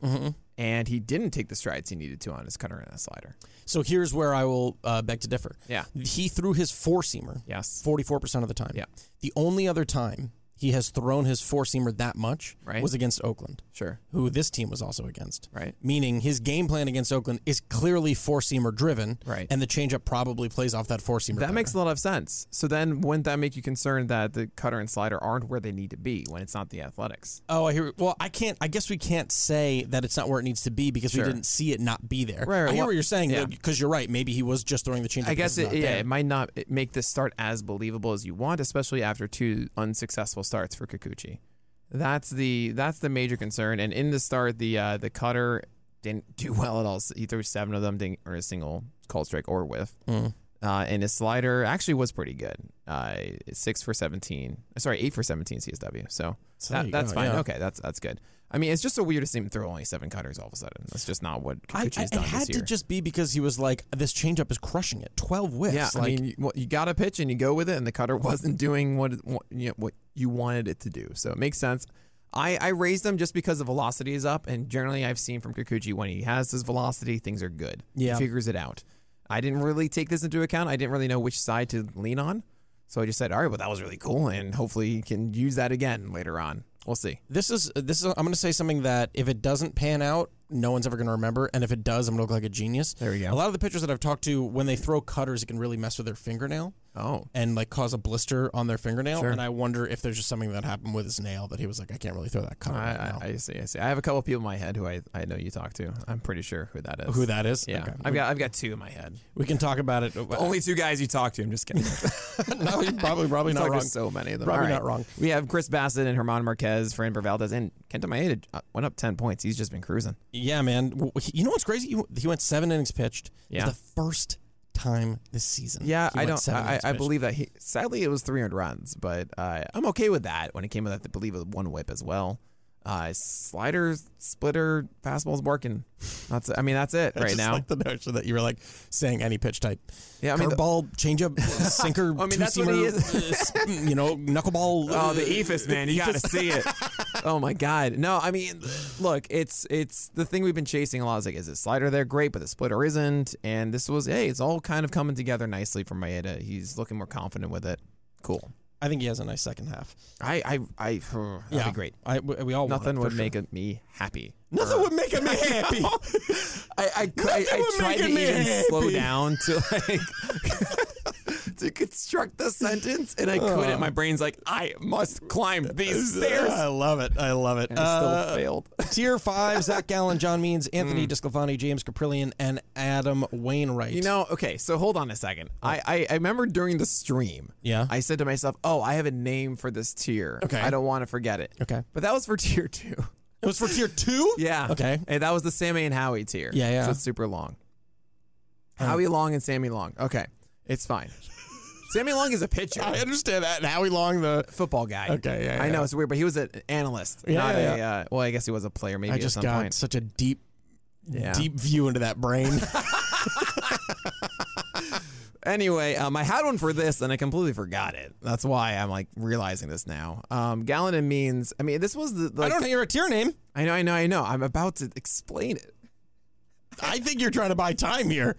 Speaker 2: and he didn't take the strides he needed to on his cutter and his slider.
Speaker 1: So here's where I will uh, beg to differ.
Speaker 2: Yeah.
Speaker 1: He threw his four seamer
Speaker 2: Yes,
Speaker 1: 44% of the time.
Speaker 2: Yeah.
Speaker 1: The only other time he has thrown his four seamer that much
Speaker 2: Right.
Speaker 1: was against Oakland,
Speaker 2: sure,
Speaker 1: who this team was also against.
Speaker 2: right,
Speaker 1: Meaning his game plan against Oakland is clearly four seamer driven.
Speaker 2: Right.
Speaker 1: And the changeup probably plays off that four seamer.
Speaker 2: that makes a lot of sense. So then, wouldn't that make you concerned that the cutter and slider aren't where they need to be when it's not the athletics?
Speaker 1: Oh, I hear. Well, I can't. I guess we can't say that it's not where it needs to be because
Speaker 2: Sure.
Speaker 1: we didn't see it not be there.
Speaker 2: Right, right,
Speaker 1: I hear
Speaker 2: well,
Speaker 1: what you're
Speaker 2: yeah.
Speaker 1: saying because you're right. Maybe he was just throwing the changeup.
Speaker 2: I guess
Speaker 1: because it's
Speaker 2: it,
Speaker 1: not
Speaker 2: yeah,
Speaker 1: there.
Speaker 2: it might not make this start as believable as you want, especially after two unsuccessful starts for Kikuchi. That's the that's the major concern. And in the start, the uh, the cutter didn't do well at all. He threw seven of them, didn't earn a single call strike or whiff.
Speaker 1: Hmm.
Speaker 2: Uh, and his slider actually was pretty good. Uh, six for seventeen. Sorry, eight for seventeen CSW. So,
Speaker 1: So there
Speaker 2: that,
Speaker 1: you
Speaker 2: that's
Speaker 1: go,
Speaker 2: fine.
Speaker 1: yeah.
Speaker 2: Okay, that's that's good. I mean, it's just so weird to see him throw only seven cutters all of a sudden. That's just not what
Speaker 1: I,
Speaker 2: Kikuchi's
Speaker 1: I- it
Speaker 2: done
Speaker 1: had
Speaker 2: this year.
Speaker 1: to just be because he was like, this changeup is crushing it. 12 whiffs.
Speaker 2: yeah,
Speaker 1: like,
Speaker 2: I mean, you, well, you got a pitch and you go with it, and the cutter wasn't doing what it- what you, know, what you wanted it to do. So it makes sense. I, I raised them just because the velocity is up, and generally I've seen from Kikuchi when he has his velocity, things are good.
Speaker 1: Yeah.
Speaker 2: He figures it out. I didn't really take this into account. I didn't really know which side to lean on. So I just said, all right, well, that was really cool, and hopefully you can use that again later on. We'll see.
Speaker 1: this is, this is, I'm going to say something that if it doesn't pan out, no one's ever going to remember. And if it does, I'm going to look like a genius. There
Speaker 2: we go.
Speaker 1: A lot of the pitchers that I've talked to, when they throw cutters, it can really mess with their fingernail.
Speaker 2: Oh.
Speaker 1: and like cause a blister on their fingernail. And I wonder if there's just something that happened with his nail that he was like, I can't really throw that cutter
Speaker 2: I,
Speaker 1: right
Speaker 2: I,
Speaker 1: now.
Speaker 2: I see. I see. I have a couple people in my head who I, I know you talk to. I'm pretty sure who that is.
Speaker 1: Who that is?
Speaker 2: Yeah, Oh,
Speaker 1: Okay.
Speaker 2: I've got I've got two in my head.
Speaker 1: we can talk about it.
Speaker 2: Only two guys you talk to. I'm just kidding.
Speaker 1: no, you're probably probably not
Speaker 2: Talk to
Speaker 1: wrong.
Speaker 2: So many of them.
Speaker 1: Probably
Speaker 2: All
Speaker 1: not wrong.
Speaker 2: We have Chris Bassett and Herman Marquez, Fran Valdez, and Kenta Maeda uh, went up ten points. He's just been cruising.
Speaker 1: Yeah, man. W- he- You know what's crazy? He- He went seven innings pitched.
Speaker 2: Yeah.
Speaker 1: It's the first time this season.
Speaker 2: Yeah,
Speaker 1: he
Speaker 2: I
Speaker 1: went
Speaker 2: don't.
Speaker 1: seven
Speaker 2: I,
Speaker 1: innings
Speaker 2: I
Speaker 1: pitched.
Speaker 2: believe that. He, sadly, it was 300 runs, but uh, I'm okay with that. When it came with, I believe, with one whip as well. Uh, slider, splitter, fastballs, barking. That's. I mean, that's it
Speaker 1: I
Speaker 2: right
Speaker 1: just
Speaker 2: now.
Speaker 1: like the notion that you were like saying any pitch type.
Speaker 2: Yeah, I mean, the-
Speaker 1: curveball, changeup, sinker,
Speaker 2: I mean, that's what
Speaker 1: two-seamer,
Speaker 2: he is.
Speaker 1: uh, sp- you know, knuckleball.
Speaker 2: Oh, the Ephus, man. You got to see it. Oh, my God. No, I mean, look, it's it's the thing we've been chasing a lot. Is like, is the slider there? Great, but the splitter isn't. And this was, hey, it's all kind of coming together nicely for Maeda. He's looking more confident with it. Cool.
Speaker 1: I think he has a nice second half.
Speaker 2: I, I, I, that'd
Speaker 1: yeah,
Speaker 2: be great.
Speaker 1: I, we, we all want it,
Speaker 2: Nothing
Speaker 1: for
Speaker 2: would
Speaker 1: sure.
Speaker 2: make it me happy.
Speaker 1: Nothing would make me happy.
Speaker 2: I, I, I,
Speaker 1: Nothing would
Speaker 2: I tried
Speaker 1: make
Speaker 2: to
Speaker 1: me
Speaker 2: even slow
Speaker 1: happy.
Speaker 2: down to like to construct the sentence, and I couldn't. My brain's like, I must climb these stairs.
Speaker 1: I love it. I love it.
Speaker 2: And I still
Speaker 1: Uh,
Speaker 2: failed.
Speaker 1: tier five: Zach Gallen, John Means, Anthony Disclafani, James Caprillion, and Adam Wainwright.
Speaker 2: Mm. You know, okay, so hold on a second. I, I, I remember during the stream,
Speaker 1: Oh. Yeah.
Speaker 2: I said to myself, oh, I have a name for this tier.
Speaker 1: Okay.
Speaker 2: I don't want to forget it.
Speaker 1: Okay.
Speaker 2: But that was for tier two.
Speaker 1: it was for tier two.
Speaker 2: Yeah.
Speaker 1: Okay.
Speaker 2: Hey, that was the Sammy and Howie tier.
Speaker 1: Yeah, yeah.
Speaker 2: So it's super long. Howie Long and Sammy Long. Okay. It's fine. Sammy Long is a pitcher.
Speaker 1: I understand that. And Howie Long, the
Speaker 2: Football guy.
Speaker 1: Okay, yeah,
Speaker 2: I
Speaker 1: yeah.
Speaker 2: know it's weird, but he was an analyst,
Speaker 1: Yeah,
Speaker 2: not
Speaker 1: yeah,
Speaker 2: a. Uh, well, I guess he was a player. Maybe
Speaker 1: I just
Speaker 2: at some
Speaker 1: got
Speaker 2: point.
Speaker 1: such a deep,
Speaker 2: Yeah.
Speaker 1: deep view into that brain.
Speaker 2: Anyway, um, I had one for this and I completely forgot it. That's why I'm like realizing this now. Um, Gallon and Means. I mean, this was the.
Speaker 1: I
Speaker 2: Like,
Speaker 1: don't hear a tier name.
Speaker 2: I know, I know, I know. I'm about to explain it.
Speaker 1: I think you're trying to buy time here.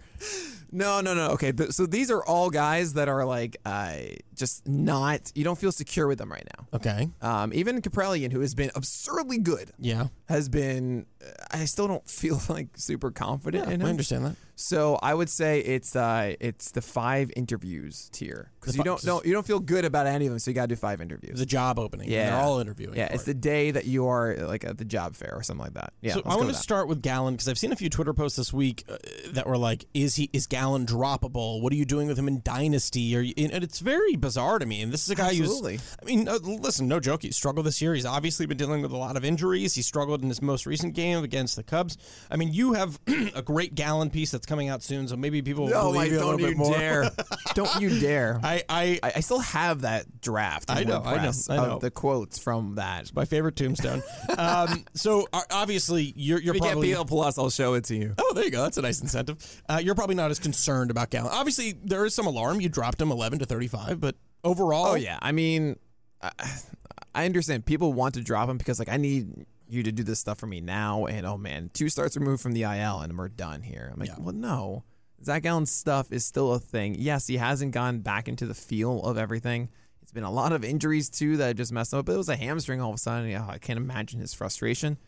Speaker 2: No, no, no. Okay, th- so these are all guys that are like uh, just not. You don't feel secure with them right now.
Speaker 1: Okay.
Speaker 2: Um, even Caprellian, who has been absurdly good,
Speaker 1: Yeah.
Speaker 2: has been. I still don't feel like super confident in him.
Speaker 1: I understand that.
Speaker 2: So I would say it's uh, it's the five interviews tier because
Speaker 1: The
Speaker 2: you
Speaker 1: fi-
Speaker 2: don't do you don't feel good about any of them, so you got to do five interviews.
Speaker 1: It's a job opening. and
Speaker 2: Yeah.
Speaker 1: They're all interviewing.
Speaker 2: Yeah,
Speaker 1: for
Speaker 2: it's
Speaker 1: it.
Speaker 2: the day that you are like at the job fair or something like that. Yeah,
Speaker 1: so
Speaker 2: let's
Speaker 1: I
Speaker 2: go
Speaker 1: want to
Speaker 2: with that.
Speaker 1: start with Gallon because I've seen a few Twitter posts this week uh, that were like, "Is he is Gallon droppable? What are you doing with him in Dynasty?" Are you, and and it's very bizarre to me. And this is a guy
Speaker 2: Absolutely.
Speaker 1: who's, I mean, uh, listen, no joke. He struggled this year. He's obviously been dealing with a lot of injuries. He struggled in his most recent game against the Cubs. I mean, you have a great Gallon piece that's coming out soon, so maybe people will
Speaker 2: No,
Speaker 1: believe
Speaker 2: I
Speaker 1: you a
Speaker 2: don't
Speaker 1: little
Speaker 2: you
Speaker 1: bit more.
Speaker 2: dare! don't you dare!
Speaker 1: I, I,
Speaker 2: I, I still have that draft. in
Speaker 1: I know, I know,
Speaker 2: WordPress
Speaker 1: I know.
Speaker 2: Of the quotes from that.
Speaker 1: my favorite tombstone. um, so uh, obviously, you're you're probably
Speaker 2: Plus, I'll show it to you.
Speaker 1: Oh, there you go. That's a nice incentive. Uh, you're probably not as concerned about Gallon. Obviously, there is some alarm. You dropped him 11 to 35, but overall,
Speaker 2: Oh yeah, I mean, I, I understand people want to drop him because like I need you to do this stuff for me now, and oh man, two starts removed from the IL, and we're done here. I'm like,
Speaker 1: Yeah.
Speaker 2: well, no, Zach Allen's stuff is still a thing. Yes, he hasn't gone back into the feel of everything. It's been a lot of injuries too that just messed him up. But it was a hamstring all of a sudden. Yeah, I can't imagine his frustration.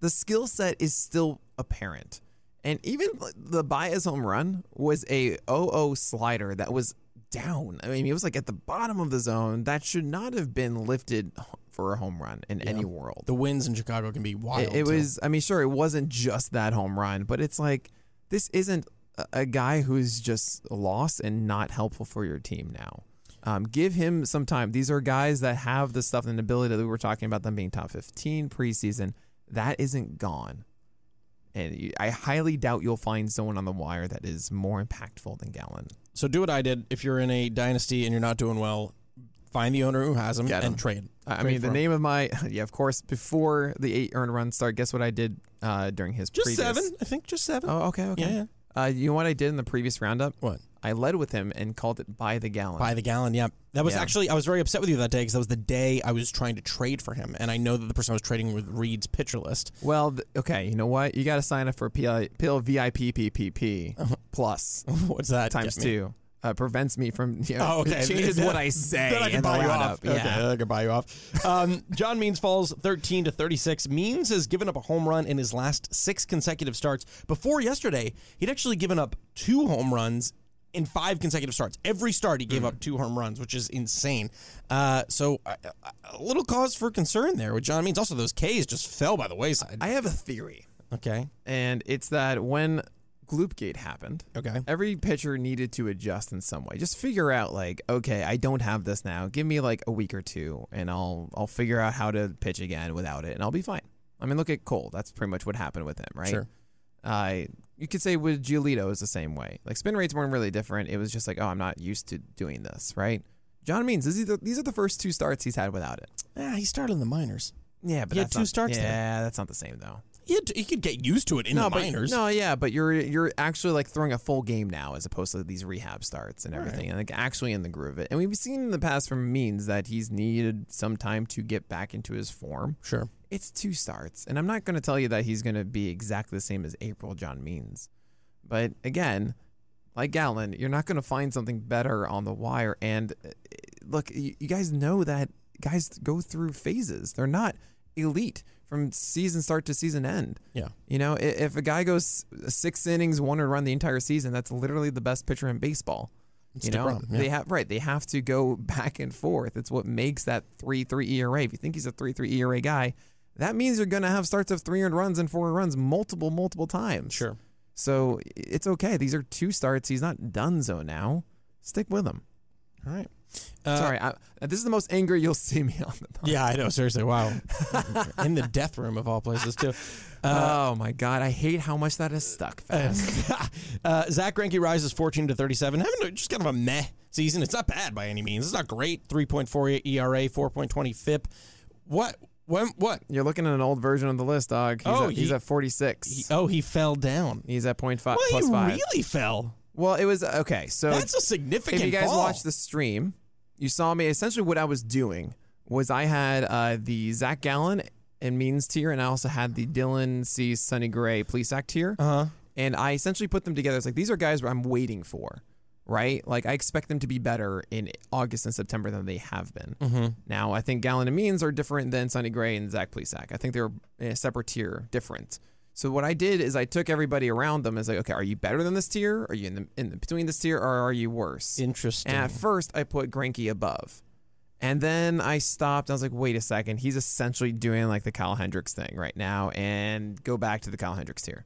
Speaker 2: The skill set is still apparent. And even the Baez home run was a 0-0 slider that was down. I mean, it was like at the bottom of the zone. That should not have been lifted for a home run in any world.
Speaker 1: the winds in Chicago can be wild.
Speaker 2: It, it
Speaker 1: too.
Speaker 2: was. I mean, sure, it wasn't just that home run, but it's like this isn't a- a guy who's just lost and not helpful for your team now. Um, give him some time. These are guys that have the stuff and ability that we were talking about them being top 15 preseason. That isn't gone. And you- I highly doubt you'll find someone on the wire that is more impactful than Gallon.
Speaker 1: So do what I did. If you're in a dynasty and you're not doing well, Find the owner who has him
Speaker 2: Get
Speaker 1: and
Speaker 2: him.
Speaker 1: trade him.
Speaker 2: I I
Speaker 1: Trade
Speaker 2: mean,
Speaker 1: for
Speaker 2: the
Speaker 1: him.
Speaker 2: name of my yeah, of course. Before the eight earned runs start, guess what I did uh, during his
Speaker 1: Just
Speaker 2: previous?
Speaker 1: seven, I think. Just seven.
Speaker 2: Oh, okay, okay.
Speaker 1: Yeah, yeah.
Speaker 2: Uh, you know what I did in the previous roundup?
Speaker 1: What?
Speaker 2: I led with him and called it by the gallon.
Speaker 1: By the gallon, yeah. That was
Speaker 2: Yeah.
Speaker 1: actually I was very upset with you that day because that was the day I was trying to trade for him, and I know that the person I was trading with reads pitcher list.
Speaker 2: well, th- okay. You know what? You got to sign up for PI, pill VIPPPP plus
Speaker 1: What's that
Speaker 2: times
Speaker 1: get me?
Speaker 2: two. Uh, prevents me from. You know,
Speaker 1: Oh, okay.
Speaker 2: It changes what I say.
Speaker 1: Then I can
Speaker 2: in the
Speaker 1: buy you off.
Speaker 2: roundup. Yeah.
Speaker 1: Okay, I can buy you off. Um, John Means falls 13 to 36. Means has given up a home run in his last six consecutive starts. Before yesterday, he'd actually given up two home runs in five consecutive starts. Every start, he gave
Speaker 2: Hmm.
Speaker 1: up two home runs, which is insane. Uh, so uh, a little cause for concern there with John Means. Also, those Ks just fell by the wayside.
Speaker 2: I have a theory,
Speaker 1: okay.
Speaker 2: and it's that when Gloopgate happened,
Speaker 1: Okay.
Speaker 2: every pitcher needed to adjust in some way. Just figure out like, okay, I don't have this now. Give me like a week or two, and I'll I'll figure out how to pitch again without it, and I'll be fine. I mean, look at Cole. That's pretty much what happened with him, right?
Speaker 1: Sure.
Speaker 2: Uh, you could say with Giolito is the same way. Like spin rates weren't really different. It was just like, oh, I'm not used to doing this, right? John Means, these are the, these are the first two starts he's had without it.
Speaker 1: Ah, he started in the minors.
Speaker 2: Yeah, but
Speaker 1: He had
Speaker 2: that's
Speaker 1: two
Speaker 2: not-
Speaker 1: starts
Speaker 2: Yeah,
Speaker 1: there.
Speaker 2: that's not the same though.
Speaker 1: He, had to- he could get used to it in the
Speaker 2: but,
Speaker 1: minors.
Speaker 2: No, yeah, but you're you're actually like throwing a full game now as opposed to these rehab starts and everything, and like actually in the groove of it. And we've seen in the past from Means that he's needed some time to get back into his form.
Speaker 1: Sure.
Speaker 2: It's two starts, and I'm not going to tell you that he's going to be exactly the same as April John Means, but again, like Gallon, you're not going to find something better on the wire. And uh, look, you, you guys know that guys go through phases; they're not elite from season start to season end.
Speaker 1: Yeah.
Speaker 2: You know, i- if a guy goes six innings, one or run the entire season, that's literally the best pitcher in baseball. you know,
Speaker 1: DeGrom, yeah.
Speaker 2: they have right. They have to go back and forth. It's what makes that three three ERA. If you think he's a three three ERA guy, that means you're going to have starts of three earned runs and four runs multiple multiple times.
Speaker 1: Sure.
Speaker 2: So i- it's okay. These are two starts. He's not done so now. Stick with him.
Speaker 1: All right. Uh,
Speaker 2: Sorry, I, this is the most angry you'll see me on the. Podcast.
Speaker 1: Yeah, I know. Seriously, wow. In the death room of all places, too.
Speaker 2: oh my god, I hate how much that is stuck.
Speaker 1: Uh,
Speaker 2: Fast.
Speaker 1: uh, Zach Greinke rises 14 to 37, having a- just kind of a meh season. It's not bad by any means. It's not great. 3.48 ERA, 4.20 FIP. What? When? What?
Speaker 2: You're looking at an old version of the list, dog. He's
Speaker 1: Oh,
Speaker 2: at, he's
Speaker 1: he-
Speaker 2: at 46.
Speaker 1: He- oh, he fell down.
Speaker 2: he's at point five
Speaker 1: Well,
Speaker 2: plus
Speaker 1: he
Speaker 2: five.
Speaker 1: really fell.
Speaker 2: Well, it was okay. So
Speaker 1: That's a significant.
Speaker 2: if you guys
Speaker 1: fall.
Speaker 2: watched the stream, you saw me. Essentially, what I was doing was I had uh, the Zach Gallen and Means tier, and I also had the Dylan C. Sonny Gray Police Act tier. Uh-huh. And I essentially put them together. It's like these are guys where I'm waiting for, right? Like I expect them to be better in August and September than they have been. Now I think Gallen and Means are different than Sonny Gray and Zach Plesac. I think they're in a separate tier, different. So what I did is I took everybody around them and was like, okay, are you better than this tier? Are you in the in the, between this tier, or are you worse?
Speaker 1: Interesting.
Speaker 2: And at first, I put Granky above. And then I stopped. I was like, wait a second. He's essentially doing like the Kyle Hendricks thing right now and go back to the Kyle Hendricks tier.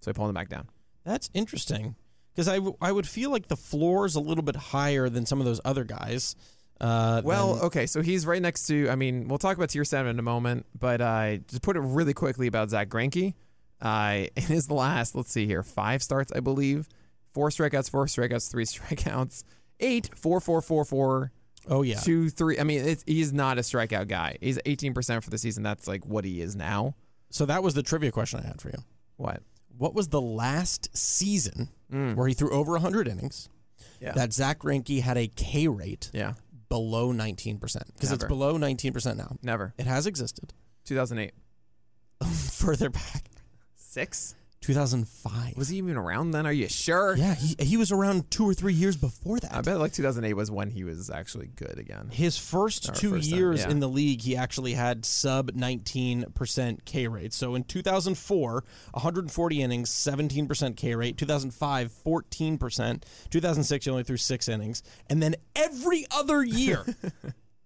Speaker 2: So I pulled him back down.
Speaker 1: That's interesting because I, w- I would feel like the floor is a little bit higher than some of those other guys. Uh,
Speaker 2: Well, okay. So he's right next to, I mean, we'll talk about tier seven in a moment, but uh, just put it really quickly about Zach Granke. Uh, in his last, let's see here, five starts, I believe, four strikeouts, four strikeouts, three strikeouts, eight, four, four, four, four,
Speaker 1: oh yeah,
Speaker 2: two, three. I mean, it's, he's not a strikeout guy. He's 18% for the season. That's like what he is now.
Speaker 1: So that was the trivia question I had for you.
Speaker 2: What?
Speaker 1: What was the last season where he threw over 100 innings
Speaker 2: Mm. Yeah.
Speaker 1: that Zach Greinke had a K rate
Speaker 2: Yeah.
Speaker 1: below 19%? Because it's
Speaker 2: Never.
Speaker 1: below 19% now.
Speaker 2: Never.
Speaker 1: It has existed
Speaker 2: 2008.
Speaker 1: further back.
Speaker 2: Six?
Speaker 1: 2005.
Speaker 2: Was he even around then? Are you sure?
Speaker 1: yeah, he, he was around two or three years before that.
Speaker 2: I bet like 2008 was when he was actually good again.
Speaker 1: His first
Speaker 2: Our
Speaker 1: two
Speaker 2: first time,
Speaker 1: years
Speaker 2: yeah.
Speaker 1: in the league, he actually had sub 19% K rate. So in 2004, 140 innings, 17% K rate. 2005, 14%. 2006, he only threw six innings. And then every other year,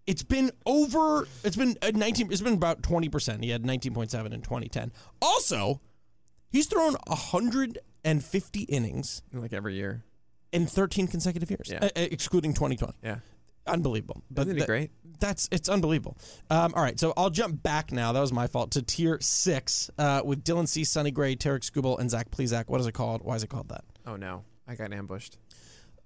Speaker 1: it's been over, it's been at 19, it's been about 20%. He had 19.7 in 2010. Also, he's thrown 150 innings
Speaker 2: Like every year.
Speaker 1: in 13 consecutive years,
Speaker 2: Yeah.
Speaker 1: uh, excluding 2020
Speaker 2: Yeah.
Speaker 1: unbelievable. But
Speaker 2: Isn't he
Speaker 1: tha-
Speaker 2: great?
Speaker 1: That's it's unbelievable. Um, all right, so I'll jump back now. That was my fault to tier six uh, with Dylan C, Sonny Gray, Tarek Skubal, and Zach Plezak. What is it called? Why is it called that?
Speaker 2: Oh no. I got ambushed.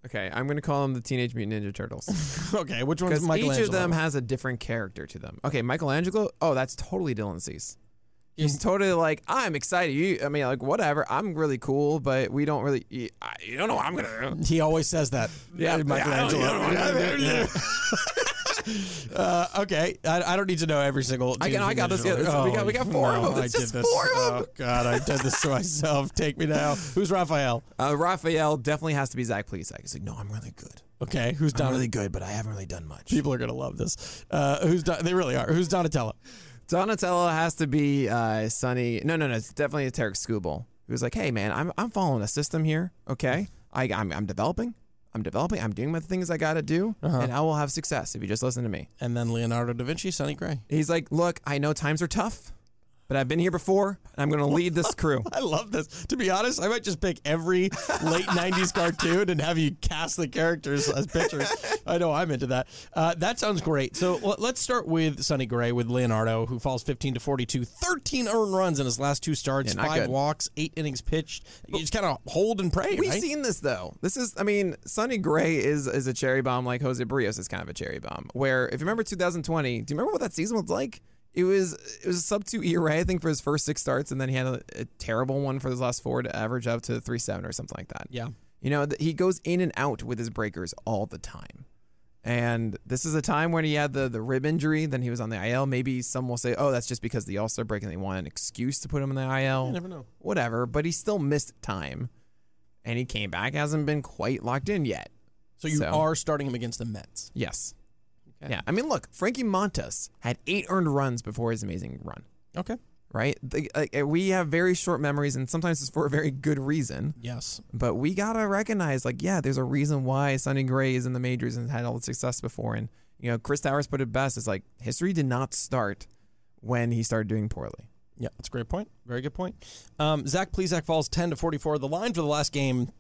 Speaker 2: Okay, I'm gonna call them the Teenage Mutant Ninja Turtles
Speaker 1: Okay, which one's
Speaker 2: because
Speaker 1: Michelangelo?
Speaker 2: each of them has a different character to them. Okay, Michelangelo. Oh, that's totally Dylan Cease. He's totally like, I'm excited. You, I mean, like, whatever. I'm really cool, but we don't really. You, I- you don't know what I'm gonna. do."
Speaker 1: He always says that.
Speaker 2: Yeah,
Speaker 1: Michelangelo. uh, okay, I, I don't need to know every single.
Speaker 2: I can- I got this. Yeah,
Speaker 1: individual-
Speaker 2: this- we got- we got four of them.
Speaker 1: I
Speaker 2: It's
Speaker 1: did
Speaker 2: just
Speaker 1: this.
Speaker 2: four of them.
Speaker 1: Oh God, I did this to myself. Take me now. Who's Raphael?
Speaker 2: Uh, Raphael definitely has to be Zach Plesac. He's like, no, I'm really good.
Speaker 1: Okay, who's
Speaker 2: I'm
Speaker 1: Donatello?
Speaker 2: really good, but I haven't really done much.
Speaker 1: People are gonna love this. Uh, who's Don- they really are? Who's Donatello?
Speaker 2: Donatello has to be uh, Sonny. No, no, no. It's definitely Tarek Skubal, who's like, hey, man, I'm, I'm following a system here. Okay. I, I'm, I'm developing. I'm developing. I'm doing my things I got to do.
Speaker 1: Uh-huh.
Speaker 2: And I will have success if you just listen to me.
Speaker 1: And then Leonardo da Vinci, Sonny Gray.
Speaker 2: He's like, look, I know times are tough, but I've been here before, and I'm going to lead this crew.
Speaker 1: I love this. To be honest, I might just pick every late '90s cartoon and have you cast the characters as pictures. I know I'm into that. Uh, that sounds great. So l- let's start with Sonny Gray with Leonardo, who falls 15 to 42, 13 earned runs in his last two starts,
Speaker 2: Yeah, not
Speaker 1: five
Speaker 2: good.
Speaker 1: walks, eight innings pitched. You just kind of hold and pray,
Speaker 2: We've
Speaker 1: right?
Speaker 2: seen this though. This is, I mean, Sonny Gray is is a cherry bomb, like Jose Barrios is kind of a cherry bomb. Where if you remember 2020, do you remember what that season was like? It was it was a sub two ERA, I think, for his first six starts, and then he had a, a terrible one for his last four to average up to three seven or something like that.
Speaker 1: yeah.
Speaker 2: You know, th- he goes in and out with his breakers all the time. And this is a time when he had the, the rib injury, then he was on the IL. Maybe some will say, oh, that's just because the All Star break and they want an excuse to put him in the IL.
Speaker 1: You never know.
Speaker 2: Whatever, but he still missed time. And he came back, hasn't been quite locked in yet.
Speaker 1: So you
Speaker 2: So-
Speaker 1: are starting him against the Mets.
Speaker 2: Yes. Yeah. I mean, look, Frankie Montas had eight earned runs before his amazing run,
Speaker 1: Okay.
Speaker 2: right? The, like, uh, we have very short memories, and sometimes it's for a very good reason.
Speaker 1: Yes.
Speaker 2: But we gotta recognize, like, yeah, there's a reason why Sonny Gray is in the majors and had all the success before. And you know, Chris Towers put it best: it's like history did not start when he started doing poorly.
Speaker 1: Yeah, that's a great point. Very good point. Um, Zach Plezak falls 10 to 44. The line for the last game,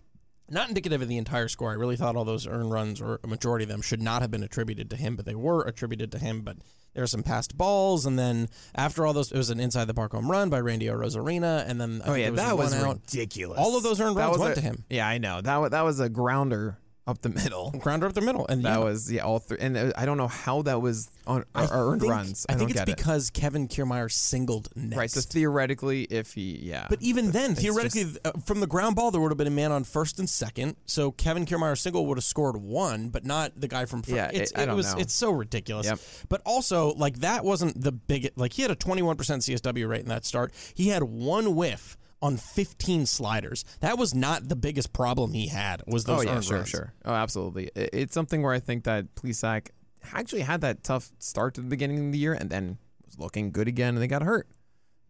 Speaker 1: not indicative of the entire score. I really thought all those earned runs, or a majority of them, should not have been attributed to him, but they were attributed to him. But there were some passed balls, and then after all those, it was an inside the park home run by Randy Rosarina, and then I
Speaker 2: Oh,
Speaker 1: think there was a one out.
Speaker 2: ridiculous.
Speaker 1: All of those earned runs
Speaker 2: was
Speaker 1: went
Speaker 2: a-
Speaker 1: to him.
Speaker 2: Yeah, I know that. Was, that was a grounder up the middle.
Speaker 1: Grounder up the middle, and
Speaker 2: That
Speaker 1: yeah,
Speaker 2: was yeah, all three. And uh, I don't know how that was on
Speaker 1: I
Speaker 2: our earned
Speaker 1: think-
Speaker 2: runs.
Speaker 1: I,
Speaker 2: I,
Speaker 1: think
Speaker 2: don't
Speaker 1: it's
Speaker 2: get it.
Speaker 1: because Kevin Kiermeyer singled next.
Speaker 2: right. So theoretically, if he yeah,
Speaker 1: But even then, theoretically,
Speaker 2: just-
Speaker 1: uh, from the ground ball, there would have been a man on first and second. So Kevin Kiermaier single would have scored one, but not the guy from first.
Speaker 2: Yeah,
Speaker 1: it's,
Speaker 2: I- I don't
Speaker 1: was,
Speaker 2: know.
Speaker 1: It's so ridiculous.
Speaker 2: Yep.
Speaker 1: But also, like that wasn't the biggest. Like he had a 21% CSW rate in that start. He had one whiff on 15 sliders. That was not the biggest problem he had. Was those
Speaker 2: oh yeah,
Speaker 1: earned
Speaker 2: sure,
Speaker 1: runs.
Speaker 2: sure. Oh, absolutely. It, it's something where I think that Plesac actually had that tough start to the beginning of the year, and then was looking good again, and they got hurt.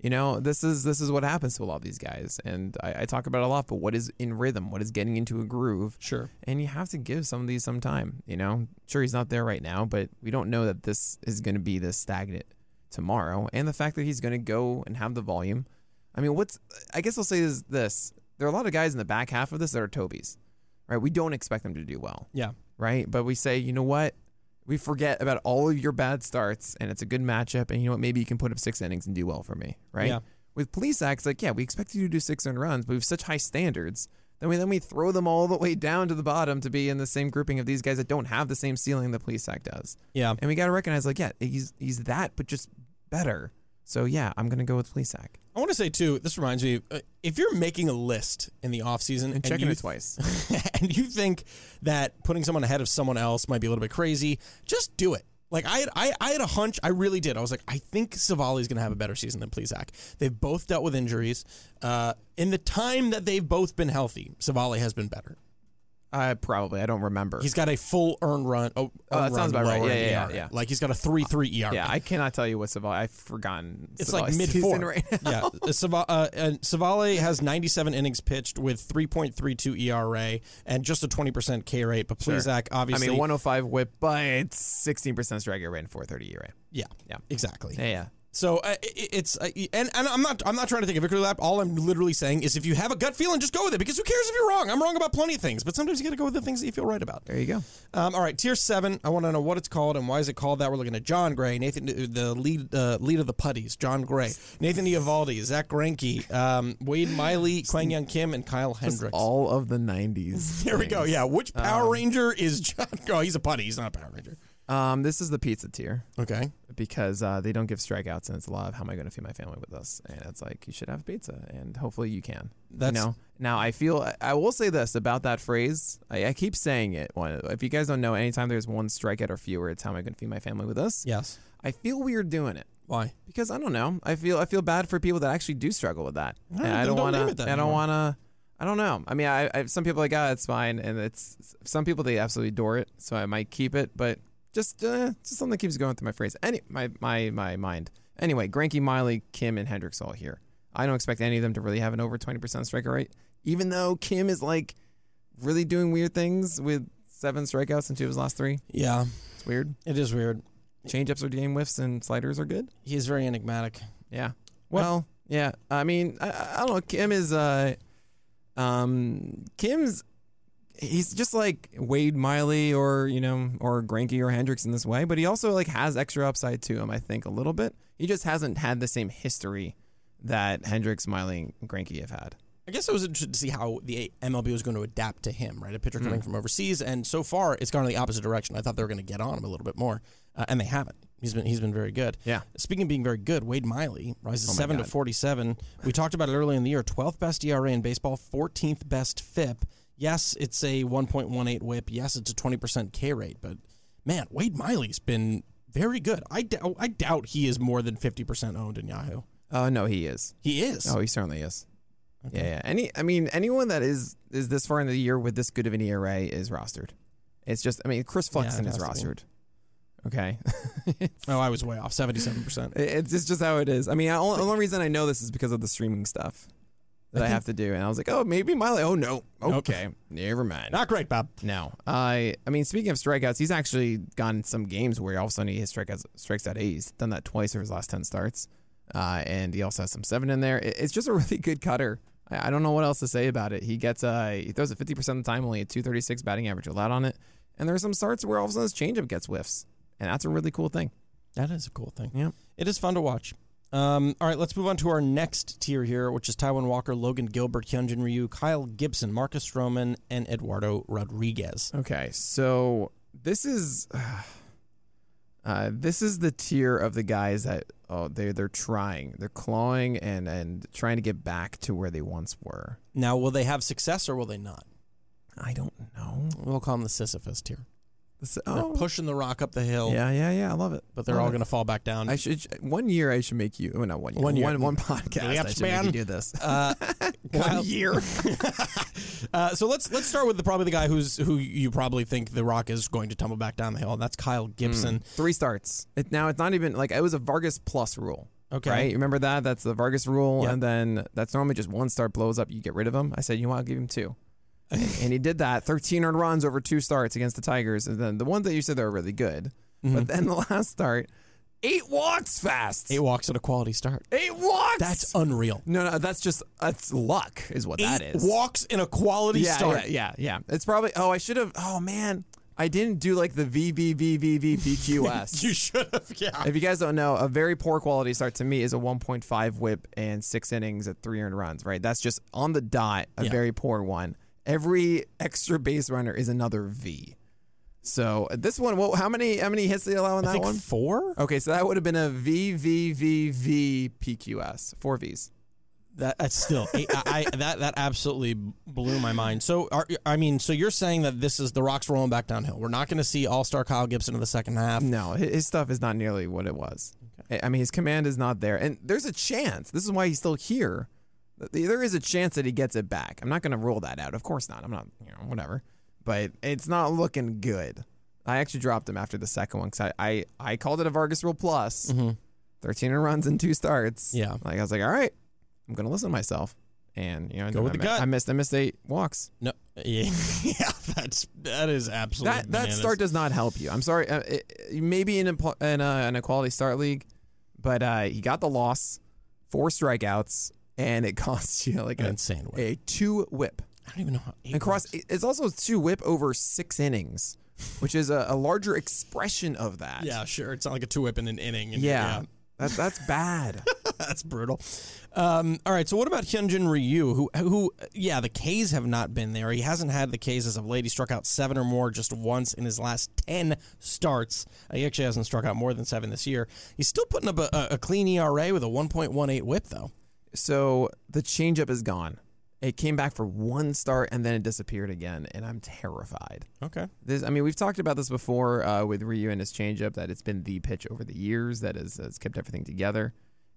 Speaker 2: You know, this is this is what happens to a lot of these guys, and I, I talk about it a lot. But what is in rhythm? What is getting into a groove?
Speaker 1: Sure.
Speaker 2: And you have to give some of these some time. You know, sure he's not there right now, but we don't know that this is going to be this stagnant tomorrow. And the fact that he's going to go and have the volume. I mean, what's? I guess I'll say is this: there are a lot of guys in the back half of this that are Toby's, right? We don't expect them to do well,
Speaker 1: Yeah.
Speaker 2: right? But we say, you know what? We forget about all of your bad starts, and it's a good matchup. And you know what? Maybe you can put up six innings and do well for me, right?
Speaker 1: Yeah.
Speaker 2: With police acts, like yeah, we expect you to do six earned runs, but we have such high standards. Then we then we throw them all the way down to the bottom to be in the same grouping of these guys that don't have the same ceiling that police act does.
Speaker 1: Yeah.
Speaker 2: And we got to recognize, like, yeah, he's he's that, but just better. So yeah, I'm gonna go with police act.
Speaker 1: I want to say too. This reminds me. uh, If you're making a list in the offseason and,
Speaker 2: and checking
Speaker 1: you
Speaker 2: it twice.
Speaker 1: and you think that putting someone ahead of someone else might be a little bit crazy, just do it. Like I had, I, I had a hunch. I really did. I was like, I think Savali's going to have a better season than Plezak. They've both dealt with injuries. Uh, in the time that they've both been healthy, Savali has been better.
Speaker 2: Uh, probably. I don't remember.
Speaker 1: He's got a full earned run. Oh,
Speaker 2: Oh, that
Speaker 1: earned
Speaker 2: sounds
Speaker 1: run
Speaker 2: about right.
Speaker 1: lower
Speaker 2: Yeah,
Speaker 1: than
Speaker 2: yeah,
Speaker 1: ERA.
Speaker 2: yeah, yeah.
Speaker 1: Like he's got a three three ERA.
Speaker 2: yeah, I cannot tell you what Savali. I've forgotten.
Speaker 1: It's
Speaker 2: Savali's
Speaker 1: like mid
Speaker 2: season
Speaker 1: four.
Speaker 2: right now.
Speaker 1: yeah, Sava- uh, and Savale has 97 innings pitched with 3.32 ERA and just E a 20% K rate. But Plezak
Speaker 2: I
Speaker 1: obviously,
Speaker 2: mean, 105 whip, but it's 16% strikeout rate and E 430 ERA.
Speaker 1: yeah,
Speaker 2: Yeah.
Speaker 1: exactly.
Speaker 2: Yeah, yeah.
Speaker 1: So uh, i- i- it's uh, and, and I'm not I'm not trying to take a victory lap. All I'm literally saying is if you have a gut feeling, just go with it because who cares if you're wrong? I'm wrong about plenty of things, but sometimes you got to go with the things that you feel right about.
Speaker 2: There you go.
Speaker 1: Um, all right, tier seven. I want to know what it's called and why is it called that. We're looking at John Gray, Nathan, the lead, uh, lead of the putties, John Gray, Nathan Ivaldi, Zach Greinke, um, Wade Miley, Kwang Young Kim, and Kyle Hendricks.
Speaker 2: All of the 90s.
Speaker 1: there we go. Yeah, which Power Ranger is John? Oh, he's a putty. He's not a Power Ranger.
Speaker 2: Um, this is the pizza tier
Speaker 1: Okay.
Speaker 2: because uh, they don't give strikeouts, and it's a lot of how am I going to feed my family with this? And it's like you should have pizza, and hopefully you can.
Speaker 1: That's-
Speaker 2: you know? Now I feel I- I will say this about that phrase. I, I keep saying it. One, if you guys don't know, anytime there's one strikeout or fewer, it's how am I going to feed my family with this?
Speaker 1: Yes.
Speaker 2: I feel weird doing it.
Speaker 1: Why?
Speaker 2: because I don't know. I feel I feel bad for people that actually do struggle with that.
Speaker 1: right,
Speaker 2: And I
Speaker 1: then
Speaker 2: don't
Speaker 1: don't
Speaker 2: want
Speaker 1: name it
Speaker 2: to.
Speaker 1: that
Speaker 2: I don't
Speaker 1: anymore.
Speaker 2: want to. I don't know. I mean, I, I some people are like, ah, it's fine, and it's some people they absolutely adore it, so I might keep it, but just uh, just something that keeps going through my phrase, any my my my mind. Anyway, Granky, Miley, Kim, and Hendricks all here. I don't expect any of them to really have an over twenty percent striker rate, even though Kim is like really doing weird things with seven strikeouts in two of his last three.
Speaker 1: Yeah,
Speaker 2: It's weird.
Speaker 1: it is weird.
Speaker 2: Changeups are game whiffs, and sliders are good.
Speaker 1: He's very enigmatic.
Speaker 2: Yeah. Well, yeah. I mean, I- I, I don't know. Kim is, uh, um, Kim's, he's just like Wade Miley or, you know, or Granky or Hendricks in this way, but he also like has extra upside to him, I think, a little bit. He just hasn't had the same history that Hendricks, Miley, and Granky have had.
Speaker 1: I guess I was interested to see how the MLB was going to adapt to him, right? A pitcher coming from overseas, and so far it's gone in the opposite direction. I thought they were going to get on him a little bit more, uh, and they haven't. He's been he's been very good.
Speaker 2: Yeah.
Speaker 1: Speaking of being very good, Wade Miley rises seven to forty seven. We talked about it earlier in the year. Twelfth best ERA in baseball, fourteenth best FIP. Yes, it's a one point one eight WHIP. Yes, it's a twenty percent K rate. But man, Wade Miley's been very good. I doubt I doubt he is more than fifty percent owned in Yahoo.
Speaker 2: Oh, no, he is.
Speaker 1: He is.
Speaker 2: Oh, he certainly is. Yeah, yeah. Any, I mean, anyone that is is this far in the year with this good of an ERA is rostered. It's just, I mean, Chris Flexen
Speaker 1: it
Speaker 2: is
Speaker 1: has to be.
Speaker 2: rostered. Okay,
Speaker 1: oh I was way off. Seventy seven percent.
Speaker 2: It- It's it's just how it is. I mean, I, only, only reason I know this is because of the streaming stuff that I have to do, and I was like, oh, maybe Miley. Oh no, okay, never mind.
Speaker 1: Not great, Bob.
Speaker 2: No, I I mean, speaking of strikeouts, he's actually gone some games where all of a sudden he hits strikeouts, strikes out eight. He's done that twice over his last ten starts, uh, and he also has some seven in there. It- it's just a really good cutter. I, I don't know what else to say about it. He gets uh, he throws it fifty percent of the time, only a two thirty six batting average allowed on it, and there are some starts where all of a sudden his changeup gets whiffs, and that's a really cool thing.
Speaker 1: That is a cool thing.
Speaker 2: Yeah.
Speaker 1: It is fun to watch. Um, all right, let's move on to our next tier here, which is Taiwan Walker, Logan Gilbert, Hyunjin Ryu, Kyle Gibson, Marcus Stroman, and Eduardo Rodriguez.
Speaker 2: Okay, so this is uh, this is the tier of the guys that oh they they're trying, they're clawing and and trying to get back to where they once were.
Speaker 1: Now, will they have success or will they not?
Speaker 2: I don't know.
Speaker 1: We'll call them the Sisyphus tier.
Speaker 2: This,
Speaker 1: They're
Speaker 2: oh,
Speaker 1: pushing the rock up the hill,
Speaker 2: yeah, yeah, yeah. I love it.
Speaker 1: but they're all going to fall back down.
Speaker 2: I should one year. I should make you. Oh, not one year.
Speaker 1: One year.
Speaker 2: One, one podcast.
Speaker 1: Yep,
Speaker 2: I should make
Speaker 1: span.
Speaker 2: you do this.
Speaker 1: Uh, Kyle- uh, so let's let's start with the, probably the guy who's who you probably think the rock is going to tumble back down the hill, and that's Kyle Gibson.
Speaker 2: Three starts. It, now it's not even like it was a Vargas plus rule.
Speaker 1: Okay.
Speaker 2: Right? Remember that? That's the Vargas rule.
Speaker 1: Yep.
Speaker 2: And then that's normally just one start blows up, you get rid of him. I said, you know what? I'll give him two. and, and he did that 13 earned runs over two starts against the Tigers. And then the ones that you said they were really good. But then the last start, eight walks fast.
Speaker 1: Eight walks at a quality start.
Speaker 2: Eight walks.
Speaker 1: That's unreal.
Speaker 2: no, no, that's just that's luck, is what that
Speaker 1: Eight
Speaker 2: is.
Speaker 1: walks in a quality
Speaker 2: yeah,
Speaker 1: start.
Speaker 2: yeah, yeah, yeah. It's probably. Oh, I should have. Oh man, I didn't do like the VVVVVPQS.
Speaker 1: You should have, yeah.
Speaker 2: If you guys don't know, a very poor quality start to me is a 1.5 whip and six innings at three earned runs, right? That's just on the dot, a
Speaker 1: Yeah.
Speaker 2: very poor one. Every extra base runner is another V. So uh, this one, what, how many how many hits did they allow on that one?
Speaker 1: four.
Speaker 2: Okay, so that would have been a V V V V P Q S, four Vs.
Speaker 1: That, that's still I, I, that that absolutely blew my mind. So are, I mean, so you're saying that this is the rocks rolling back downhill. We're not going to see All Star Kyle Gibson in the second half.
Speaker 2: No, hi- his stuff is not nearly what it was. I I mean, his command is not there, and there's a chance. This is why he's still here. that the- There is a chance that he gets it back. I'm not going to rule that out. Of course not. I'm not, you know, whatever. But it's not looking good. I actually dropped him after the second one because I, I, I called it a Vargas Rule Plus. 13 runs and two starts.
Speaker 1: Mm-hmm. Yeah.
Speaker 2: Like, I was like, all right, I'm going to listen to myself. And, you know,
Speaker 1: Go with
Speaker 2: I,
Speaker 1: the
Speaker 2: mi-
Speaker 1: gut.
Speaker 2: I missed, I missed eight walks.
Speaker 1: No, yeah, yeah, that's that is absolutely
Speaker 2: That that
Speaker 1: bananas.
Speaker 2: start does not help you. I'm sorry. Uh, it, it- maybe in a pl- in a, in a quality start league, But uh, he got the loss, four strikeouts, and it cost you like
Speaker 1: An
Speaker 2: a,
Speaker 1: insane whip.
Speaker 2: a two whip.
Speaker 1: I don't even know how. eight
Speaker 2: And cross,
Speaker 1: runs-
Speaker 2: it- it's also two whip over six innings, which is a, a larger expression of that.
Speaker 1: Yeah, sure. It's not like a two whip in an inning. and-
Speaker 2: Yeah. That's, that's bad.
Speaker 1: That's brutal. Um, all right, so what about Hyunjin Ryu, who, who, yeah, the K's have not been there. He hasn't had the K's as of late. He struck out seven or more just once in his last 10 starts. Uh, he actually hasn't struck out more than seven this year. He's still putting up a, a, a clean ERA with a 1.18 whip, though.
Speaker 2: so the changeup is gone. It came back for one start and then it disappeared again, and I'm terrified.
Speaker 1: Okay.
Speaker 2: This, I mean, we've talked about this before uh, with Ryu and his changeup that it's been the pitch over the years that has, has kept everything together.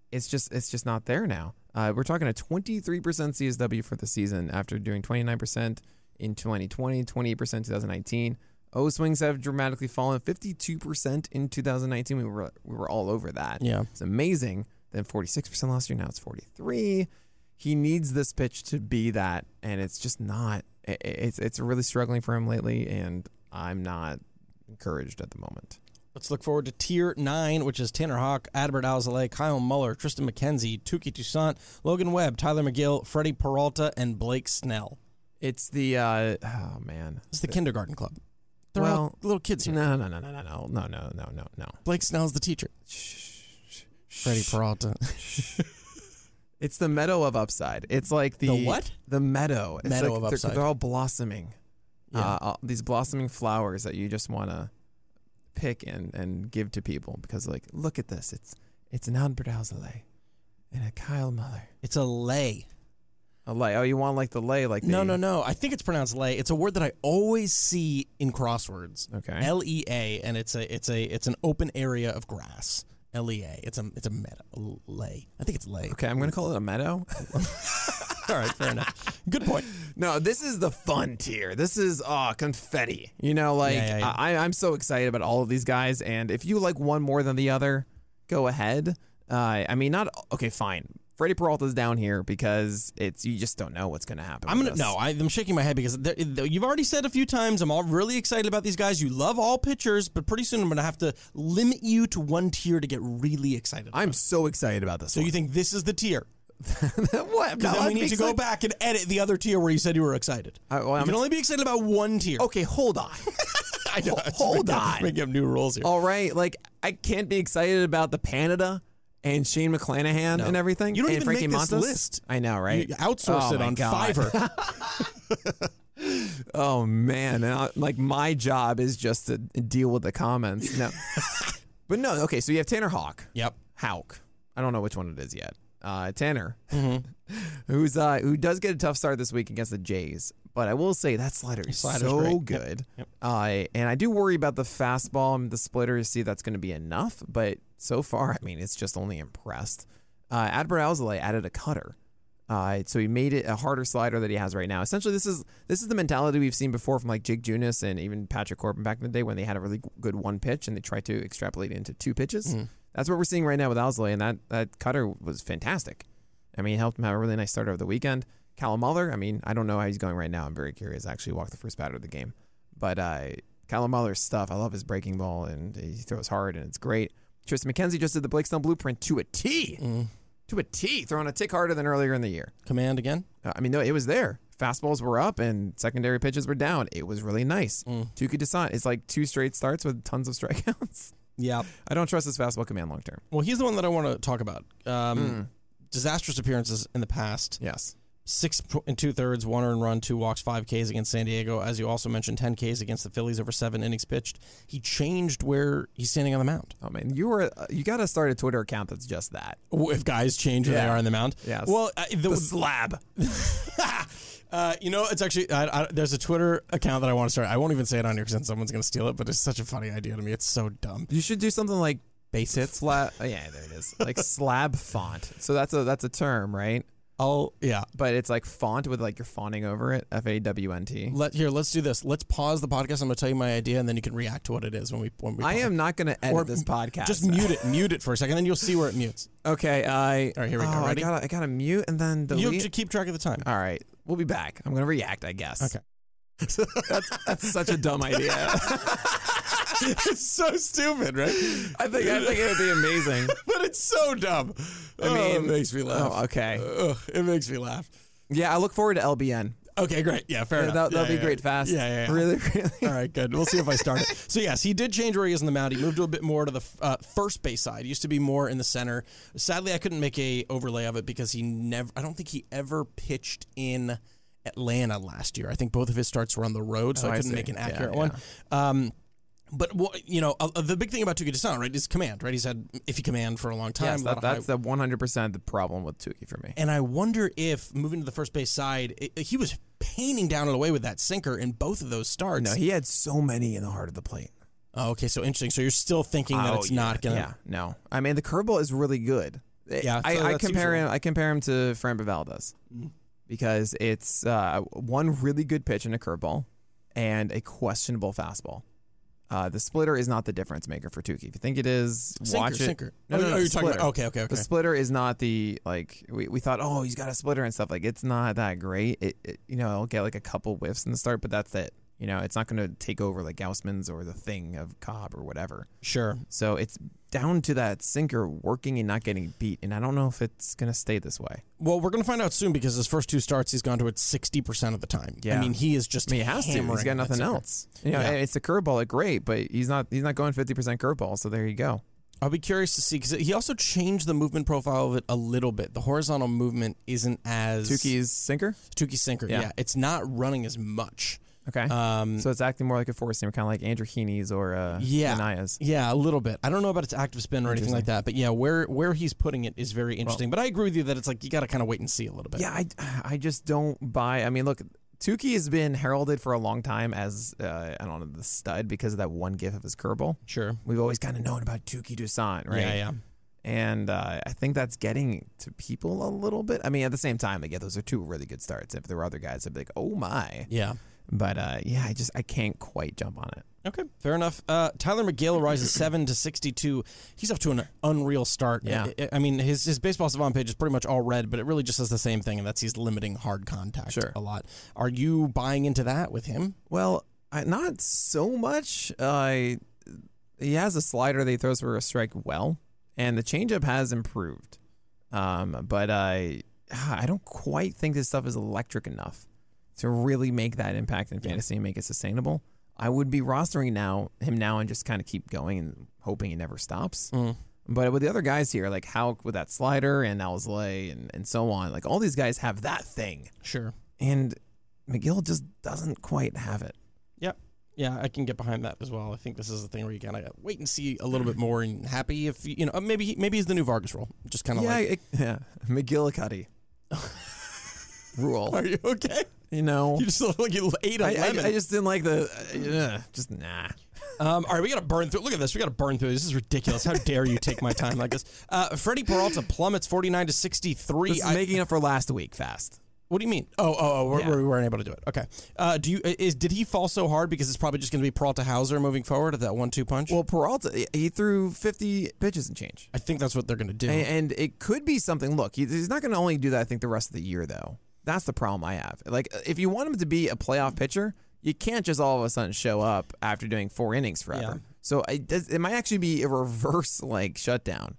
Speaker 2: It's just it's just not there now. Uh, we're talking a 23% CSW for the season after doing 29% in 2020, 28% 2019. O swings have dramatically fallen 52% in 2019. We were we were all over that.
Speaker 1: Yeah.
Speaker 2: It's amazing. Then 46% last year. Now it's 43. He needs this pitch to be that, and it's just not. i- i- It's it's really struggling for him lately, and I'm not encouraged at the moment.
Speaker 1: Let's look forward to Tier 9, which is Tanner Hawk, Adbert Alzale, Kyle Muller, Tristan McKenzie, Tuki Toussaint, Logan Webb, Tyler McGill, Freddie Peralta, and Blake Snell.
Speaker 2: It's the uh, oh man.
Speaker 1: It's the kindergarten club. They're all
Speaker 2: Well,
Speaker 1: little kids here.
Speaker 2: No no no no no no no no no no no.
Speaker 1: Blake Snell's the teacher. Freddie Peralta.
Speaker 2: It's the meadow of upside. It's like the,
Speaker 1: The what?
Speaker 2: The meadow. It's
Speaker 1: Meadow
Speaker 2: like
Speaker 1: of
Speaker 2: they're-
Speaker 1: upside.
Speaker 2: They're, all blossoming. Uh, all- these blossoming flowers that you just want to pick and, and give to people because, like, look at this. It's it's an Albert Alzale and a Kyle Muller.
Speaker 1: It's a lay.
Speaker 2: A lay. Oh, you want like the lay? Like
Speaker 1: No,
Speaker 2: the,
Speaker 1: no, no. I think it's pronounced lay. It's a word that I always see in crosswords.
Speaker 2: Okay.
Speaker 1: L E A, and it's a it's a it's an open area of grass. L E A. It's a it's a meta lay. I think it's lay.
Speaker 2: Okay, I'm gonna call it a meadow.
Speaker 1: All right. Fair enough. Good point.
Speaker 2: no, this is the fun tier. This is ah confetti. You know, like
Speaker 1: Yeah, yeah, yeah.
Speaker 2: I, I'm so excited about all of these guys. And if you like one more than the other, go ahead. Uh, I mean, not okay. Fine. Freddie Peralta's down here because it's you just don't know what's gonna happen.
Speaker 1: I'm
Speaker 2: with
Speaker 1: gonna
Speaker 2: this.
Speaker 1: no. I, I'm shaking my head because there, though you've already said a few times. I'm all really excited about these guys. You love all pitchers, but pretty soon I'm gonna have to limit you to one tier to get really excited.
Speaker 2: I'm so excited about this.
Speaker 1: so you think this is the tier?
Speaker 2: what? No,
Speaker 1: Then we
Speaker 2: I'm
Speaker 1: need to go
Speaker 2: excited-
Speaker 1: back and edit the other tier where you said you were excited.
Speaker 2: I- well,
Speaker 1: you
Speaker 2: I'm
Speaker 1: can only be excited about one tier.
Speaker 2: Okay, hold on.
Speaker 1: I know.
Speaker 2: hold on. Oh,
Speaker 1: Making up new rules here.
Speaker 2: all right, like I can't be excited about the Panada and Shane McClanahan and everything.
Speaker 1: You don't
Speaker 2: and
Speaker 1: even
Speaker 2: Frankie
Speaker 1: make this
Speaker 2: Montas.
Speaker 1: list.
Speaker 2: I know, right?
Speaker 1: You outsource
Speaker 2: Oh
Speaker 1: it
Speaker 2: my
Speaker 1: on
Speaker 2: God.
Speaker 1: Fiverr.
Speaker 2: Oh man, and I, like my job is just to deal with the comments. No, but no. Okay, so you have Tanner Hawk,
Speaker 1: yep.
Speaker 2: Hauk. I don't know which one it is yet. Uh, Tanner, who's uh, who does get a tough start this week against the Jays, but I will say that slider is
Speaker 1: Slider's
Speaker 2: so
Speaker 1: great. Yep.
Speaker 2: good. Uh, and I do worry about the fastball and the splitter to see if that's going to be enough. But so far, I mean, it's just only impressed. Uh, Adbert Alzolay added a cutter. Uh, so he made it a harder slider that he has right now. Essentially, this is this is the mentality we've seen before from like Jake Junis and even Patrick Corbin back in the day when they had a really good one pitch and they tried to extrapolate it into two pitches.
Speaker 1: Mm.
Speaker 2: That's what we're seeing right now with Alzolay, and that that cutter was fantastic. I mean, he helped him have a really nice start over the weekend. Callum Muller, I mean, I don't know how he's going right now. I'm very curious. I actually walked the first batter of the game. But uh, Callum Muller's stuff, I love his breaking ball, and he throws hard, and it's great. Tristan McKenzie just did the Blakestown Blueprint to a T. To a T, throwing a tick harder than earlier in the year.
Speaker 1: Command again.
Speaker 2: Uh, I mean, no, it was there. Fastballs were up and secondary pitches were down. It was really nice. Tuki Desant is like two straight starts with tons of strikeouts.
Speaker 1: Yeah.
Speaker 2: I don't trust his fastball command long term.
Speaker 1: Well, he's the one that I want to talk about.
Speaker 2: Hmm.
Speaker 1: Um, Disastrous appearances in the past.
Speaker 2: Yes.
Speaker 1: Six po- and two thirds, one earned run, two walks, five Ks against San Diego. As you also mentioned, 10 Ks against the Phillies over seven innings pitched. He changed where he's standing on the mound.
Speaker 2: Oh man, you were uh, you got to start a Twitter account that's just that.
Speaker 1: If guys change where they
Speaker 2: Yeah.
Speaker 1: are on the mound.
Speaker 2: Yes.
Speaker 1: Well, I the,
Speaker 2: slab.
Speaker 1: Uh, you know, it's actually I, I, there's a Twitter account that I want to start. I won't even say it on here because then someone's gonna steal it. But it's such a funny idea to me. It's so dumb.
Speaker 2: You should do something like
Speaker 1: Base hits.
Speaker 2: slab. Oh, yeah, there it is. Like slab font. So that's a that's a term, right?
Speaker 1: Oh yeah.
Speaker 2: But it's like font with like you're fawning over it. F A W N T.
Speaker 1: Let here. Let's do this. Let's pause the podcast. I'm gonna tell you my idea, and then you can react to what it is when we when we.
Speaker 2: I
Speaker 1: pause.
Speaker 2: am not going to edit this podcast.
Speaker 1: Just mute it. mute it for a second, then you'll see where it mutes.
Speaker 2: okay. I
Speaker 1: All right, here we go.
Speaker 2: oh, I
Speaker 1: Ready?
Speaker 2: gotta I gotta mute and then
Speaker 1: You
Speaker 2: delete.
Speaker 1: have to keep track of the time.
Speaker 2: All right, we'll be back. I'm gonna react, I guess.
Speaker 1: Okay.
Speaker 2: that's that's such a dumb idea.
Speaker 1: it's so stupid, right?
Speaker 2: I think I think it would be amazing.
Speaker 1: But it's so dumb. I mean, it
Speaker 2: mean,
Speaker 1: makes me laugh.
Speaker 2: oh, okay.
Speaker 1: Ugh, it makes me laugh.
Speaker 2: Yeah, I look forward to LBN.
Speaker 1: Okay, great. Yeah, fair
Speaker 2: That,
Speaker 1: enough.
Speaker 2: that'll
Speaker 1: Yeah,
Speaker 2: be
Speaker 1: yeah.
Speaker 2: great fast.
Speaker 1: Yeah, yeah, yeah.
Speaker 2: Really, really.
Speaker 1: All right, good. We'll see if I start it. So yes, he did change where he is in the mound. He moved a little bit more to the uh, first base side. He used to be more in the center. Sadly, I couldn't make a overlay of it because he never. I don't think he ever pitched in Atlanta last year. I think both of his starts were on the road, so
Speaker 2: Oh,
Speaker 1: I
Speaker 2: I
Speaker 1: couldn't
Speaker 2: see.
Speaker 1: make an
Speaker 2: Yeah,
Speaker 1: accurate
Speaker 2: yeah.
Speaker 1: one. Um, but what you know, uh, the big thing about Tuki Desant, right, is command. Right, he's had iffy command for a long time.
Speaker 2: Yes,
Speaker 1: a lot
Speaker 2: that,
Speaker 1: of high-
Speaker 2: that's the 100% the problem with Tukey for me.
Speaker 1: and I wonder if moving to the first base side, it, he was painting down and away with that sinker in both of those starts.
Speaker 2: No, he had so many in the heart of the plate.
Speaker 1: Oh, okay, so interesting. So you're still thinking that
Speaker 2: Oh,
Speaker 1: it's not gonna.
Speaker 2: Yeah, no. I mean, the curveball is really good. It-
Speaker 1: Yeah, so
Speaker 2: I, I
Speaker 1: that's
Speaker 2: compare
Speaker 1: usual.
Speaker 2: him. I compare him to Framber Valdez because it's uh, one really good pitch and a curveball, and a questionable fastball. Uh, the splitter is not the difference maker for Tukey. If you think it is,
Speaker 1: Sinker,
Speaker 2: watch it.
Speaker 1: sinker.
Speaker 2: No,
Speaker 1: Oh,
Speaker 2: no,
Speaker 1: you- oh,
Speaker 2: no, the
Speaker 1: you're talking about-
Speaker 2: splitter.
Speaker 1: okay, okay, okay.
Speaker 2: The splitter is not the like we, we thought. Oh, he's got a splitter and stuff. Like it's not that great. It, it you know it'll get like a couple whiffs in the start, but that's it. You know it's not going to take over like Gaussman's or the thing of Cobb or whatever.
Speaker 1: Sure.
Speaker 2: So it's down to that sinker working and not getting beat. And I don't know if it's going to stay this way.
Speaker 1: Well, we're gonna find out soon because his first two starts, he's gone to it sixty percent of the time. I
Speaker 2: Yeah.
Speaker 1: mean, he is just.
Speaker 2: I mean, he has to.
Speaker 1: hammering
Speaker 2: He's got
Speaker 1: that
Speaker 2: nothing
Speaker 1: sinker.
Speaker 2: else. You know,
Speaker 1: Yeah.
Speaker 2: and it's a curveball, like great, but he's not he's not going 50% curveball. So there you go.
Speaker 1: I'll be curious to see because he also changed the movement profile of it a little bit. The horizontal movement isn't as
Speaker 2: Tukey's sinker.
Speaker 1: Tukey sinker. Yeah.
Speaker 2: Yeah.
Speaker 1: it's not running as much.
Speaker 2: Okay.
Speaker 1: Um,
Speaker 2: so it's acting more like a four seamer, kind of like Andrew Heaney's or uh,
Speaker 1: Yeah.
Speaker 2: Minaya's.
Speaker 1: Yeah, a little bit. I don't know about its active spin or anything like that, but yeah, where where he's putting it is very interesting. but I agree with you that it's like you got to kind of wait and see a little bit.
Speaker 2: Yeah, I, I just don't buy. I mean, look, Tukey has been heralded for a long time as, uh, I don't know, the stud because of that one gif of his curveball.
Speaker 1: sure.
Speaker 2: We've always kind of known about Tukey Dusant, right?
Speaker 1: Yeah, yeah.
Speaker 2: and uh, I think that's getting to people a little bit. I mean, at the same time, like yeah, those are two really good starts. If there were other guys, I'd be like, oh my.
Speaker 1: Yeah.
Speaker 2: But uh, yeah, I just I can't quite jump on it.
Speaker 1: Okay, fair enough. Uh, Tyler McGill rises seven to sixty-two. He's up to an unreal start.
Speaker 2: Yeah.
Speaker 1: I, I mean his his baseball savant page is pretty much all red, but it really just says the same thing, and that's he's limiting hard contact
Speaker 2: Sure.
Speaker 1: a lot. Are you buying into that with him?
Speaker 2: Well, I, not so much. Uh, he has a slider that he throws for a strike well, and the changeup has improved. Um, but I I don't quite think this stuff is electric enough to really make that impact in fantasy and make it sustainable. I would be rostering now him now and just kind of keep going and hoping it never stops. But with the other guys here, like Hauk with that slider and Alsley and, and so on, like all these guys have that thing.
Speaker 1: Sure.
Speaker 2: And McGill just doesn't quite have it.
Speaker 1: Yeah. Yeah, I can get behind that as well. I think this is the thing where you kind of wait and see a little bit more, and happy if you you know uh, maybe he- maybe he's the new Vargas role, just kind of
Speaker 2: Yeah,
Speaker 1: like.
Speaker 2: it, yeah. McGillicuddy rule.
Speaker 1: Are you okay?
Speaker 2: You know,
Speaker 1: You just look like you ate a
Speaker 2: I, I,
Speaker 1: lemon.
Speaker 2: I just didn't like the uh, just nah.
Speaker 1: Um, all right, we got to burn through. Look at this. We got to burn through. This is ridiculous. How dare you take my time like this? Uh, Freddie Peralta plummets 49 to 63.
Speaker 2: This is
Speaker 1: I-
Speaker 2: making up for last week fast.
Speaker 1: what do you mean? Oh, oh, oh we're,
Speaker 2: Yeah.
Speaker 1: we weren't able to do it. Okay. Uh, do you is did he fall so hard because it's probably just going to be Peralta Hauser moving forward at that one-two punch?
Speaker 2: Well, Peralta he- he threw 50 pitches and change,
Speaker 1: I think that's what they're going to do.
Speaker 2: and, and it could be something. Look, he- he's not going to only do that. I think the rest of the year though. That's the problem I have. Like, uh, if you want him to be a playoff pitcher, you can't just all of a sudden show up after doing four innings forever.
Speaker 1: Yeah.
Speaker 2: So it, does, it might actually be a reverse like shutdown.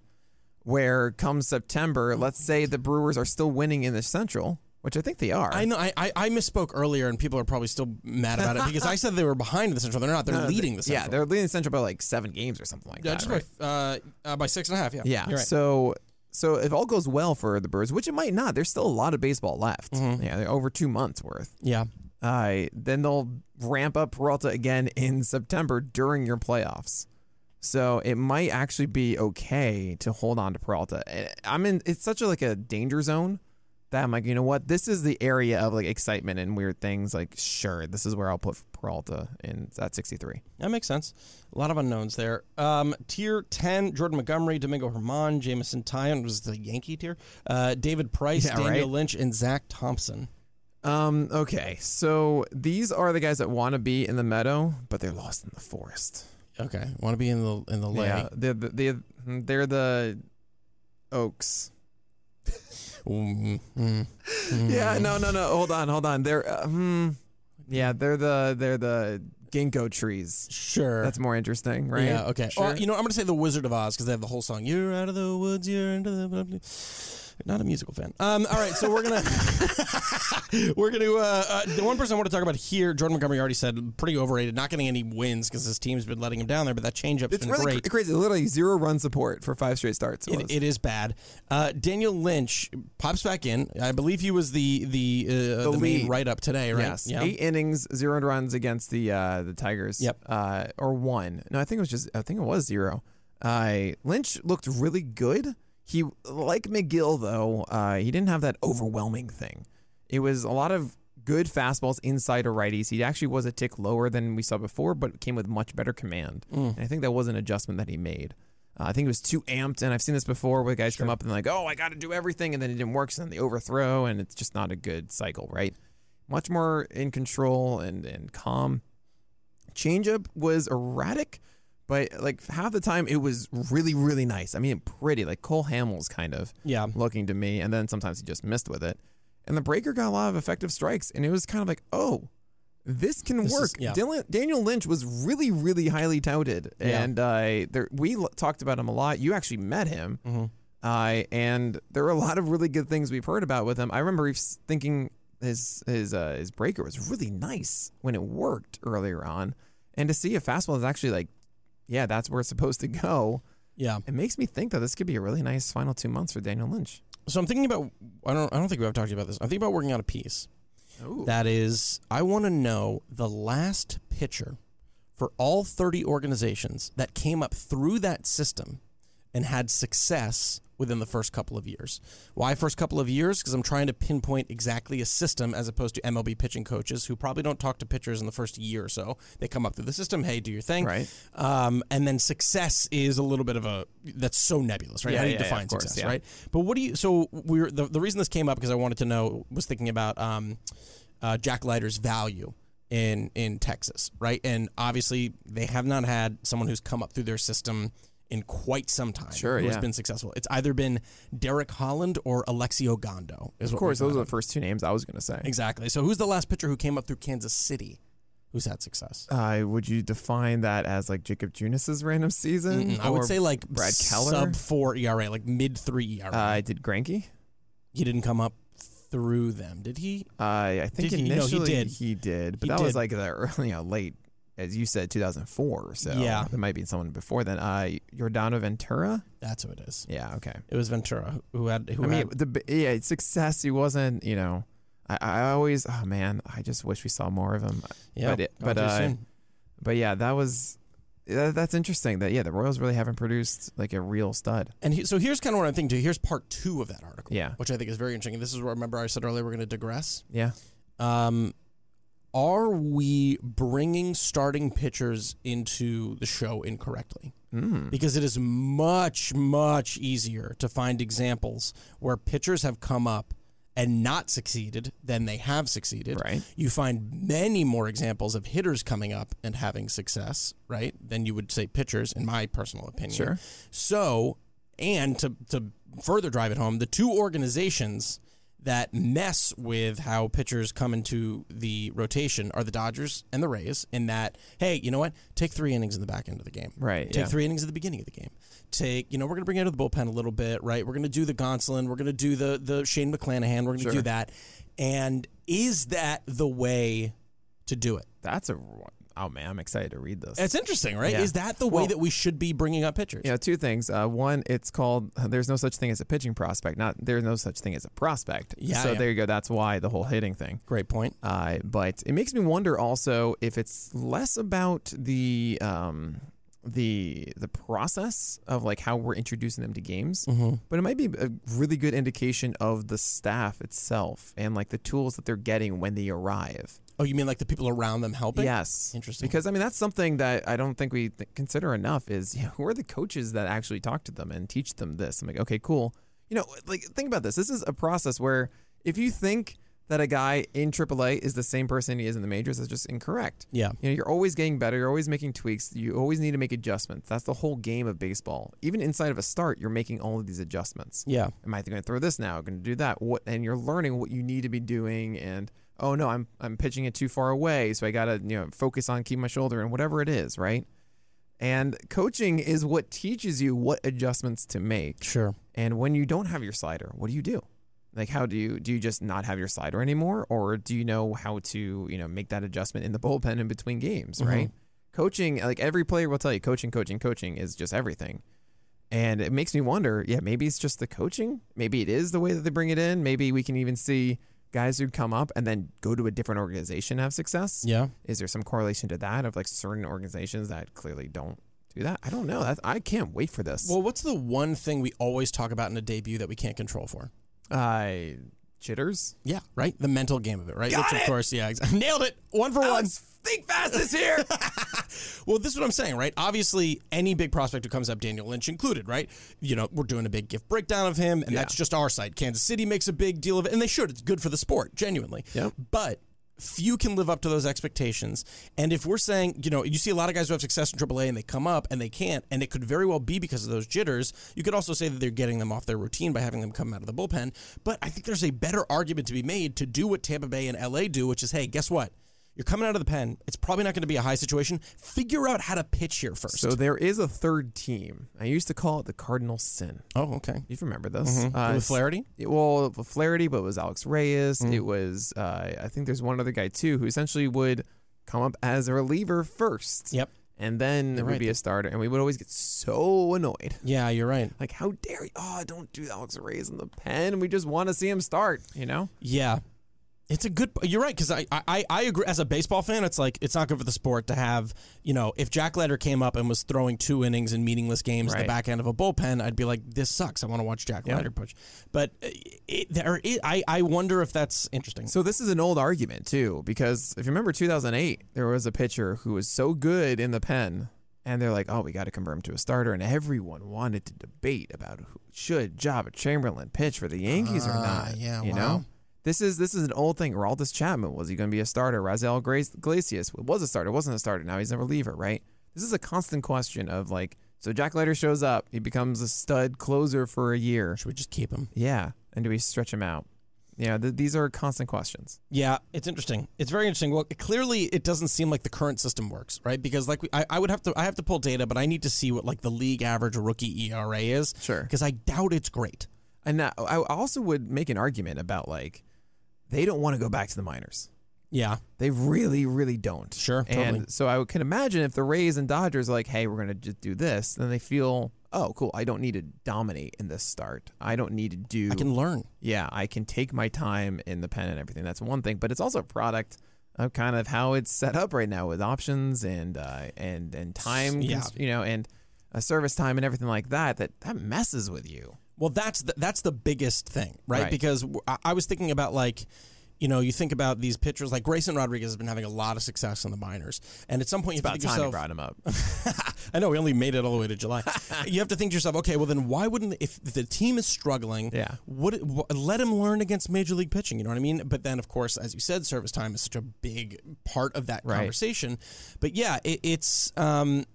Speaker 2: where come September, let's say the Brewers are still winning in the Central, which I think they are.
Speaker 1: I know I, I I misspoke earlier, and people are probably still mad about it because I said they were behind the Central. They're not. They're leading the Central.
Speaker 2: Yeah, they're leading the Central by like seven games or something like
Speaker 1: Yeah,
Speaker 2: that.
Speaker 1: just
Speaker 2: right?
Speaker 1: by uh, uh, by six and a half. Yeah.
Speaker 2: Yeah.
Speaker 1: You're right.
Speaker 2: So so if all goes well for the Brewers, which it might not, there's still a lot of baseball left.
Speaker 1: Mm-hmm.
Speaker 2: Yeah, they're over two months worth.
Speaker 1: yeah.
Speaker 2: Uh, then they'll ramp up Peralta again in September during your playoffs. So it might actually be okay to hold on to Peralta. And I'm in. It's such a like a danger zone that I'm like, you know what? This is the area of like excitement and weird things. Like, sure, this is where I'll put Peralta in at 63.
Speaker 1: That makes sense. A lot of unknowns there. Um, tier 10, Jordan Montgomery, Domingo Herman, Jamison Tyon was the Yankee tier. Uh, David Price,
Speaker 2: Yeah,
Speaker 1: Daniel
Speaker 2: right.
Speaker 1: Lynch, and Zach Thompson.
Speaker 2: Um. Okay. So these are the guys that want to be in the meadow, but they're lost in the forest.
Speaker 1: Okay. Want to be in the in the lay.
Speaker 2: Yeah. They're the they're, they're the oaks.
Speaker 1: Mm, mm.
Speaker 2: Mm-hmm. Yeah, no, no, no. Hold on, hold on. They're uh, hmm. Yeah, they're the they're the ginkgo trees.
Speaker 1: Sure.
Speaker 2: That's more interesting, right?
Speaker 1: Yeah, okay.
Speaker 2: Sure.
Speaker 1: Well, you know, I'm going to say The Wizard of Oz because they have the whole song. You're out of the woods, you're into the. Blah, blah. Not a musical fan. Um, all right, so we're gonna we're gonna uh, uh, the one person I want to talk about here. Jordan Montgomery already said pretty overrated, not getting any wins because his team's been letting him down there. But that changeup's
Speaker 2: it's
Speaker 1: been
Speaker 2: really
Speaker 1: great.
Speaker 2: cra- crazy. Literally zero run support for five straight starts. it was.
Speaker 1: It, it is bad. Uh, Daniel Lynch pops back in. I believe he was the the uh, the, main
Speaker 2: lead.
Speaker 1: write up today, right?
Speaker 2: Yes.
Speaker 1: Yeah.
Speaker 2: Eight innings, zero runs against the uh, the Tigers.
Speaker 1: Yep.
Speaker 2: Uh, or one. No, I think it was just. I think it was zero. Uh, Lynch looked really good. He like McGill though. Uh, he didn't have that overwhelming thing. It was a lot of good fastballs inside of righties. He actually was a tick lower than we saw before, but came with much better command.
Speaker 1: Mm.
Speaker 2: And I think that was an adjustment that he made. Uh, I think he was too amped, and I've seen this before where guys come up and they're like, "Oh, I got to do everything," and then it didn't work, so then they overthrow, and it's just not a good cycle, right? much more in control and, and calm. Changeup was erratic, but like half the time it was really, really nice. I mean, pretty, like Cole Hamels kind of
Speaker 1: Yeah.
Speaker 2: looking to me. And then sometimes he just missed with it. And the breaker got a lot of effective strikes. And it was kind of like, oh, this can
Speaker 1: This is-
Speaker 2: work.
Speaker 1: yeah.
Speaker 2: Dylan, Daniel Lynch was really, really highly touted.
Speaker 1: Yeah.
Speaker 2: And uh, there, we l- talked about him a lot. You actually met him.
Speaker 1: Mhm.
Speaker 2: Uh, and there were a lot of really good things we've heard about with him. I remember he was thinking his his uh, his breaker was really nice when it worked earlier on, and to see a fastball is actually like, yeah, that's where it's supposed to go.
Speaker 1: Yeah.
Speaker 2: It makes me think that this could be a really nice final two months for Daniel Lynch.
Speaker 1: So I'm thinking about. I don't. I don't think we have talked to you about this. I'm thinking about working on a piece.
Speaker 2: Ooh.
Speaker 1: That is, I want to know the last pitcher for all 30 organizations that came up through that system and had success within the first couple of years. Why first couple of years? Because I'm trying to pinpoint exactly a system as opposed to MLB pitching coaches who probably don't talk to pitchers in the first year or so. They come up through the system, hey, do your thing.
Speaker 2: Right.
Speaker 1: Um, and then success is a little bit of a, that's so nebulous, right?
Speaker 2: Yeah,
Speaker 1: How do you
Speaker 2: yeah, yeah,
Speaker 1: define
Speaker 2: of course,
Speaker 1: success,
Speaker 2: yeah.
Speaker 1: right? But what do you? So we were the, the reason this came up because I wanted to know was thinking about um, uh, Jack Leiter's value in in Texas, right? And obviously they have not had someone who's come up through their system in quite some time
Speaker 2: Sure,
Speaker 1: who has
Speaker 2: yeah.
Speaker 1: been successful. It's either been Derek Holland or Alexio Gondo. Is
Speaker 2: Of course, those are the first two names I was going to say.
Speaker 1: exactly. So who's the last pitcher who came up through Kansas City who's had success?
Speaker 2: Uh, would you define that as like Jacob Junis's random season?
Speaker 1: I would
Speaker 2: Or,
Speaker 1: say like
Speaker 2: Brad Keller?
Speaker 1: sub four ERA, like mid three ERA.
Speaker 2: Uh, did Granky?
Speaker 1: he didn't come up through them, did he?
Speaker 2: Uh, I think
Speaker 1: Did he? No, he
Speaker 2: initially
Speaker 1: did.
Speaker 2: did, but
Speaker 1: He
Speaker 2: that
Speaker 1: did.
Speaker 2: was like the early, you know, late, as you said, 2004. So
Speaker 1: Yeah.
Speaker 2: there might be someone before then. Uh, Jordano Ventura.
Speaker 1: That's who it is.
Speaker 2: Yeah, okay.
Speaker 1: It was Ventura who had who
Speaker 2: I mean,
Speaker 1: had,
Speaker 2: the b- yeah success. He wasn't, you know. I, I always, oh man, I just wish we saw more of him.
Speaker 1: yeah,
Speaker 2: but it-
Speaker 1: gone
Speaker 2: but,
Speaker 1: too
Speaker 2: uh,
Speaker 1: soon.
Speaker 2: But yeah, that was that, that's interesting. That yeah, the Royals really haven't produced like a real stud.
Speaker 1: and he, so here's kind of what I'm thinking too. Here's part two of that article,
Speaker 2: Yeah.
Speaker 1: which I think is very interesting. And this is where remember I said earlier we're going to digress.
Speaker 2: Yeah,
Speaker 1: Um, are we bringing starting pitchers into the show incorrectly?
Speaker 2: mm.
Speaker 1: Because it is much much easier to find examples where pitchers have come up and not succeeded than they have succeeded.
Speaker 2: right.
Speaker 1: you find many more examples of hitters coming up and having success, right? Than you would say pitchers, in my personal opinion.
Speaker 2: Sure.
Speaker 1: So, and to, to further drive it home, the two organizations that mess with how pitchers come into the rotation are the Dodgers and the Rays, in that, hey, you know what? Take three innings in the back end of the game.
Speaker 2: Right.
Speaker 1: Take
Speaker 2: Yeah.
Speaker 1: three innings at the beginning of the game. Take, you know, we're going to bring it out of the bullpen a little bit, right? We're going to do the Gonsolin. We're going to do the the Shane McClanahan. We're going to do that. And is that the way to do it?
Speaker 2: That's a oh man, I'm excited to read this.
Speaker 1: It's interesting, right?
Speaker 2: Yeah.
Speaker 1: Is that the way
Speaker 2: Well-
Speaker 1: that we should be bringing up pitchers?
Speaker 2: Yeah, two things. Uh, one, it's called "There's no such thing as a pitching prospect." Not there's no such thing as a prospect.
Speaker 1: Yeah,
Speaker 2: So
Speaker 1: yeah.
Speaker 2: there you go. That's why the whole hitting thing.
Speaker 1: Great point.
Speaker 2: Uh, but it makes me wonder also if it's less about the um, the the process of like how we're introducing them to games,
Speaker 1: Mm-hmm.
Speaker 2: but it might be a really good indication of the staff itself and like the tools that they're getting when they arrive.
Speaker 1: Oh, you mean like the people around them helping?
Speaker 2: Yes,
Speaker 1: Interesting.
Speaker 2: Because I mean that's something that I don't think we th- consider enough is you know, who are the coaches that actually talk to them and teach them this. I'm like, okay, cool. You know, like think about this. This is a process where if you think that a guy in AAA is the same person he is in the majors, that's just incorrect.
Speaker 1: Yeah.
Speaker 2: You know, you're always getting better. You're always making tweaks. You always need to make adjustments. That's the whole game of baseball. Even inside of a start, you're making all of these adjustments
Speaker 1: Yeah.
Speaker 2: am I going to throw this now? Going to do that? What? And you're learning what you need to be doing. And oh no, I'm I'm pitching it too far away, so I gotta you know focus on keep my shoulder and whatever it is, right? And coaching is what teaches you what adjustments to make.
Speaker 1: Sure.
Speaker 2: And when you don't have your slider, what do you do? Like how do you do you just not have your slider anymore or do you know how to, you know, make that adjustment in the bullpen in between games,
Speaker 1: Mm-hmm.
Speaker 2: right? Coaching like every player will tell you coaching coaching coaching is just everything. And it makes me wonder, yeah, maybe it's just the coaching. Maybe it is the way that they bring it in. Maybe we can even see guys who come up and then go to a different organization have success.
Speaker 1: Yeah.
Speaker 2: Is there some correlation to that of like certain organizations that clearly don't do that? I don't know. That's, I can't wait for this.
Speaker 1: Well, what's the one thing we always talk about in a debut that we can't control for?
Speaker 2: I chitters.
Speaker 1: Yeah, right. The mental game of it, right? Which, of course, yeah, exactly. nailed it. One for one.
Speaker 2: Think fast is here.
Speaker 1: Well, this is what I'm saying, right? Obviously, any big prospect who comes up, Daniel Lynch included, right? You know, we're doing a big gift breakdown of him, and that's just our side. Kansas City makes a big deal of it, and they should. It's good for the sport, genuinely.
Speaker 2: Yep.
Speaker 1: But few can live up to those expectations. And if we're saying, you know, you see a lot of guys who have success in AAA and they come up and they can't, and it could very well be because of those jitters. You could also say that they're getting them off their routine by having them come out of the bullpen. But I think there's a better argument to be made to do what Tampa Bay and LA do, which is, hey, guess what? You're coming out of the pen. It's probably not going to be a high situation. Figure out how to pitch here first.
Speaker 2: So there is a third team. I used to call it the Cardinal Sin.
Speaker 1: oh, okay.
Speaker 2: You remember this? Uh,
Speaker 1: Mm-hmm. With Flaherty? Mm-hmm.
Speaker 2: it- well Flaherty, but it was Alex Reyes. It was uh, I think there's one other guy too who essentially would come up as a reliever first.
Speaker 1: Yep.
Speaker 2: And then there would be a starter, and we would always get so annoyed.
Speaker 1: Yeah, you're right.
Speaker 2: Like, how dare you? Oh, don't do Alex Reyes in the pen. We just want to see him start. You know?
Speaker 1: Yeah. It's a good. You're right because I, I I agree. As a baseball fan, it's like it's not good for the sport to have you know if Jack Leiter came up and was throwing two innings in meaningless games at the
Speaker 2: Right.
Speaker 1: back end of a bullpen, I'd be like, this sucks. I want to watch Jack Leiter pitch. But uh, it, there, it, I I wonder if that's interesting.
Speaker 2: So this is an old argument too, because if you remember 2008, there was a pitcher who was so good in the pen, and they're like, "Oh, we got to convert him to a starter," and everyone wanted to debate about who should Jabba Chamberlain pitch for the Yankees or not.
Speaker 1: Uh, yeah,
Speaker 2: you
Speaker 1: wow.
Speaker 2: know. This is this is an old thing. Raldis Chapman was he going to be a starter? Razel Grace, Glacius was a starter, wasn't a starter. Now he's a reliever, right? This is a constant question of like, so Jack Leiter shows up, he becomes a stud closer for a year,
Speaker 1: Should we just keep him?
Speaker 2: yeah, and do we stretch him out? Yeah, th- these are constant questions.
Speaker 1: Yeah, it's interesting. It's very interesting. Well, clearly, it doesn't seem like the current system works, right? Because like we, I, I would have to, I have to pull data, but I need to see what like the league average rookie ERA is.
Speaker 2: Sure.
Speaker 1: Because I doubt it's great.
Speaker 2: And I I also would make an argument about like they don't want to go back to the minors.
Speaker 1: Yeah.
Speaker 2: They really, really don't.
Speaker 1: Sure,
Speaker 2: And
Speaker 1: totally.
Speaker 2: so I can imagine if the Rays and Dodgers are like, hey, we're going to just do this, then they feel, oh, cool. I don't need to dominate in this start. I don't need to do.
Speaker 1: I can learn.
Speaker 2: yeah, I can take my time in the pen and everything. That's one thing. But it's also a product of kind of how it's set up right now with options and uh, and and time,
Speaker 1: Yeah.
Speaker 2: cons- you know, and uh, service time and everything like that. That that messes with you.
Speaker 1: Well, that's the, that's the biggest thing, right?
Speaker 2: Right.
Speaker 1: Because w- I- I was thinking about like, you know, you think about these pitchers like Grayson Rodriguez has been having a lot of success in the minors, and at some point you have
Speaker 2: About
Speaker 1: to
Speaker 2: time
Speaker 1: think to
Speaker 2: you
Speaker 1: yourself,
Speaker 2: brought him up.
Speaker 1: I know we only made it all the way to July. you have to think to yourself, okay, well then why wouldn't if the team is struggling,
Speaker 2: Yeah.
Speaker 1: what, wh- let him learn against major league pitching, you know what I mean? But then of course, as you said, service time is such a big part of that
Speaker 2: Right.
Speaker 1: conversation. But yeah, it, it's um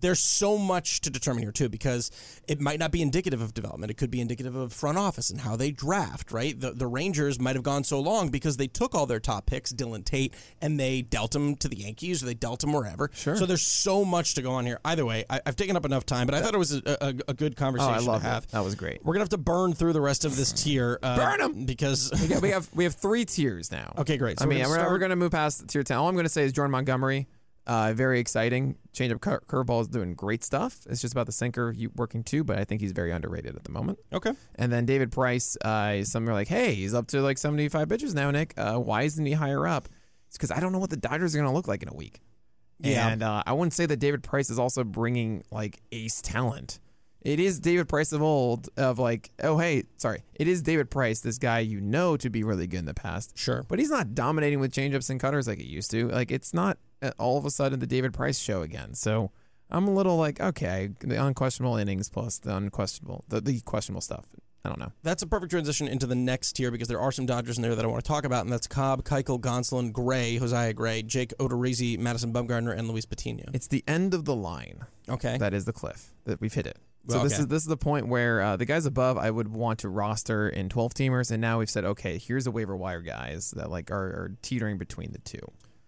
Speaker 1: there's so much to determine here too because it might not be indicative of development it could be indicative of front office and how they draft right the, the rangers might have gone so long because they took all their top picks dylan tate and they dealt him to the yankees or they dealt him wherever sure so there's so much to go on here either way I, i've taken up enough time but i thought it was a, a, a good conversation
Speaker 2: love
Speaker 1: to
Speaker 2: Oh, it.
Speaker 1: have
Speaker 2: That was great.
Speaker 1: we're gonna have to burn through the rest of this tier uh, burn them because
Speaker 2: Yeah, we have we have three tiers now.
Speaker 1: Okay, great. So
Speaker 2: I
Speaker 1: we're
Speaker 2: mean,
Speaker 1: gonna
Speaker 2: we're,
Speaker 1: start-
Speaker 2: we're going to move past tier ten. All I'm going to say is Jordan Montgomery, uh, very exciting. Change up cur- curveball is doing great stuff. It's just about the sinker you working too, but I think he's very underrated at the moment.
Speaker 1: okay
Speaker 2: And then David Price, uh, some are like, hey, he's up to like 75 pitches now, Nick. Uh, why isn't he higher up? It's because I don't know what the Dodgers are going to look like in a week.
Speaker 1: Yeah.
Speaker 2: And uh, I wouldn't say that David Price is also bringing like ace talent. It is David Price of old, of like, oh, hey, sorry. It is David Price, this guy you know to be really good in the past.
Speaker 1: Sure.
Speaker 2: But he's not dominating with changeups and cutters like he used to. Like, it's not uh, all of a sudden the David Price show again. So I'm a little like, okay, the unquestionable innings plus the unquestionable, the, the questionable stuff. I don't know.
Speaker 1: That's a perfect transition into the next tier because there are some Dodgers in there that I want to talk about, and that's Cobb, Keuchel, Gonsolin, Gray, Josiah Gray, Jake Odorizzi, Madison Bumgarner, and Luis Patino.
Speaker 2: It's the end of the line
Speaker 1: Okay.
Speaker 2: that is the cliff that we've hit it. So this
Speaker 1: Okay.
Speaker 2: is this is the point where uh, the guys above I would want to roster in twelve teamers, and now we've said okay, here's the waiver wire guys that like are, are teetering between the two.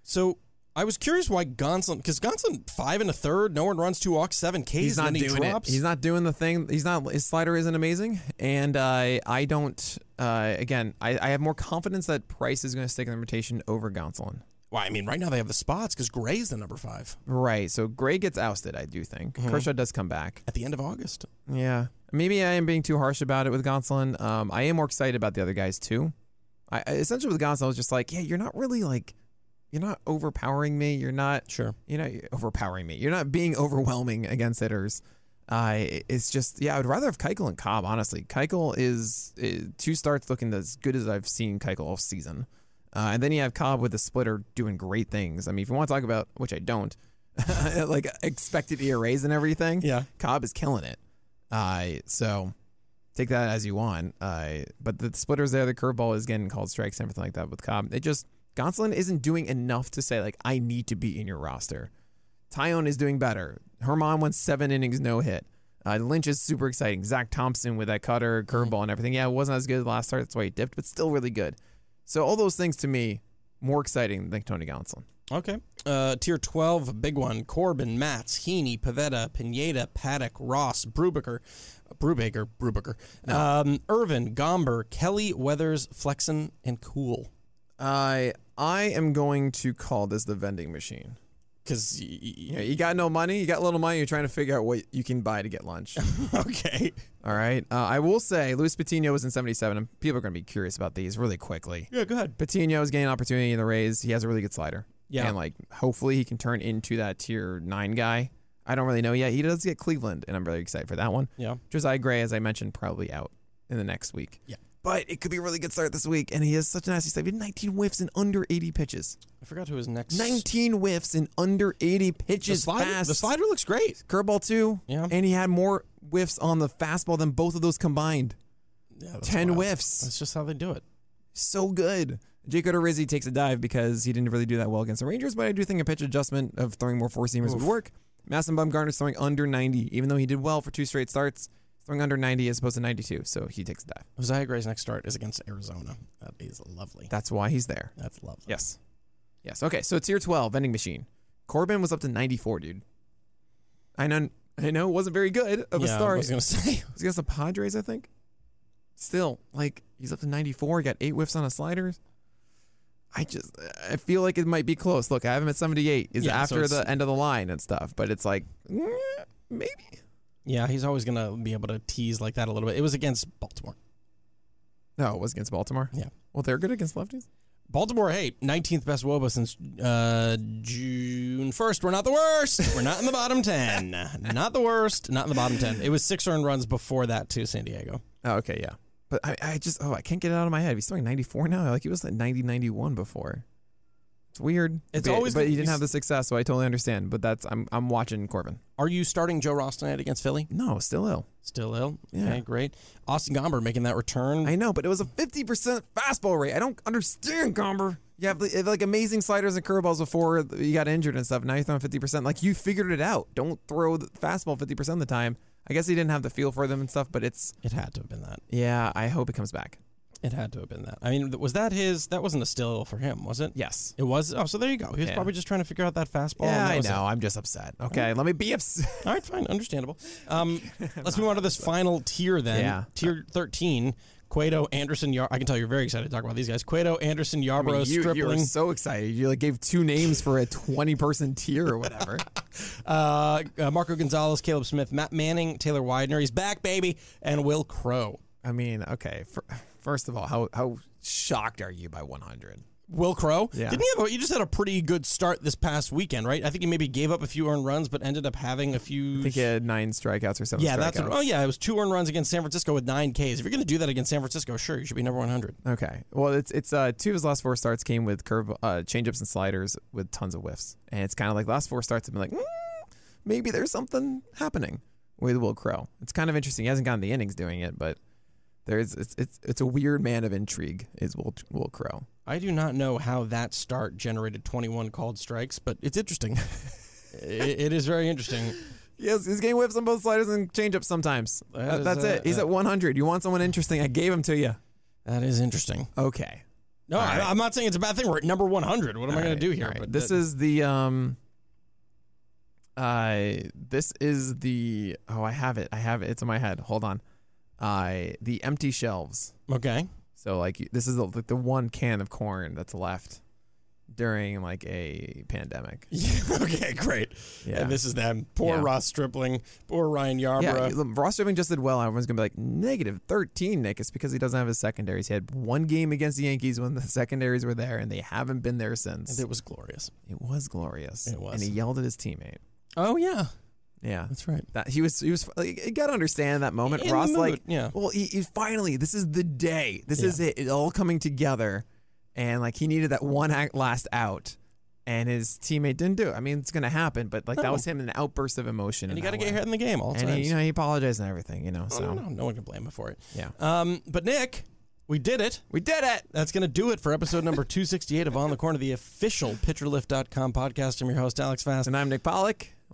Speaker 1: So I was curious why Gonsolin, because Gonsolin five and a third, no one runs two walks, seven Ks,
Speaker 2: He's
Speaker 1: and
Speaker 2: not
Speaker 1: then he
Speaker 2: doing
Speaker 1: drops.
Speaker 2: it. He's not doing the thing. He's not. His slider isn't amazing, and uh, I don't. Uh, again, I, I have more confidence that Price is going to stick in the rotation over Gonsolin.
Speaker 1: well, I mean, right now they have the spots because Gray's the number five
Speaker 2: Right. So Gray gets ousted. I do think Kershaw does come back.
Speaker 1: at the end of August.
Speaker 2: Mm-hmm. Yeah. Maybe I am being too harsh about it with Gonsolin. Um, I am more excited about the other guys too. I I- essentially with Gonsolin, I was just like, yeah, you're not really like, you're not overpowering me. You're not,
Speaker 1: Sure.
Speaker 2: you know, overpowering me. You're not being overwhelming against hitters. Uh, it- it's just, yeah, I would rather have Keuchel and Cobb. Honestly, Keuchel is, is two starts looking as good as I've seen Keuchel all season. Uh, and then you have Cobb with the splitter doing great things. I mean, if you want to talk about, which I don't, like expected ERAs and everything,
Speaker 1: Yeah.
Speaker 2: Cobb is killing it. Uh, so take that as you want. Uh, but the splitter's there. The curveball is getting called strikes and everything like that with Cobb. It just, Gonsolin isn't doing enough to say, like, I need to be in your roster. Tyone is doing better. Herman went seven innings, no hit. Uh, Lynch is super exciting. Zach Thompson with that cutter, curveball, and everything. Yeah, it wasn't as good as last start. That's why he dipped, but still really good. So all those things to me, more exciting than Tony Gonsolin.
Speaker 1: Okay. Uh, tier 12, a big one. Corbin, Mats, Heaney, Pavetta, Pineda, Paddock, Ross, Brubaker, Brubaker, Brubaker, um, Irvin, Gomber, Kelly, Weathers, Flexen, and Cool.
Speaker 2: I I am going to call this the vending machine.
Speaker 1: Because,
Speaker 2: You, know, you got no money, you got little money, you're trying to figure out what you can buy to get lunch.
Speaker 1: okay.
Speaker 2: All right. Uh, I will say, Luis Patino was in 77, and people are going to be curious about these really quickly.
Speaker 1: Yeah, go ahead.
Speaker 2: Patino is getting an opportunity in the Rays. He has a really good slider.
Speaker 1: Yeah.
Speaker 2: And like hopefully he can turn into that tier nine guy. I don't really know yet. He does get Cleveland, and I'm really excited for that one.
Speaker 1: Yeah.
Speaker 2: Josiah Gray, as I mentioned, probably out in the next week.
Speaker 1: Yeah.
Speaker 2: But it could be a really good start this week, and he has such a nasty save. He had 19 whiffs and under 80 pitches.
Speaker 1: I forgot who his next.
Speaker 2: 19 whiffs and under 80
Speaker 1: The
Speaker 2: pitches.
Speaker 1: slider,
Speaker 2: fast.
Speaker 1: the slider looks great.
Speaker 2: curveball too.
Speaker 1: Yeah.
Speaker 2: And he had more whiffs on the fastball than both of those combined.
Speaker 1: Yeah,
Speaker 2: 10 whiffs.
Speaker 1: That's just how they do it.
Speaker 2: so good. Jake Odorizzi takes a dive because he didn't really do that well against the Rangers, but I do think a pitch adjustment of throwing more four seamers would work. Masson Bumgarner's throwing under 90, even though he did well for two straight starts. He's throwing under 90 as opposed to 92, so he takes a dive.
Speaker 1: Josiah Gray's next start is against Arizona. That is lovely.
Speaker 2: That's why he's there.
Speaker 1: That's lovely.
Speaker 2: Yes. Yes. Okay, so tier 12, vending machine. Corbin was up to 94, dude. I know, I know it wasn't very good of a
Speaker 1: Yeah, I
Speaker 2: start.
Speaker 1: was gonna say.
Speaker 2: It was against the Padres, I think. Still, like he's up to 94. He got eight whiffs on a slider. I just, I feel like it might be close. Look, I have him at 78. Is
Speaker 1: Yeah, so
Speaker 2: after
Speaker 1: it's-
Speaker 2: the end of the line and stuff, but it's like eh, maybe.
Speaker 1: Yeah, he's always gonna be able to tease like that a little bit. It was against Baltimore.
Speaker 2: No, it was against Baltimore.
Speaker 1: Yeah.
Speaker 2: Well, they're good against lefties.
Speaker 1: Baltimore, hey, 19th best WOBA since uh, June 1st. We're not the worst. We're not in the bottom 10. Not the worst. Not in the bottom 10. It was six earned runs before that to San Diego.
Speaker 2: Oh, okay, yeah. But I, I just, oh, I can't get it out of my head. He's throwing 94 now. Like he was at 90, 91 before. It's weird.
Speaker 1: It's
Speaker 2: but,
Speaker 1: always
Speaker 2: but
Speaker 1: gonna
Speaker 2: he
Speaker 1: be
Speaker 2: didn't
Speaker 1: s-
Speaker 2: have the success, so I totally understand. But that's, I'm, I'm watching Corbin.
Speaker 1: Are you starting Joe Ross tonight against Philly?
Speaker 2: No, still ill.
Speaker 1: Still ill.
Speaker 2: Yeah.
Speaker 1: Okay, great. Austin Gomber making that return.
Speaker 2: I know, but it was a 50% fastball rate. I don't understand, Gomber. You have like, like amazing sliders and curveballs before you got injured and stuff. Now you're throwing 50%. Like you figured it out. Don't throw the fastball 50% of the time. I guess he didn't have the feel for them and stuff, but it's,
Speaker 1: it had to have been that.
Speaker 2: yeah, I hope it comes back.
Speaker 1: It had to have been that. I mean, th- was that his? That wasn't a still for him, was it?
Speaker 2: Yes.
Speaker 1: It was. Oh, so there you go. He was
Speaker 2: Yeah.
Speaker 1: probably just trying to figure out that fastball. and
Speaker 2: Yeah,
Speaker 1: that
Speaker 2: I
Speaker 1: was it.
Speaker 2: know. I'm just upset. Okay, let me be upset.
Speaker 1: All right, fine, understandable. Um, let's move on to this final tier then.
Speaker 2: Yeah.
Speaker 1: Tier thirteen. Cueto, Anderson, Yar. I can tell you're very excited to talk about these guys. Cueto, Anderson,
Speaker 2: I mean,
Speaker 1: Yarbrough,
Speaker 2: you, you were
Speaker 1: Stripling,
Speaker 2: so excited. You like gave two names for a 20 person tier or whatever.
Speaker 1: uh, uh, Marco Gonzalez, Caleb Smith, Matt Manning, Taylor Widener. He's back, baby, and Will Crow.
Speaker 2: I mean, okay. fir- first of all, how, how shocked are you by 100?
Speaker 1: Will Crow.
Speaker 2: Yeah.
Speaker 1: Didn't he have? A, you just had a pretty good start this past weekend, right? I think he maybe gave up a few earned runs, but ended up having a few.
Speaker 2: I think he had nine strikeouts or seven
Speaker 1: Yeah, that's
Speaker 2: strikeouts.
Speaker 1: what, oh yeah, it was two earned runs against San Francisco with nine Ks. If you're gonna do that against San Francisco, sure, you should be number one hundred.
Speaker 2: Okay. Well, it's it's uh, two of his last four starts came with curve uh, changeups and sliders with tons of whiffs, and it's kind of like last four starts have been like mm, maybe there's something happening with Will Crow. It's kind of interesting. He hasn't gotten the innings doing it, but there is it's it's it's a weird man of intrigue is Will Will Crow.
Speaker 1: I do not know how that start generated 21 called strikes, but it's interesting. I- it is very interesting.
Speaker 2: Yes, his game whips on both sliders and changeup sometimes.
Speaker 1: That is,
Speaker 2: That- that's
Speaker 1: uh,
Speaker 2: it. He's
Speaker 1: uh,
Speaker 2: at 100. You want someone interesting? I gave him to you.
Speaker 1: That is interesting.
Speaker 2: Okay.
Speaker 1: No,
Speaker 2: All right.
Speaker 1: I, I'm not saying it's a bad thing. We're at number 100. What am I going to do here?
Speaker 2: But this
Speaker 1: that-
Speaker 2: is the um. Uh, this is the oh, I have it. I have it. It's in my head. Hold on. I the empty shelves.
Speaker 1: okay.
Speaker 2: So like you- this is the, like the one can of corn that's left during like a pandemic.
Speaker 1: okay, great.
Speaker 2: Yeah.
Speaker 1: And this is them. Poor
Speaker 2: Yeah.
Speaker 1: Ross Stripling. Poor Ryan Yarbrough.
Speaker 2: Yeah, look, Ross Stripling just did well. Everyone's gonna be like negative thirteen, Nick. It's because he doesn't have his secondaries. He had one game against the Yankees when the secondaries were there, and they haven't been there since.
Speaker 1: and it was glorious.
Speaker 2: It was glorious.
Speaker 1: It was.
Speaker 2: and he yelled at his teammate.
Speaker 1: Oh yeah,
Speaker 2: Yeah,
Speaker 1: that's right.
Speaker 2: that he was. He was. Like, you gotta understand that moment.
Speaker 1: In the
Speaker 2: Ross,
Speaker 1: mood,
Speaker 2: like,
Speaker 1: yeah.
Speaker 2: Well, he, he finally. This is the day. This is it. It all coming together, and like he needed that one act last out. And his teammate didn't do it. I mean, it's going to happen, but like that
Speaker 1: No.
Speaker 2: was him in an outburst of emotion.
Speaker 1: And you
Speaker 2: in
Speaker 1: got to
Speaker 2: that
Speaker 1: get
Speaker 2: way.
Speaker 1: ahead in the game all the
Speaker 2: And
Speaker 1: time.
Speaker 2: he, you know, he apologized and everything. You know, so
Speaker 1: no, no one can blame him for it.
Speaker 2: Yeah.
Speaker 1: Um, but Nick, we did it.
Speaker 2: We did it.
Speaker 1: That's going to do it for episode number 268 of On the Corner, the official PitcherLift.com podcast. I'm your host, Alex Fast.
Speaker 2: And I'm Nick Pollock.